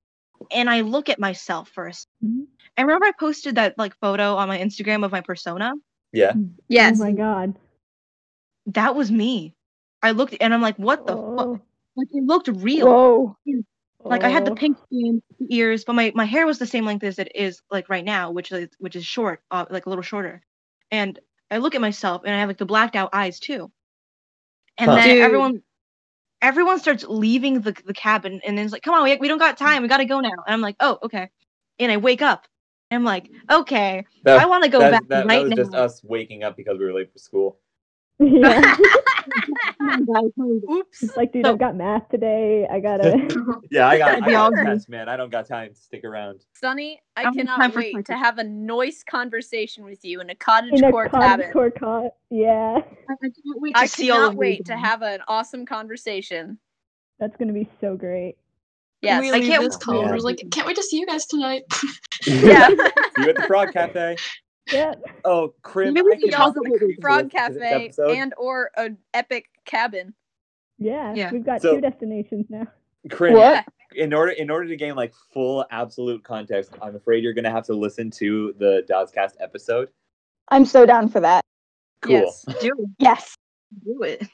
S3: and I look at myself first.
S7: Mhm.
S3: I remember I posted that like photo on my Instagram of my persona,
S5: Yeah.
S8: Yes.
S7: Oh my god.
S3: That was me. I looked and I'm like, what the fuck? Like it looked real.
S9: Whoa.
S3: Like I had the
S7: Oh.
S3: pink skin, the ears, but my, my hair was the same length as it is like right now, which is which is short, uh, like a little shorter. And I look at myself and I have like the blacked out eyes too. And
S5: Huh.
S3: then
S10: Dude.
S3: everyone everyone starts leaving the, the cabin and then it's like, come on, we, we don't
S5: Mm.
S3: got time, we gotta go now. And I'm like, oh, okay. And I wake up. And I'm like, okay,
S5: That-
S3: I want to go
S5: Uh, that,
S3: back
S5: That,
S3: right
S5: that was
S3: now.
S5: just uh, us waking up because we were late for school.
S7: Yeah.
S3: Oops.
S7: It's like, dude, I've got math today. I gotta.
S5: Yeah, I got, I
S3: We all
S5: got a
S3: did.
S5: test, man. I don't got time to stick around.
S8: Sonny, I
S3: I'm time
S8: cannot
S3: for
S8: wait
S3: cookies.
S8: to have a nice conversation with you in a cottage
S7: in a
S8: core
S7: cottage
S8: cabin.
S7: core cot. Yeah.
S3: I can't wait to
S8: I
S3: see all
S8: cannot
S3: of you
S8: wait to
S3: again.
S8: have an awesome conversation.
S7: That's gonna be so great.
S8: Yes.
S6: we
S3: I
S6: leave
S3: can't-
S6: this call.
S5: Yeah.
S6: We're like, can't wait to see you guys tonight.
S8: yeah.
S5: See you at the Frog Cafe.
S7: Yep.
S5: Oh, Crim,
S3: Maybe we
S5: I
S3: should
S5: could
S3: call
S5: not
S3: it
S5: agree with
S8: Frog
S5: this- this
S8: cafe
S5: episode.
S8: and or an epic cabin.
S7: Yeah.
S3: Yeah.
S7: We've got
S5: So-
S7: two destinations now.
S5: Crim,
S9: What?
S5: in order in order to gain like full absolute context, I'm afraid you're gonna have to listen to the Dazcast episode.
S9: I'm so down for that.
S5: Cool.
S8: Yes.
S3: do
S9: Yes.
S3: do it.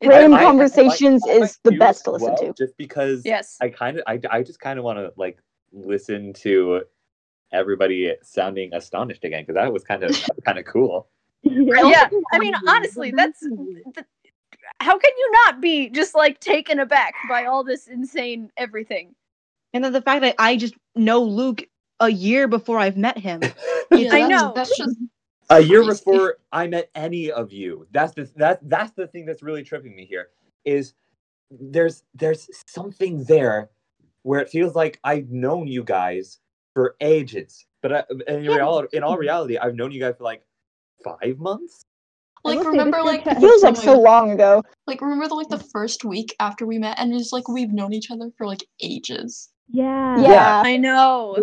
S9: Random
S5: I- I- I-
S9: Conversations
S5: I might
S9: is the
S5: do
S9: best
S5: as
S9: to listen
S5: well,
S9: to.
S5: Just because
S8: Yes.
S5: I kind of I, I just kind of want to like listen to everybody sounding astonished again because that was kind of kind of cool.
S7: Yeah.
S8: yeah. I mean, honestly, that's th- how can you not be just like taken aback by all this insane everything?
S3: And then the fact that I just know Luke a year before I've met him.
S6: Yeah,
S8: I
S6: that's-
S8: know.
S6: That's just
S5: A year
S6: Crazy.
S5: before I met any of you. That's the that that's the thing that's really tripping me here is there's there's something there where it feels like I've known you guys for ages, but I, in all in all reality, I've known you guys for like five months.
S7: I will
S6: like
S7: say
S6: remember
S7: this
S6: like oh
S7: podcast-
S9: Feels like
S6: when
S9: so
S6: we-
S9: long ago.
S6: like remember the, like the
S7: Mm.
S6: first week after we met, and it's like we've known each other for like ages.
S7: Yeah.
S9: Yeah.
S8: I know.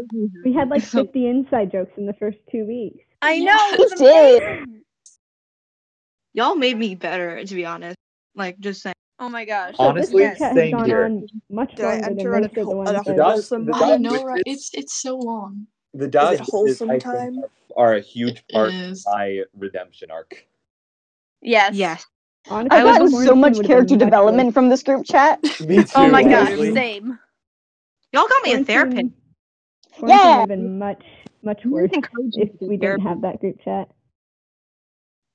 S7: We had like
S3: So-
S7: 50 inside jokes in the first two weeks.
S8: I
S6: Yeah.
S8: know.
S9: We
S8: It's
S9: did.
S8: amazing.
S3: Y'all made me better, to be honest. Like just saying.
S8: Oh my gosh.
S7: So
S5: Honestly,
S7: this podcast has
S5: same
S7: gone
S5: here.
S7: on much
S9: Did I
S7: longer than
S9: enter on a
S7: most of the
S9: whole-
S7: ones.
S9: on a
S7: that-
S9: whole-
S5: Dodge-
S9: Wholesome.
S5: the
S6: I
S5: Dodge
S6: know, right?
S5: Witches-
S6: It's it's so long.
S5: the Dodge Witches, I
S9: wholesome
S5: think,
S9: time?
S5: Are, are a huge
S6: It
S8: Mm.
S5: part of
S6: is.
S5: my redemption arc.
S8: Yes.
S3: Yes.
S7: Honestly,
S9: I've
S3: was
S9: gotten
S7: Mornington
S9: so much
S7: would've been
S9: character
S7: much
S9: development from this group chat.
S5: Me too.
S8: Oh my gosh.
S5: honestly.
S8: Same.
S3: Y'all got me
S7: worse.
S3: a therapist.
S7: Mornington- Mornington
S9: Yeah.
S7: would've been much, much worse if we didn't have that group chat.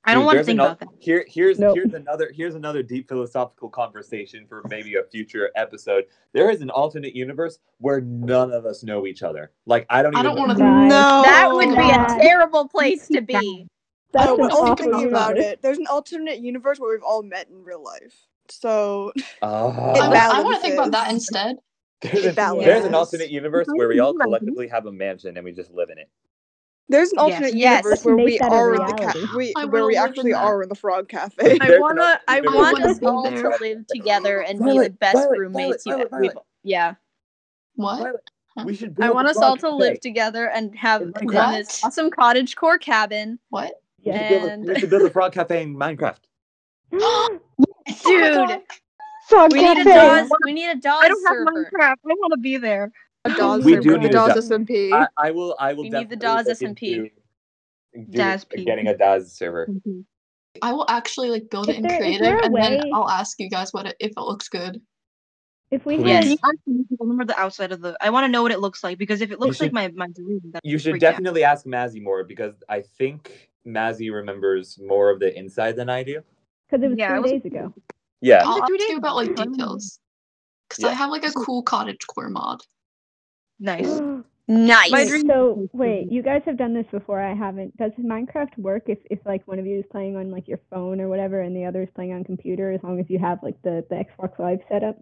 S3: I don't
S5: Dude,
S3: want to
S5: there's
S3: think
S5: ano-
S3: about that.
S5: Here, here's
S7: Nope.
S5: here's another here's another deep philosophical conversation for maybe a future episode. There is an alternate universe where none of us know each other. Like I don't
S6: I
S5: even.
S6: don't want to.
S7: Guys,
S9: Oh
S8: That would be
S7: God.
S8: a terrible place to be.
S7: That's
S6: Oh,
S7: an
S6: was
S9: I was
S7: awful
S6: thinking
S9: thinking about
S7: universe.
S9: it. There's an alternate universe where we've all met in real life. So
S5: Ah.
S9: It
S6: I,
S9: balances.
S6: want to think about that instead.
S5: there's, an,
S9: balances.
S5: there's an alternate universe where we all collectively have a mansion and we just live in it.
S9: there's an
S3: Yes.
S9: alternate
S8: Yes.
S9: universe where
S7: Make
S9: we
S7: that a
S9: are in the
S7: reality.
S9: ca- we,
S6: I
S9: where
S6: will
S9: we
S6: live in
S9: actually
S6: that.
S9: are in the frog cafe.
S5: There's
S8: I
S5: an
S8: wanna I
S5: alternate
S8: want
S6: wanna
S8: us
S6: be
S8: all to
S6: there.
S8: live together and be
S5: Violet,
S8: the best
S5: Violet,
S8: roommates you
S5: Violet,
S8: we've
S5: Violet,
S8: yeah.
S6: What?
S5: Violet,
S6: Huh?
S5: We should.
S8: I
S5: build
S8: want
S5: a
S8: us all
S5: frog
S8: to live
S5: cafe.
S8: together and have
S5: In
S8: in
S5: Minecraft.
S8: this awesome cottage core cabin.
S6: What?
S5: We should,
S7: Yes.
S5: build a, we
S8: and-
S5: should build a frog cafe in Minecraft.
S6: Oh my
S8: Dude.
S6: God.
S9: frog
S8: We need
S9: cafe.
S8: a Dawes. We need a Dawes
S3: I don't have
S8: server.
S3: Minecraft. I want to be there.
S9: A Dawes
S5: We do
S9: server.
S5: need a
S9: Dawes
S5: Dawes.
S9: SMP.
S5: I, I will. I will.
S8: We need the
S5: definitely
S8: Dawes
S5: look
S8: SMP.
S5: into do-
S3: Daz P.
S5: Getting a Daz server.
S6: I will actually like build
S7: Is
S6: it in
S7: there- is
S6: creative,
S7: there a
S6: and
S7: way-
S6: then I'll ask you guys what it, if it looks good.
S7: If we
S5: Yes.
S7: had
S3: I remember the outside of the. I want to know what it looks like because if it looks
S5: should-
S3: like my my dream, then
S5: You
S3: I'll
S5: should
S3: freak out.
S5: definitely ask Mazzy more because I think Mazzy remembers more of the inside than I do.
S7: Because it was
S3: Yeah,
S7: three
S3: I was-
S7: days ago.
S5: Yeah.
S6: I'll
S3: Is it
S6: ask
S3: three days?
S6: you about like
S3: I don't know.
S6: details because I
S5: Yeah.
S6: have like a cool cottage core mod.
S3: Nice.
S8: Nice.
S3: My
S7: Wait,
S3: dream-
S7: so wait, you guys have done this before. I haven't. Does Minecraft work if, if like one of you is playing on like your phone or whatever, and the other is playing on computer, as long as you have like the, the Xbox Live setup?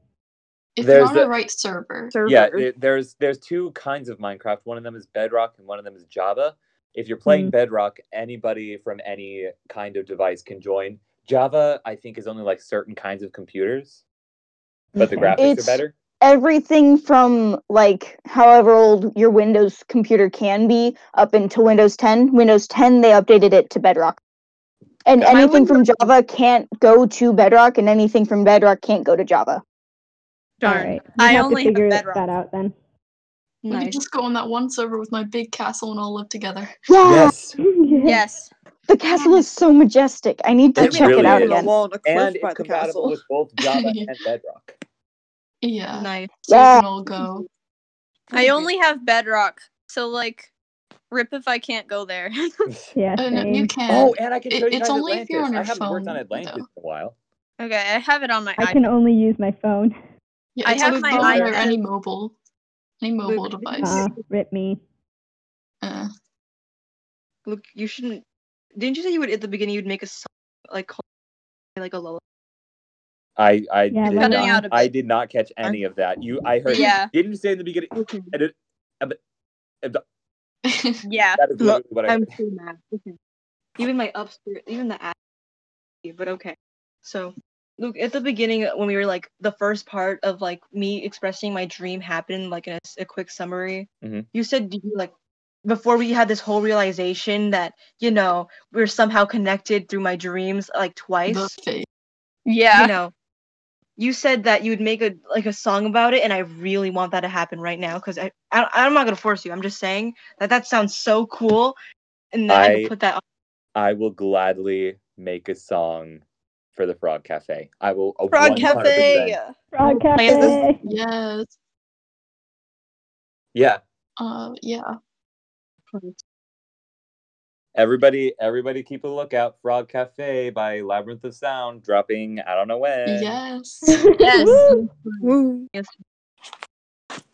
S6: If
S5: There's
S6: you're on the
S5: the-
S6: right server,
S9: server.
S5: Yeah. there- There's there's two kinds of Minecraft. One of them is Bedrock and one of them is Java. If you're playing
S7: Mhm.
S6: Mm-hmm.
S5: Bedrock, anybody from any kind of device can join. Java, I think, is only like certain kinds of computers, but the
S7: Okay.
S5: graphics
S9: It's-
S5: are better.
S9: Everything from like however old your Windows computer can be up into Windows 10. Windows 10 they updated it to Bedrock. And
S5: Yeah. My
S9: anything from Java can't go to Bedrock, and anything from Bedrock can't go to Java.
S7: All right. We
S8: I
S7: have
S8: only
S7: to
S8: have
S7: figure
S8: Bedrock.
S7: that out then.
S6: we could
S3: Nice.
S6: just go on that one server with my big castle and all live together.
S9: Yeah.
S5: Yes.
S7: yeah.
S8: Yes.
S9: The castle is so majestic. I need to
S5: It
S9: check
S5: really
S9: it out
S5: is.
S9: again.
S5: And it's compatible with both Java and Bedrock.
S6: Yeah.
S3: Nice.
S6: So we can all go.
S8: I only have Bedrock, so like, rip if I can't go there.
S7: Yeah,
S6: Oh, no, you can.
S5: Oh, and I can show you
S6: it's
S5: guys
S6: only if you're
S5: Atlantis.
S6: on your
S5: I haven't worked on
S6: phone,
S5: Atlantis in a while.
S8: Okay, I have it on my
S7: I
S8: iPad.
S7: can only use my phone.
S6: Yeah,
S8: I
S6: it's
S8: have
S6: on
S8: my
S6: your phone or
S8: iPad.
S6: any mobile, any mobile device.
S7: Uh, rip me.
S5: Uh-huh.
S6: Uh,
S3: Luke, you shouldn't. Didn't you say you would at the beginning you'd make a song like called like a lullaby?
S5: I I
S7: Yeah,
S5: did
S7: Cutting
S5: not,
S8: out a bit.
S5: I did not catch any of that. You I heard
S8: Yeah.
S5: didn't you say in the beginning
S3: Okay.
S5: and it- and it- and the-
S6: Uh,
S8: Yeah.
S5: that is literally what I
S3: I'm
S5: heard.
S3: so mad. Okay. Even my upstairs, even the app, but okay. So, Luke, at the beginning when we were like the first part of like me expressing my dream happened like in a, s- a quick summary.
S5: Mhm.
S3: You said you like before we had this whole realization that you know we're somehow connected through my dreams like twice.
S6: the face.
S8: Yeah.
S3: You know. You said that you'd make a like a song about it, and I really want that to happen right now because I, I I'm not gonna force you. I'm just saying that that sounds so cool, and that I,
S5: I-
S3: could put that
S5: I will gladly make a song for the Frog Cafe. I will a
S10: Frog
S5: 100%.
S10: Cafe.
S7: Frog
S3: play as this-
S7: Cafe.
S6: Yes.
S5: Yeah.
S6: Uh, yeah.
S5: Everybody everybody keep a lookout. Frog Cafe by Labyrinth of Sound dropping I don't know when.
S6: Yes.
S8: Yes.
S7: Woo!
S2: Woo.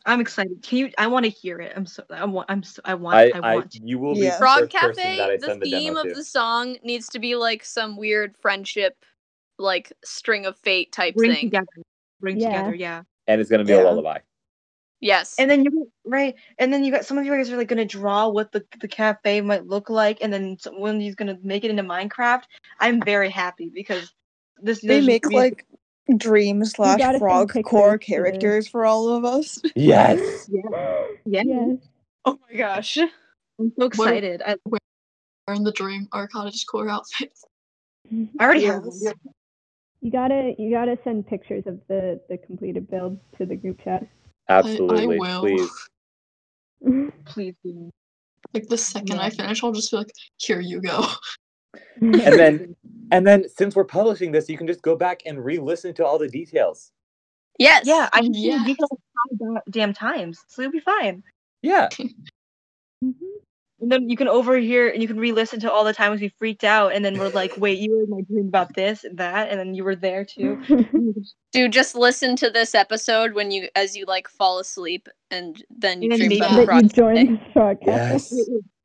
S3: I'm excited. Can you? I want to hear it. I'm so. I want. I'm. So, I want.
S5: I,
S3: I,
S5: I,
S3: want. to.
S5: you will be
S2: Yeah.
S5: the
S8: Frog
S5: first person that I
S8: Cafe, the
S5: send the,
S8: theme
S5: demo
S8: of
S5: to.
S8: the song needs to be like some weird friendship, like string of fate type
S3: Bring
S8: thing.
S3: together. Bring
S7: Yeah.
S3: together. Yeah.
S5: and it's gonna be a
S2: Yeah.
S5: lullaby.
S8: Yes.
S3: And then you right. And then you got some of you guys are like gonna draw what the the cafe might look like, and then someone is gonna make it into Minecraft. I'm very happy because this.
S2: They
S3: there's
S2: make
S3: reason-
S2: like dream slash
S7: gotta send
S2: frog core
S7: pictures to the-
S2: characters for all of us.
S5: Yes.
S3: Yeah. Yeah.
S7: Yes.
S8: oh my gosh.
S3: I'm so excited. I,
S6: We're in the dream, our cottage core outfit.
S3: I already have.
S2: Yes.
S3: one.
S7: You gotta you gotta send pictures of the the completed build to the group chat.
S5: Absolutely.
S6: will.
S5: Please.
S3: Please. do.
S6: Like the second I
S3: Yeah.
S6: finish, I'll just be like, "Here you go."
S5: And then and then since we're publishing this, you can just go back and re-listen to all the details.
S8: Yes. Mm-hmm.
S3: Yeah. I just
S6: Yes.
S3: yeah. five da- damn times, so you'll be fine.
S5: Yeah.
S3: And then you can overhear and you can re-listen to all the times we freaked out, and then we're like, "Wait, you were in my dream about this and that," and then you were there too.
S8: Do just listen to this episode when you as you like fall asleep and then you
S3: And
S8: dream
S3: maybe-
S8: about
S6: That
S8: the
S7: that
S8: frog.
S7: you
S8: Cafe.
S7: joined the frog cafe.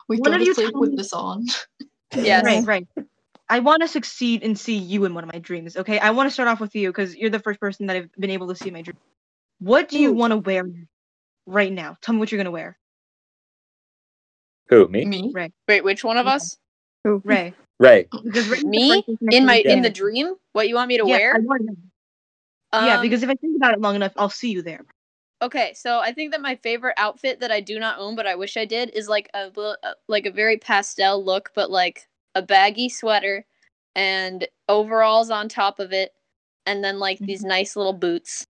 S6: We
S3: One
S6: go
S3: of
S6: to
S3: you
S6: sleep
S3: tell
S6: with
S3: me-
S6: this on.
S8: Yes.
S3: Right, right. I want to succeed and see you in one of my dreams. Okay, I want to start off with you because you're the first person that I've been able to see in my dream. What do you
S2: Ooh.
S3: want to wear right now? Tell me what you're gonna wear,
S5: Who? Me?
S6: Me?
S3: Right.
S8: Wait, which one of
S3: Yeah.
S8: us?
S3: Ray.
S5: Ray.
S3: Because Ray's the
S8: Me?
S3: first person I
S8: In
S3: can
S8: my
S3: see
S8: in the dream? What you want me to
S3: Yeah,
S8: wear?
S3: I want him. yeah,
S8: Um,
S3: because if I think about it long enough, I'll see you there.
S8: Okay, so I think that my favorite outfit that I do not own, but I wish I did, is like a li- uh, like a very pastel look, but like a baggy sweater and overalls on top of it, and then like these nice little boots.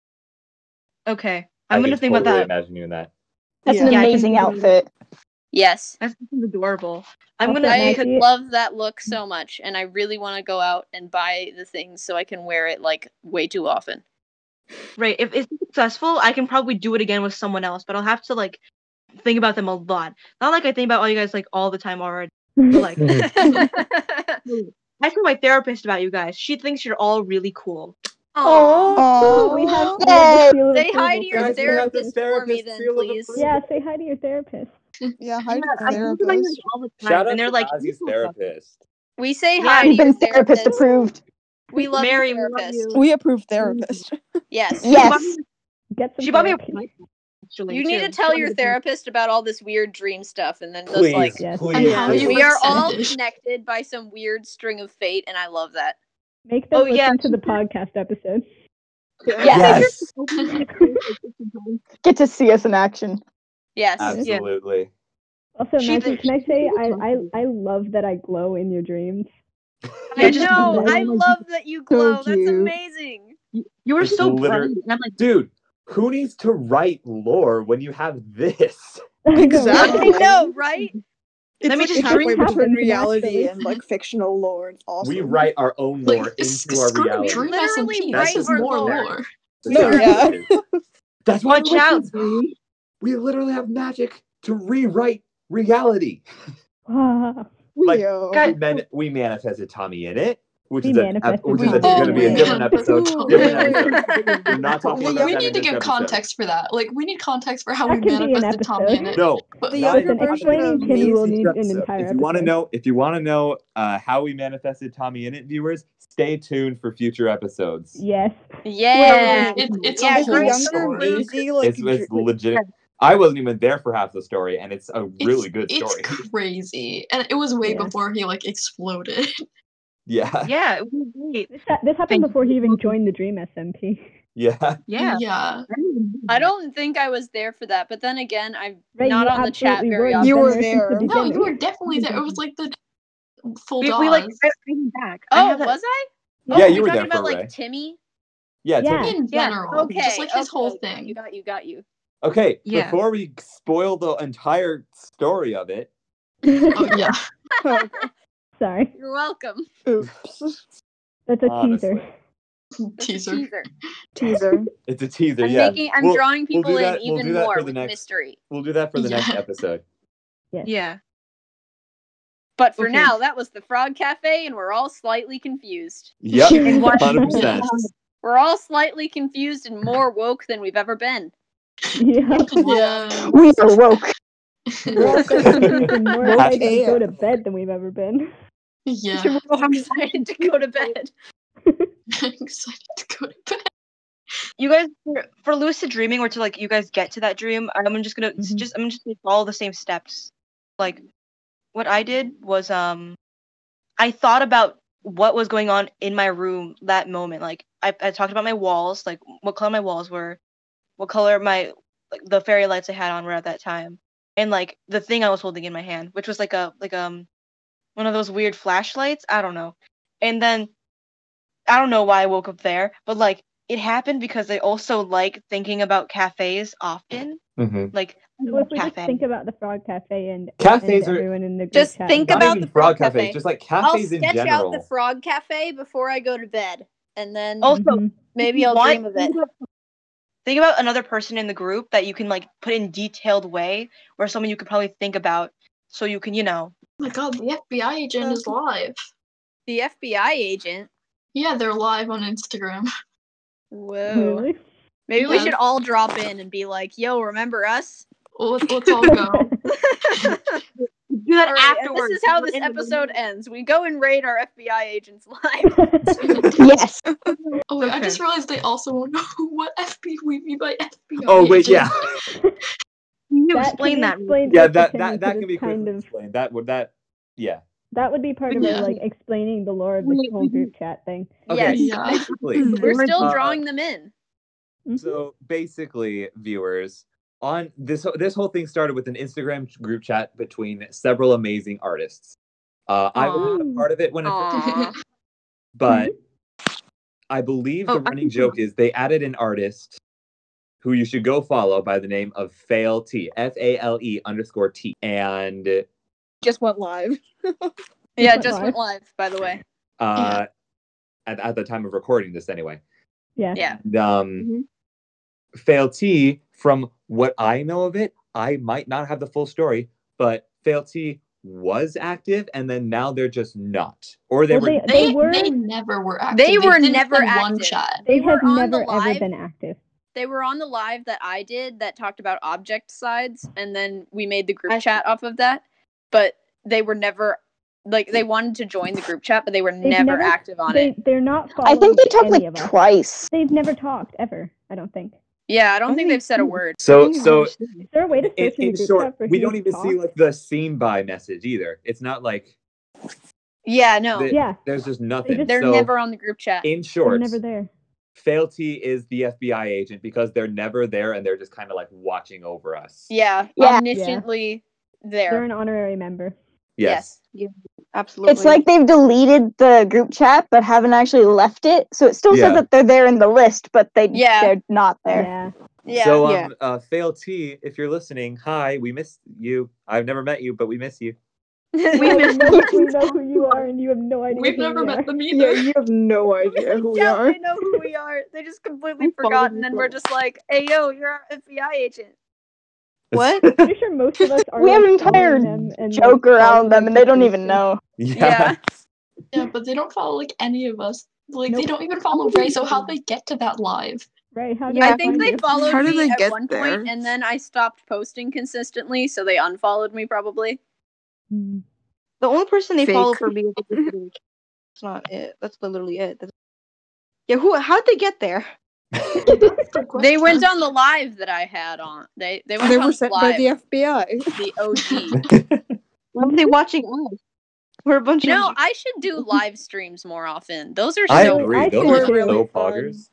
S3: Okay,
S5: I
S3: I'm
S5: can
S3: gonna think about
S5: totally
S3: that.
S5: Imagine you in that.
S9: That's
S2: Yeah.
S9: an
S3: Yeah, I can
S9: amazing
S3: do that.
S9: outfit.
S8: Yes,
S3: That's fucking adorable. I'm
S7: That's
S3: gonna
S7: a
S8: I
S7: nice-
S3: because
S8: love that look so much, and I really want to go out and buy the things so I can wear it like way too often.
S3: Right. If it's successful, I can probably do it again with someone else, but I'll have to like think about them a lot. Not like I think about all you guys like all the time already. But, like
S5: Mhm.
S3: I told my therapist about you guys. She thinks you're all really cool.
S8: Oh,
S7: Ooh,
S2: Oh,
S7: we have, we
S9: Yay.
S7: have the seal of
S8: say hi to
S7: approval.
S8: your
S5: Guys, we have the
S8: therapist for me
S5: therapist
S8: then,
S5: seal of
S8: please.
S5: approval.
S7: Yeah, say hi to your therapist.
S2: yeah, hi to
S3: Yeah, I
S2: the
S3: think about you guys
S2: therapist.
S3: all the time,
S5: Shout out
S3: and they're
S5: to
S3: like
S5: Ozzy's
S3: "You're so fucking-"
S5: therapist.
S8: We say
S3: Yeah,
S8: hi to
S9: We've
S8: your
S9: been therapist
S8: therapist.
S9: approved.
S8: We love your
S3: Mary, we love
S8: therapist.
S3: you.
S2: We approve therapists.
S8: Yes.
S9: Yeah.
S3: She bought
S9: Yes.
S3: me,
S7: Get some
S3: she bought me a
S7: therapy.
S3: mic, actually.
S8: You need
S3: too.
S8: to
S3: She
S8: tell
S3: bought me
S8: your
S3: the-
S8: therapist about all this weird dream stuff and then
S5: Please,
S8: just like
S7: Yes. And
S5: please.
S6: how
S5: please.
S6: you
S8: we are
S6: Percentage.
S8: all connected by some weird string of fate and I love that.
S7: Make them
S3: Oh,
S7: listen
S3: yeah.
S7: to the podcast episode.
S9: Yes.
S5: Yes.
S9: Get to see us in action.
S8: Yes.
S5: Absolutely.
S7: Also,
S3: She
S7: Maggie,
S3: thinks-
S7: can I
S3: she
S7: say
S3: thinks
S7: I,
S3: it's
S7: I
S3: awesome.
S7: I love that I glow in your dreams.
S8: I
S3: Yeah, just-
S8: know. I love that you glow. That's
S2: cute.
S8: amazing.
S3: You- You were
S5: It's
S3: so bright.
S5: literally-
S3: And I'm like,
S5: Dude, who needs to write lore when you have this?
S7: I know, right?
S2: Exactly.
S8: I know, right?
S3: Let me
S9: like
S3: just
S9: a
S3: hurry
S9: halfway
S3: up.
S9: between
S3: Happens
S9: reality
S3: naturally.
S9: and like fictional lore. It's awesome.
S5: We write our own lore into our reality.
S3: dream us in
S6: literally
S3: peace.
S6: write
S3: This is
S6: our
S3: more
S6: lore.
S3: lore.
S9: No, yeah.
S5: That's why
S3: Watch out.
S5: We, we literally have magic to rewrite reality. Like we, man- we manifested Tommy in it, which
S7: We
S5: is, an ep-
S7: manifested
S5: which is
S7: Tommy
S5: going to
S7: in
S5: be a
S7: it.
S5: different episode.
S6: Ooh.
S5: Different episode. We're not talking
S6: we
S5: about that
S6: need
S5: in
S6: to
S5: this
S6: give
S5: episode.
S6: context for that. like we need context for how
S7: That
S6: we
S7: could be an
S6: manifested tommy in it
S5: No,
S6: But-
S9: The
S5: not
S9: younger
S5: in- not in
S9: version
S5: this
S9: of
S7: Kenny
S9: me.
S7: will need an
S5: episode.
S7: entire
S5: If you want to
S7: episode.
S5: know, if you want to know uh, how we manifested Tommy in it, viewers, stay tuned for future episodes.
S7: Yes.
S8: Yeah.
S6: It- it's
S8: yeah,
S9: The
S6: a whole
S9: younger
S6: story.
S9: Boozy, like
S5: it's, it's legit. I wasn't even there for half the story, and it's a really good
S6: it's
S5: story.
S6: crazy and it was way
S7: Yeah.
S6: before he like exploded
S5: yeah,
S3: Yeah, it was great.
S7: This, ha- this happened before he even joined the Dream SMP.
S5: yeah.
S3: Yeah.
S6: yeah
S8: I don't think I was there for that, but then again, I'm
S7: Right,
S8: not
S7: you
S8: on the chat
S7: absolutely
S8: very
S7: were.
S8: often.
S9: You were
S7: I've been
S9: there.
S7: since the
S6: no
S7: beginning.
S6: you were definitely there it was like the full
S3: We, we like
S6: Dawes.
S3: I, I'm back. I
S8: Oh,
S3: have that-
S8: was I?
S5: Yeah,
S8: oh,
S5: you
S8: you're
S5: were
S8: talking
S5: there for
S8: about
S5: a
S8: like
S5: Ray.
S8: Timmy.
S5: Yeah,
S7: Yeah.
S5: Timmy.
S6: in
S3: Yeah,
S6: general
S8: Okay,
S6: just like his
S8: okay,
S6: whole
S8: okay, You
S6: thing
S8: got you, got you.
S5: Okay,
S3: Yeah.
S5: before we spoil the entire story of it,
S6: oh yeah
S7: Sorry.
S8: You're welcome.
S9: Oops.
S7: That's a
S5: Honestly.
S7: teaser.
S8: That's a
S6: teaser
S9: Teaser.
S5: it's a teaser.
S8: I'm
S5: yeah,
S8: making, I'm
S5: We'll-
S8: drawing
S5: we'll
S8: people
S5: do that-
S8: in
S5: we'll
S8: even
S5: do that
S8: more
S5: for the
S8: with
S5: next-
S8: mystery.
S5: We'll do that for the
S6: Yeah.
S5: next episode.
S3: Yeah.
S8: But for
S3: Okay.
S8: now, that was the Frog Cafe, and we're all slightly confused.
S5: Yep,
S7: And watch-
S5: hundred percent.
S8: We're all slightly confused and more woke than we've ever been.
S7: Yeah.
S6: yeah
S10: We are woke.
S7: We're all so confused and more
S9: Woke
S7: excited to go to
S9: AF.
S7: bed than we've ever been.
S6: yeah
S8: I'm excited to go to bed.
S6: i'm excited to go to bed
S3: You guys for, for lucid dreaming or to like you guys get to that dream, I'm just gonna it's
S7: Mhm.
S3: just I'm just gonna follow the same steps. Like what I did was um I thought about what was going on in my room that moment. Like I, I talked about my walls, like what color my walls were, what color my like the fairy lights I had on were at that time. And like the thing I was holding in my hand, which was like a like um one of those weird flashlights. I don't know. And then I don't know why I woke up there, but like it happened because I also like thinking about cafes often.
S5: hmm
S3: Like
S7: So if we just
S3: Cafe.
S7: think about the Frog Cafe and, and
S5: Cafes are
S7: everyone in the group
S11: Just
S7: chat.
S11: think
S5: not
S11: about
S5: even
S11: the frog
S5: frog cafes,
S11: cafe.
S5: just like
S11: I'll
S5: cafes in
S11: sketch out
S5: general.
S11: the frog cafe before I go to bed, and then
S3: also
S7: Mhm.
S11: maybe
S3: you
S11: I'll
S3: want-
S11: dream of it.
S3: think about- Think about another person in the group that you can like put in detailed way or someone you could probably think about so you can, you know.
S6: oh my god the fbi agent is live
S8: The FBI agent.
S6: yeah they're live on instagram
S8: Whoa.
S7: mm, Really?
S8: Maybe we
S6: Yeah.
S8: should all drop in and be like, "Yo, remember us?"
S6: Let- let's all go
S3: Do that
S8: All right, and
S3: afterwards.
S8: this is how
S3: We're
S8: this
S3: in the room.
S8: episode ends. We go and raid our FBI agents live.
S10: Yes.
S6: Oh wait, I
S3: Okay.
S6: just realized they also won't know what FB we mean by FBI.
S5: Oh wait, yeah,
S3: Can you
S7: That
S3: explain
S7: can
S3: that?
S7: explain
S5: yeah.
S7: Dr.
S5: That
S7: Timmy,
S5: that, that
S7: 'cause
S5: can
S7: it's
S5: be
S7: kind
S5: quickly
S7: of
S5: explained. That would that yeah.
S7: that would be part of
S6: Yeah.
S7: our like explaining the lore of the
S3: Wait,
S7: whole
S3: we-
S7: group chat thing.
S5: Okay,
S8: Yes,
S6: Yeah.
S5: basically.
S8: we're still
S5: Uh,
S8: drawing them in.
S7: Mhm.
S5: So basically, viewers, on this this whole thing started with an Instagram group chat between several amazing artists. Uh, I was not a
S7: Aw.
S5: part of it when it first,
S8: Aw.
S5: but I believe
S3: Oh,
S5: the
S3: I
S5: running
S3: think-
S5: joke is they added an artist who you should go follow by the name of Fail T, F A L E underscore T, and
S9: Just went live.
S8: yeah,
S7: Went
S8: just
S7: live.
S8: went live, by the way.
S5: uh, at, at the time of recording this anyway.
S7: Yeah.
S8: Yeah.
S5: And, um, Fail T, from what I know of it, I might not have the full story, but Fail T was active and then now they're just not. Or they
S7: Well,
S5: were.
S7: they,
S6: They,
S7: they were
S6: they never were active.
S8: They were
S6: didn't
S8: never
S6: send one
S8: active.
S6: chat.
S7: they,
S8: They
S7: have
S8: were on the
S7: never ever
S8: live.
S7: been active.
S8: They were on the live that I did that talked about object sides, and then we made the group
S3: I-
S8: chat off of that. But they were never like they wanted to join the group chat, but they were
S7: They've
S8: never,
S7: never-
S8: active on
S7: They
S8: it.
S7: they're not
S10: I
S7: following
S10: think they talked
S7: any
S10: like
S7: of us.
S10: twice.
S7: They've never talked ever. I don't think.
S8: Yeah, I don't
S3: I
S8: think
S3: think
S8: they've said a
S7: Mm-hmm.
S3: so.
S8: word.
S5: So, so
S7: Is there a way to search
S5: in,
S7: in,
S5: in
S7: the group
S5: short,
S7: chat for
S5: we
S7: who's
S5: don't even see
S7: talked?
S5: like the seen by message either. It's not like
S8: Yeah, no,
S5: the-
S7: Yeah,
S5: there's just nothing.
S7: just-
S8: they're
S5: so,
S8: never on the group chat.
S5: in
S7: they're
S5: short,
S7: never there.
S5: Fail T is the FBI agent because they're never there and they're just kind of like watching over us.
S8: Yeah,
S10: Yeah.
S8: omnisciently
S7: They're
S8: there.
S7: an honorary member.
S5: Yes.
S3: Absolutely.
S10: It's like they've deleted the group chat but haven't actually left it. So it still
S5: Yeah.
S10: says that they're there in the list, but they
S8: Yeah.
S10: they're not there.
S7: Yeah.
S8: Yeah.
S5: So um,
S9: Yeah.
S5: uh, Fail T, if you're listening, hi, we miss you. I've never met you, but we miss you.
S7: We know, we know who you are, and you have no idea.
S6: We've
S7: who
S6: never
S7: we
S6: met
S7: are.
S6: them
S9: Yeah,
S6: either.
S9: you have no idea who we
S8: Yeah,
S9: are.
S8: they know who we are. They just completely
S9: We follow
S8: forgotten,
S9: you
S8: and we're just like, "Hey, yo, you're our FBI agent."
S7: What? I'm pretty sure most of us are.
S10: We have an
S7: like, following
S10: entire
S7: them and, like,
S10: joke around
S7: following
S10: them, and they don't even
S7: closely.
S10: know.
S12: Yeah.
S6: Yeah, but they don't follow like any of us. Like they
S7: Nope.
S6: don't even follow Ray. So how they get to that live?
S7: Right? How
S8: I
S7: do
S8: think
S7: find
S8: they
S7: you?
S8: followed
S9: How did
S8: me
S9: they
S8: at
S9: get
S8: one
S9: there?
S8: point, and then I stopped posting consistently, so they unfollowed me probably.
S7: Mm.
S3: The only person they
S9: Fake.
S3: follow for me is the person who- That's not it. That's literally it. That's- Yeah, who? How'd they get there?
S8: They went on the live that I had on. They they went
S9: They
S8: on
S9: were sent by
S8: live.
S9: the FBI.
S8: the OG.
S3: Why were they watching us? We're a bunch
S8: You know,
S3: of.
S8: I should do live streams more often. Those are
S12: I
S8: so
S12: agree.
S7: I
S12: Those
S7: think
S12: are
S7: we're really
S12: so
S7: fun.
S12: poggers.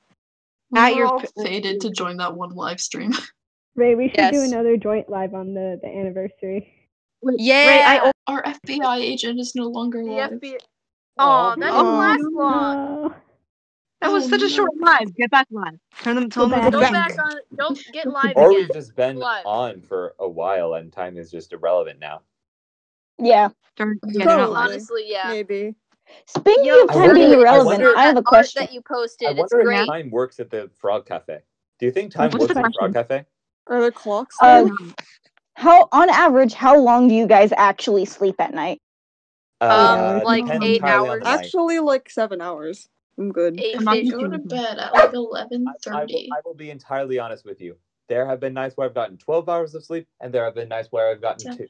S6: We
S3: At
S6: were
S3: your
S6: all
S3: p-
S6: fated to join that one live stream.
S7: Ray, we should do
S8: Yes.
S7: another joint live on the, the anniversary.
S3: Ray, I
S8: yeah.
S6: Our FBI agent is no longer
S8: The
S6: alive.
S8: FBI. Oh, that didn't
S9: Oh,
S8: last long.
S7: No.
S3: That was
S6: Oh,
S3: such a
S6: no.
S3: short live. Get back live. Turn them. Tell them.
S7: back.
S8: Go
S9: Back.
S8: back on. Go get live
S5: Or
S8: again.
S5: we've just been
S8: Live.
S5: on for a while and time is just irrelevant now.
S10: Yeah.
S3: Turn-
S6: Mm.
S3: Yeah, they're not
S9: Probably.
S3: live.
S8: Honestly, yeah.
S9: Maybe.
S10: Speaking
S8: Yo,
S10: of
S5: I
S10: time
S5: wonder-
S10: being
S5: I
S10: irrelevant,
S5: wonder-
S10: I have a
S8: that art
S10: question.
S8: that you
S5: I
S8: posted. It's
S5: wonder if
S8: great.
S5: time works at the Frog Cafe. Do you think time
S3: What's the
S5: works at the Frog Cafe?
S9: Are there clocks
S10: Uh,
S9: there?
S10: How, on average, how long do you guys actually sleep at night?
S8: Um,
S5: Uh,
S8: like
S5: depends
S8: eight
S5: entirely on the
S8: hours.
S5: night.
S9: Actually, like seven hours. I'm good.
S8: Eight
S6: If I
S8: fish.
S6: go to bed at like eleven
S5: I, I, will,
S6: thirty.
S5: I will be entirely honest with you. There have been nights where I've gotten 12 hours of sleep, and there have been nights where I've gotten
S6: Yeah.
S5: two.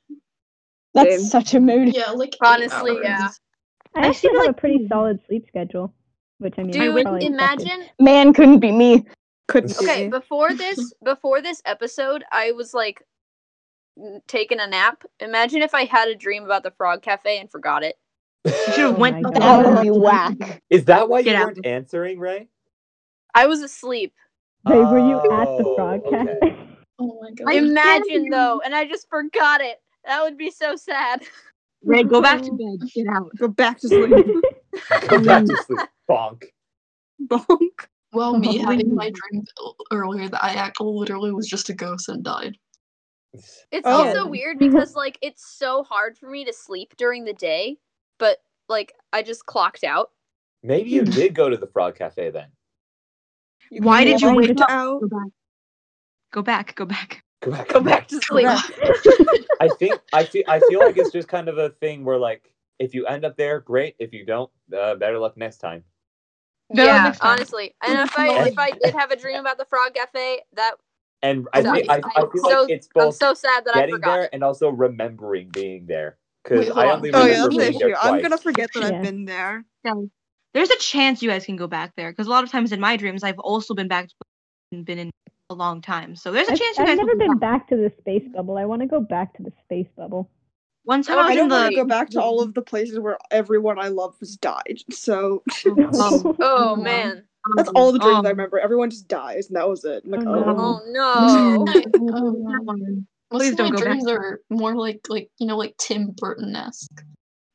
S10: That's
S9: Same.
S10: such a mood.
S6: Yeah, like eight
S8: Honestly, yeah.
S6: hours.
S7: I
S3: I
S7: actually
S3: feel
S7: have
S3: like-
S7: a pretty solid sleep schedule, which I mean, is
S8: Dude,
S7: probably expected.
S8: imagine
S10: Man, couldn't be me.
S9: Couldn't be
S8: Okay,
S9: me.
S8: before this before this episode, I was like n- taking a nap. Imagine if I had a dream about the Frog Cafe and forgot it.
S7: Oh
S3: You should have
S7: my
S3: went. to-
S10: That
S7: God.
S10: would be whack.
S5: Is that why you
S3: Get out.
S5: weren't answering, Ray?
S8: I was asleep.
S7: Ray, were you at the
S5: Oh,
S7: broadcast?
S5: okay.
S6: Oh my god.
S8: Imagine though, and I just forgot it. That would be so sad.
S3: Ray, go back to bed. Get out.
S9: Go back to sleep.
S5: Go back to sleep. Bonk.
S9: Bonk.
S6: Well, me
S7: Oh my
S6: having my dream earlier that I act literally was just a ghost and died.
S8: It's
S9: Oh.
S8: also weird because like it's so hard for me to sleep during the day, but like I just clocked out.
S5: Maybe you did go to the Frog Cafe then.
S3: Why did you
S7: Yeah,
S3: wake
S7: it's
S3: up?
S9: Out.
S3: Go back. Go back.
S5: Go
S3: Go back.
S5: back.
S8: Go back to sleep.
S5: I think I feel I feel like it's just kind of a thing where like if you end up there, great. If you don't, uh, better luck next time.
S3: Better
S8: yeah,
S3: next time.
S8: honestly. And if I if I did have a dream about the Frog Cafe, that
S5: And I think I, I
S8: Sorry,
S5: feel like
S8: I'm so-
S5: it's
S8: I'm
S5: both
S8: so sad that I
S5: getting
S8: forgot.
S5: there
S8: it.
S5: and also remembering being there
S6: Wait,
S5: because
S6: hold
S5: I
S6: on.
S5: only
S9: Oh
S5: remember
S9: yeah, that's the
S5: being
S9: issue.
S5: there twice.
S9: I'm gonna forget that
S7: Yeah.
S9: I've been there.
S3: So, there's a chance you guys can go back there because a lot of times in my dreams I've also been back and been in a long time. So there's a
S7: I've,
S3: chance you
S7: I've
S3: guys. will
S7: never
S3: go
S7: been back to the space bubble. I want to go back to the space bubble.
S3: One time
S8: Oh,
S3: I
S9: I
S3: was
S9: don't
S3: in
S9: want to
S3: the.
S9: go back to all of the places where everyone I love has died. So
S3: Oh,
S8: Oh man.
S7: Mm-hmm.
S9: that's all the dreams
S3: Oh.
S9: I remember. Everyone just dies, and that was it. I'm like,
S7: Oh,
S9: oh,
S7: no.
S8: Oh no.
S6: I-
S3: That
S6: um,
S3: one.
S6: most
S3: Please
S6: of
S3: don't
S6: my
S3: go back.
S6: dreams are more like like you know like Tim Burton esque.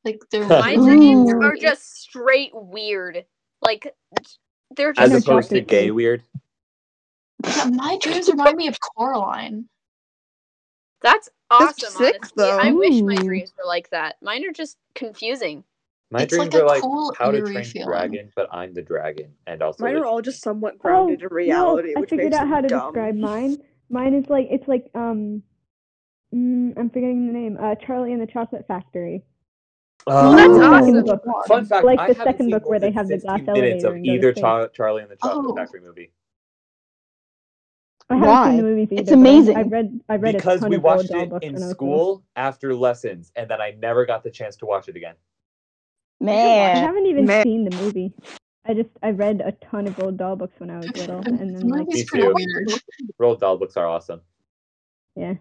S6: Like they're
S8: My
S5: Ooh.
S8: dreams are
S6: very-
S8: just straight weird. Like they're
S5: As
S7: No,
S8: just
S5: opposed to
S7: Joffrey
S5: gay
S7: too.
S5: weird.
S6: Yeah, my dreams remind me of Coraline.
S8: that's awesome,
S9: sick,
S8: honestly.
S9: though.
S8: I wish my
S7: Ooh.
S8: dreams were like that. Mine are just confusing.
S5: My
S6: It's
S5: dreams
S6: like a
S5: are like
S6: cool,
S5: how to
S6: eerie
S5: train
S6: feeling.
S5: dragon, but I'm the dragon, and also
S9: mine
S5: like,
S9: are all just somewhat
S7: Oh,
S9: grounded in reality,
S7: no, I
S9: which
S7: figured
S9: makes
S7: out
S9: them
S7: how to
S9: dumb.
S7: describe mine. Mine is like it's like um, mm, I'm forgetting the name. Uh, Charlie and the Chocolate Factory.
S8: Well, that's
S7: Like the
S8: awesome.
S7: second book.
S5: Fun fact:
S7: Like
S5: I
S7: the
S5: haven't
S7: second
S5: seen
S7: book
S5: more
S7: where they
S5: than
S7: have the glass
S5: 60 minutes
S7: elevator
S5: of
S7: and go to
S5: either
S7: space.
S5: Char- Charlie and the Chocolate
S6: Oh.
S5: Factory movie
S7: I haven't
S10: Why?
S7: seen the movies either.
S10: It's
S7: but I've-
S10: amazing.
S7: I've read I read a
S5: because
S7: ton
S5: we
S7: of Roald
S5: watched
S7: Dahl
S5: it
S7: books
S5: in
S7: when I was little.
S5: school after lessons, and then I never got the chance to watch it again.
S7: I
S10: Man.
S7: haven't even
S9: Man.
S7: seen the movie. I just I read a ton of Roald Dahl books when I was little,
S6: Um,
S7: and
S6: the
S7: then like
S6: movie's
S5: Me
S6: pretty
S5: too.
S6: weird.
S5: Roll Dahl books are awesome.
S7: yeah.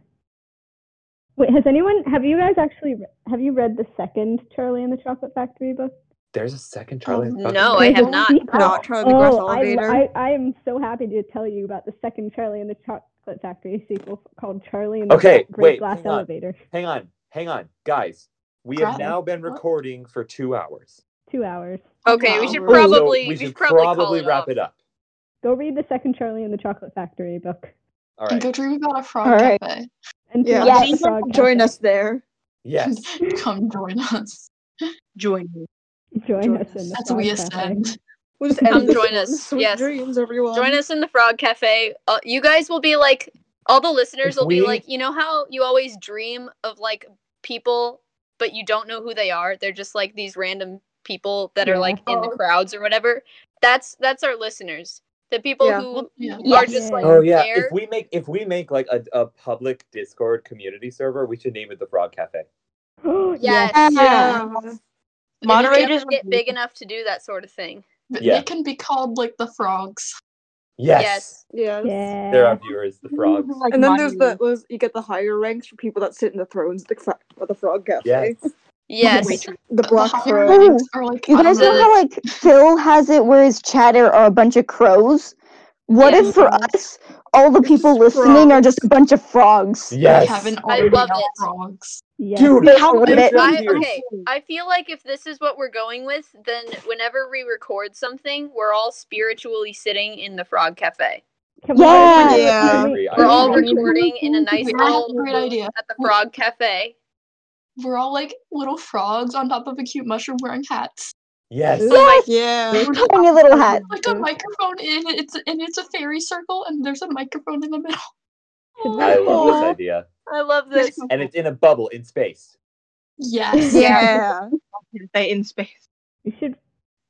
S7: Wait, has anyone? Have you guys actually? re- Have you read the second Charlie and the Chocolate Factory book?
S5: There's a
S6: Oh,
S5: second Charlie. and the Chocolate
S8: No,
S5: Factory?
S8: Oh, I
S7: There's
S8: have
S7: a
S8: not.
S7: sequel.
S9: Not Charlie and the Glass
S7: oh, I,
S9: Elevator.
S7: I I am so happy to tell you about the second Charlie and the Chocolate Factory sequel called Charlie and the
S5: Okay,
S7: Gla-
S5: wait,
S7: Great Glass
S5: hang on.
S7: Elevator.
S5: Hang on, hang on, guys. We have
S6: Grotto.
S5: now been
S6: What?
S5: recording for two hours,
S7: Two hours.
S8: Okay, we
S6: Wow.
S8: should
S6: Ooh,
S5: so
S8: probably
S5: Oh, we
S8: we
S5: should
S8: should probably, call
S5: probably
S8: it
S5: wrap
S8: off.
S5: it up.
S7: Go read the second Charlie and the Chocolate Factory book
S5: All
S6: And
S5: right.
S6: go dream about a frog
S10: All right.
S6: cafe.
S7: and
S9: Yeah.
S7: dream about
S10: Yes.
S7: the frog
S9: Join
S7: cafe.
S9: us there.
S5: Yes.
S6: Come join us.
S3: Join me.
S7: Join,
S6: us. That's we ascend.
S9: We'll just
S8: Come
S9: end this
S8: join
S9: on
S8: us,
S9: Sweet
S8: yes.
S9: dreams, everyone.
S8: Join us in the Frog Cafe. Uh, you guys will be like, all the
S5: If
S8: listeners will be
S5: we-
S8: like, you know how you always dream of like people, but you don't know who they are. They're just like these random people that
S7: Yeah.
S8: are like in the
S6: Oh.
S8: crowds or whatever. That's that's our listeners. The people
S9: Yeah.
S8: who
S6: Yeah.
S8: are
S7: Yes.
S8: just like
S5: Oh yeah.
S8: there.
S5: If we make if we make like a, a public Discord community server, we should name it the Frog Cafe.
S8: yes.
S10: Yeah.
S8: If you ever
S13: Moderators
S8: get big enough to do that sort of thing.
S6: Th-
S5: Yeah.
S6: They can be called like the frogs.
S5: Yes.
S9: Yes.
S7: Yeah.
S5: There are viewers, the frogs.
S13: Like
S9: And then there's the
S13: moderators.
S9: was you get the higher ranks for people that sit in the thrones at the, cra- at the frog cafe.
S5: Yes.
S8: Yes.
S6: Wait,
S9: The
S6: But the
S9: black
S6: higher
S9: crow.
S6: ranks are like
S10: You
S6: I
S10: guys
S6: don't
S10: know
S8: the-
S10: how like Phil has it where his chatter are a bunch of crows? What
S8: Yeah.
S10: if for us all the
S6: It's just
S10: people listening are just a bunch of frogs?
S5: Yes.
S6: Kevin
S8: I
S6: already
S8: love
S6: got
S8: it.
S6: frogs.
S7: Yes.
S5: Dude,
S10: Yeah, with
S5: I'm
S10: it.
S5: so
S8: I,
S5: serious.
S8: okay, I feel like if this is what we're going with, then whenever we record something, we're all spiritually sitting in the Frog Cafe.
S7: Can
S10: Yeah.
S7: record it?
S9: Yeah.
S7: Can
S5: I agree, I
S7: can
S8: We're
S7: we
S8: all
S7: record it?
S8: recording in a nice
S6: Wait, I have
S8: little
S6: a great idea.
S8: at the Frog Cafe.
S6: We're all like little frogs on top of a cute mushroom wearing hats.
S5: Yes.
S8: Oh my
S9: Yeah.
S10: Tiny little hat.
S6: Like a microphone in it's and it's a fairy circle and there's a microphone in the middle.
S7: Should we-
S5: I love this
S9: Aw.
S5: idea.
S8: I love this.
S5: And it's in a bubble in space.
S6: Yes.
S9: Yeah.
S3: Cafe in space.
S7: We should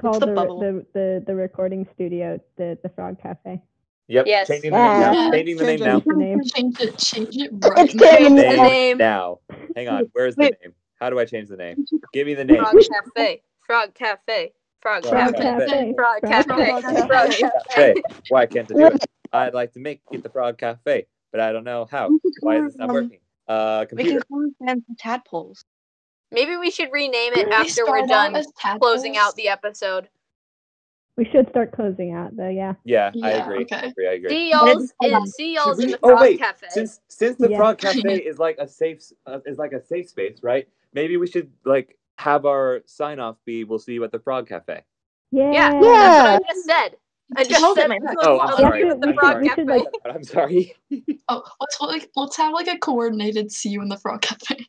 S7: call
S3: the
S7: the
S3: bubble?
S7: the, the the recording studio the the Frog Cafe.
S5: Yep.
S8: Yes.
S5: Changing the name now.
S6: Yeah.
S5: Changing the
S9: Change
S5: name
S9: it.
S5: now.
S7: The name.
S6: Change it, change it right
S10: It's
S6: now.
S10: Kevin.
S8: Change the
S5: Name
S8: name.
S5: now. Hang on. Where's the
S3: Wait.
S5: name? How do I change the name? Give me the name.
S8: Frog Cafe. Frog Cafe. Frog
S5: Frog
S8: Cafe.
S5: Cafe.
S8: Frog Cafe.
S6: Frog Cafe.
S8: Frog Cafe.
S5: Cafe. Why can't I do it? I'd like to make it the Frog Cafe, but I don't know how. Why is this not working? Uh,
S3: We can
S5: computer.
S3: call them fans and tadpoles.
S8: Maybe we should rename
S6: They
S8: it after
S6: start
S8: we're
S6: out
S8: done
S6: as tadpoles.
S8: closing out the episode.
S7: We should start closing out though. Yeah.
S5: Yeah, I
S6: Yeah,
S5: agree. I
S6: okay.
S5: agree. I agree.
S8: See y'all's
S6: Hold
S8: E in,
S6: on.
S8: see
S5: Should
S8: y'all's in
S5: we-
S8: the
S5: oh
S8: Frog
S5: wait,
S8: Cafe.
S5: since since the
S7: Yeah.
S5: Frog Cafe is like a safe uh, is like a safe space, right? Maybe we should like have our sign off be "We'll see you at the Frog Cafe."
S7: Yeah.
S8: Yeah, That's
S10: Yeah.
S8: what I just said. I
S6: Just
S8: just
S6: hold it,
S8: said
S3: my
S8: let's
S3: neck.
S5: Oh, I'm
S8: close
S5: sorry.
S8: with the
S5: I'm
S8: Frog
S5: sorry.
S7: We should like
S8: Cafe.
S5: I'm sorry.
S6: Oh, let's hold, like let's have like a coordinated see you in the frog cafe.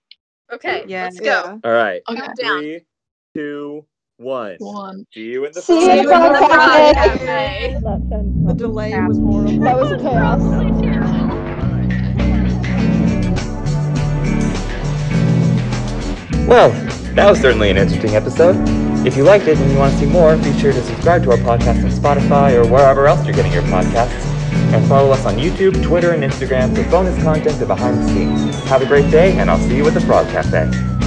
S8: Okay,
S3: Yeah.
S8: let's go.
S9: Yeah.
S5: All right,
S6: Okay.
S8: Countdown.
S5: three, two, one.
S6: One.
S5: See you in the
S10: See
S5: Frog
S10: you in the Frog
S8: Frog
S10: Cafe.
S8: Cafe.
S7: that sounds
S9: The
S7: fun.
S9: delay was horrible.
S10: That was chaos.
S14: Well, that was certainly an interesting episode. If you liked it and you want to see more, be sure to subscribe to our podcast on Spotify or wherever else you're getting your podcasts. And follow us on YouTube, Twitter, and Instagram for bonus content and behind the scenes. Have a great day, and I'll see you at the Frog Cafe.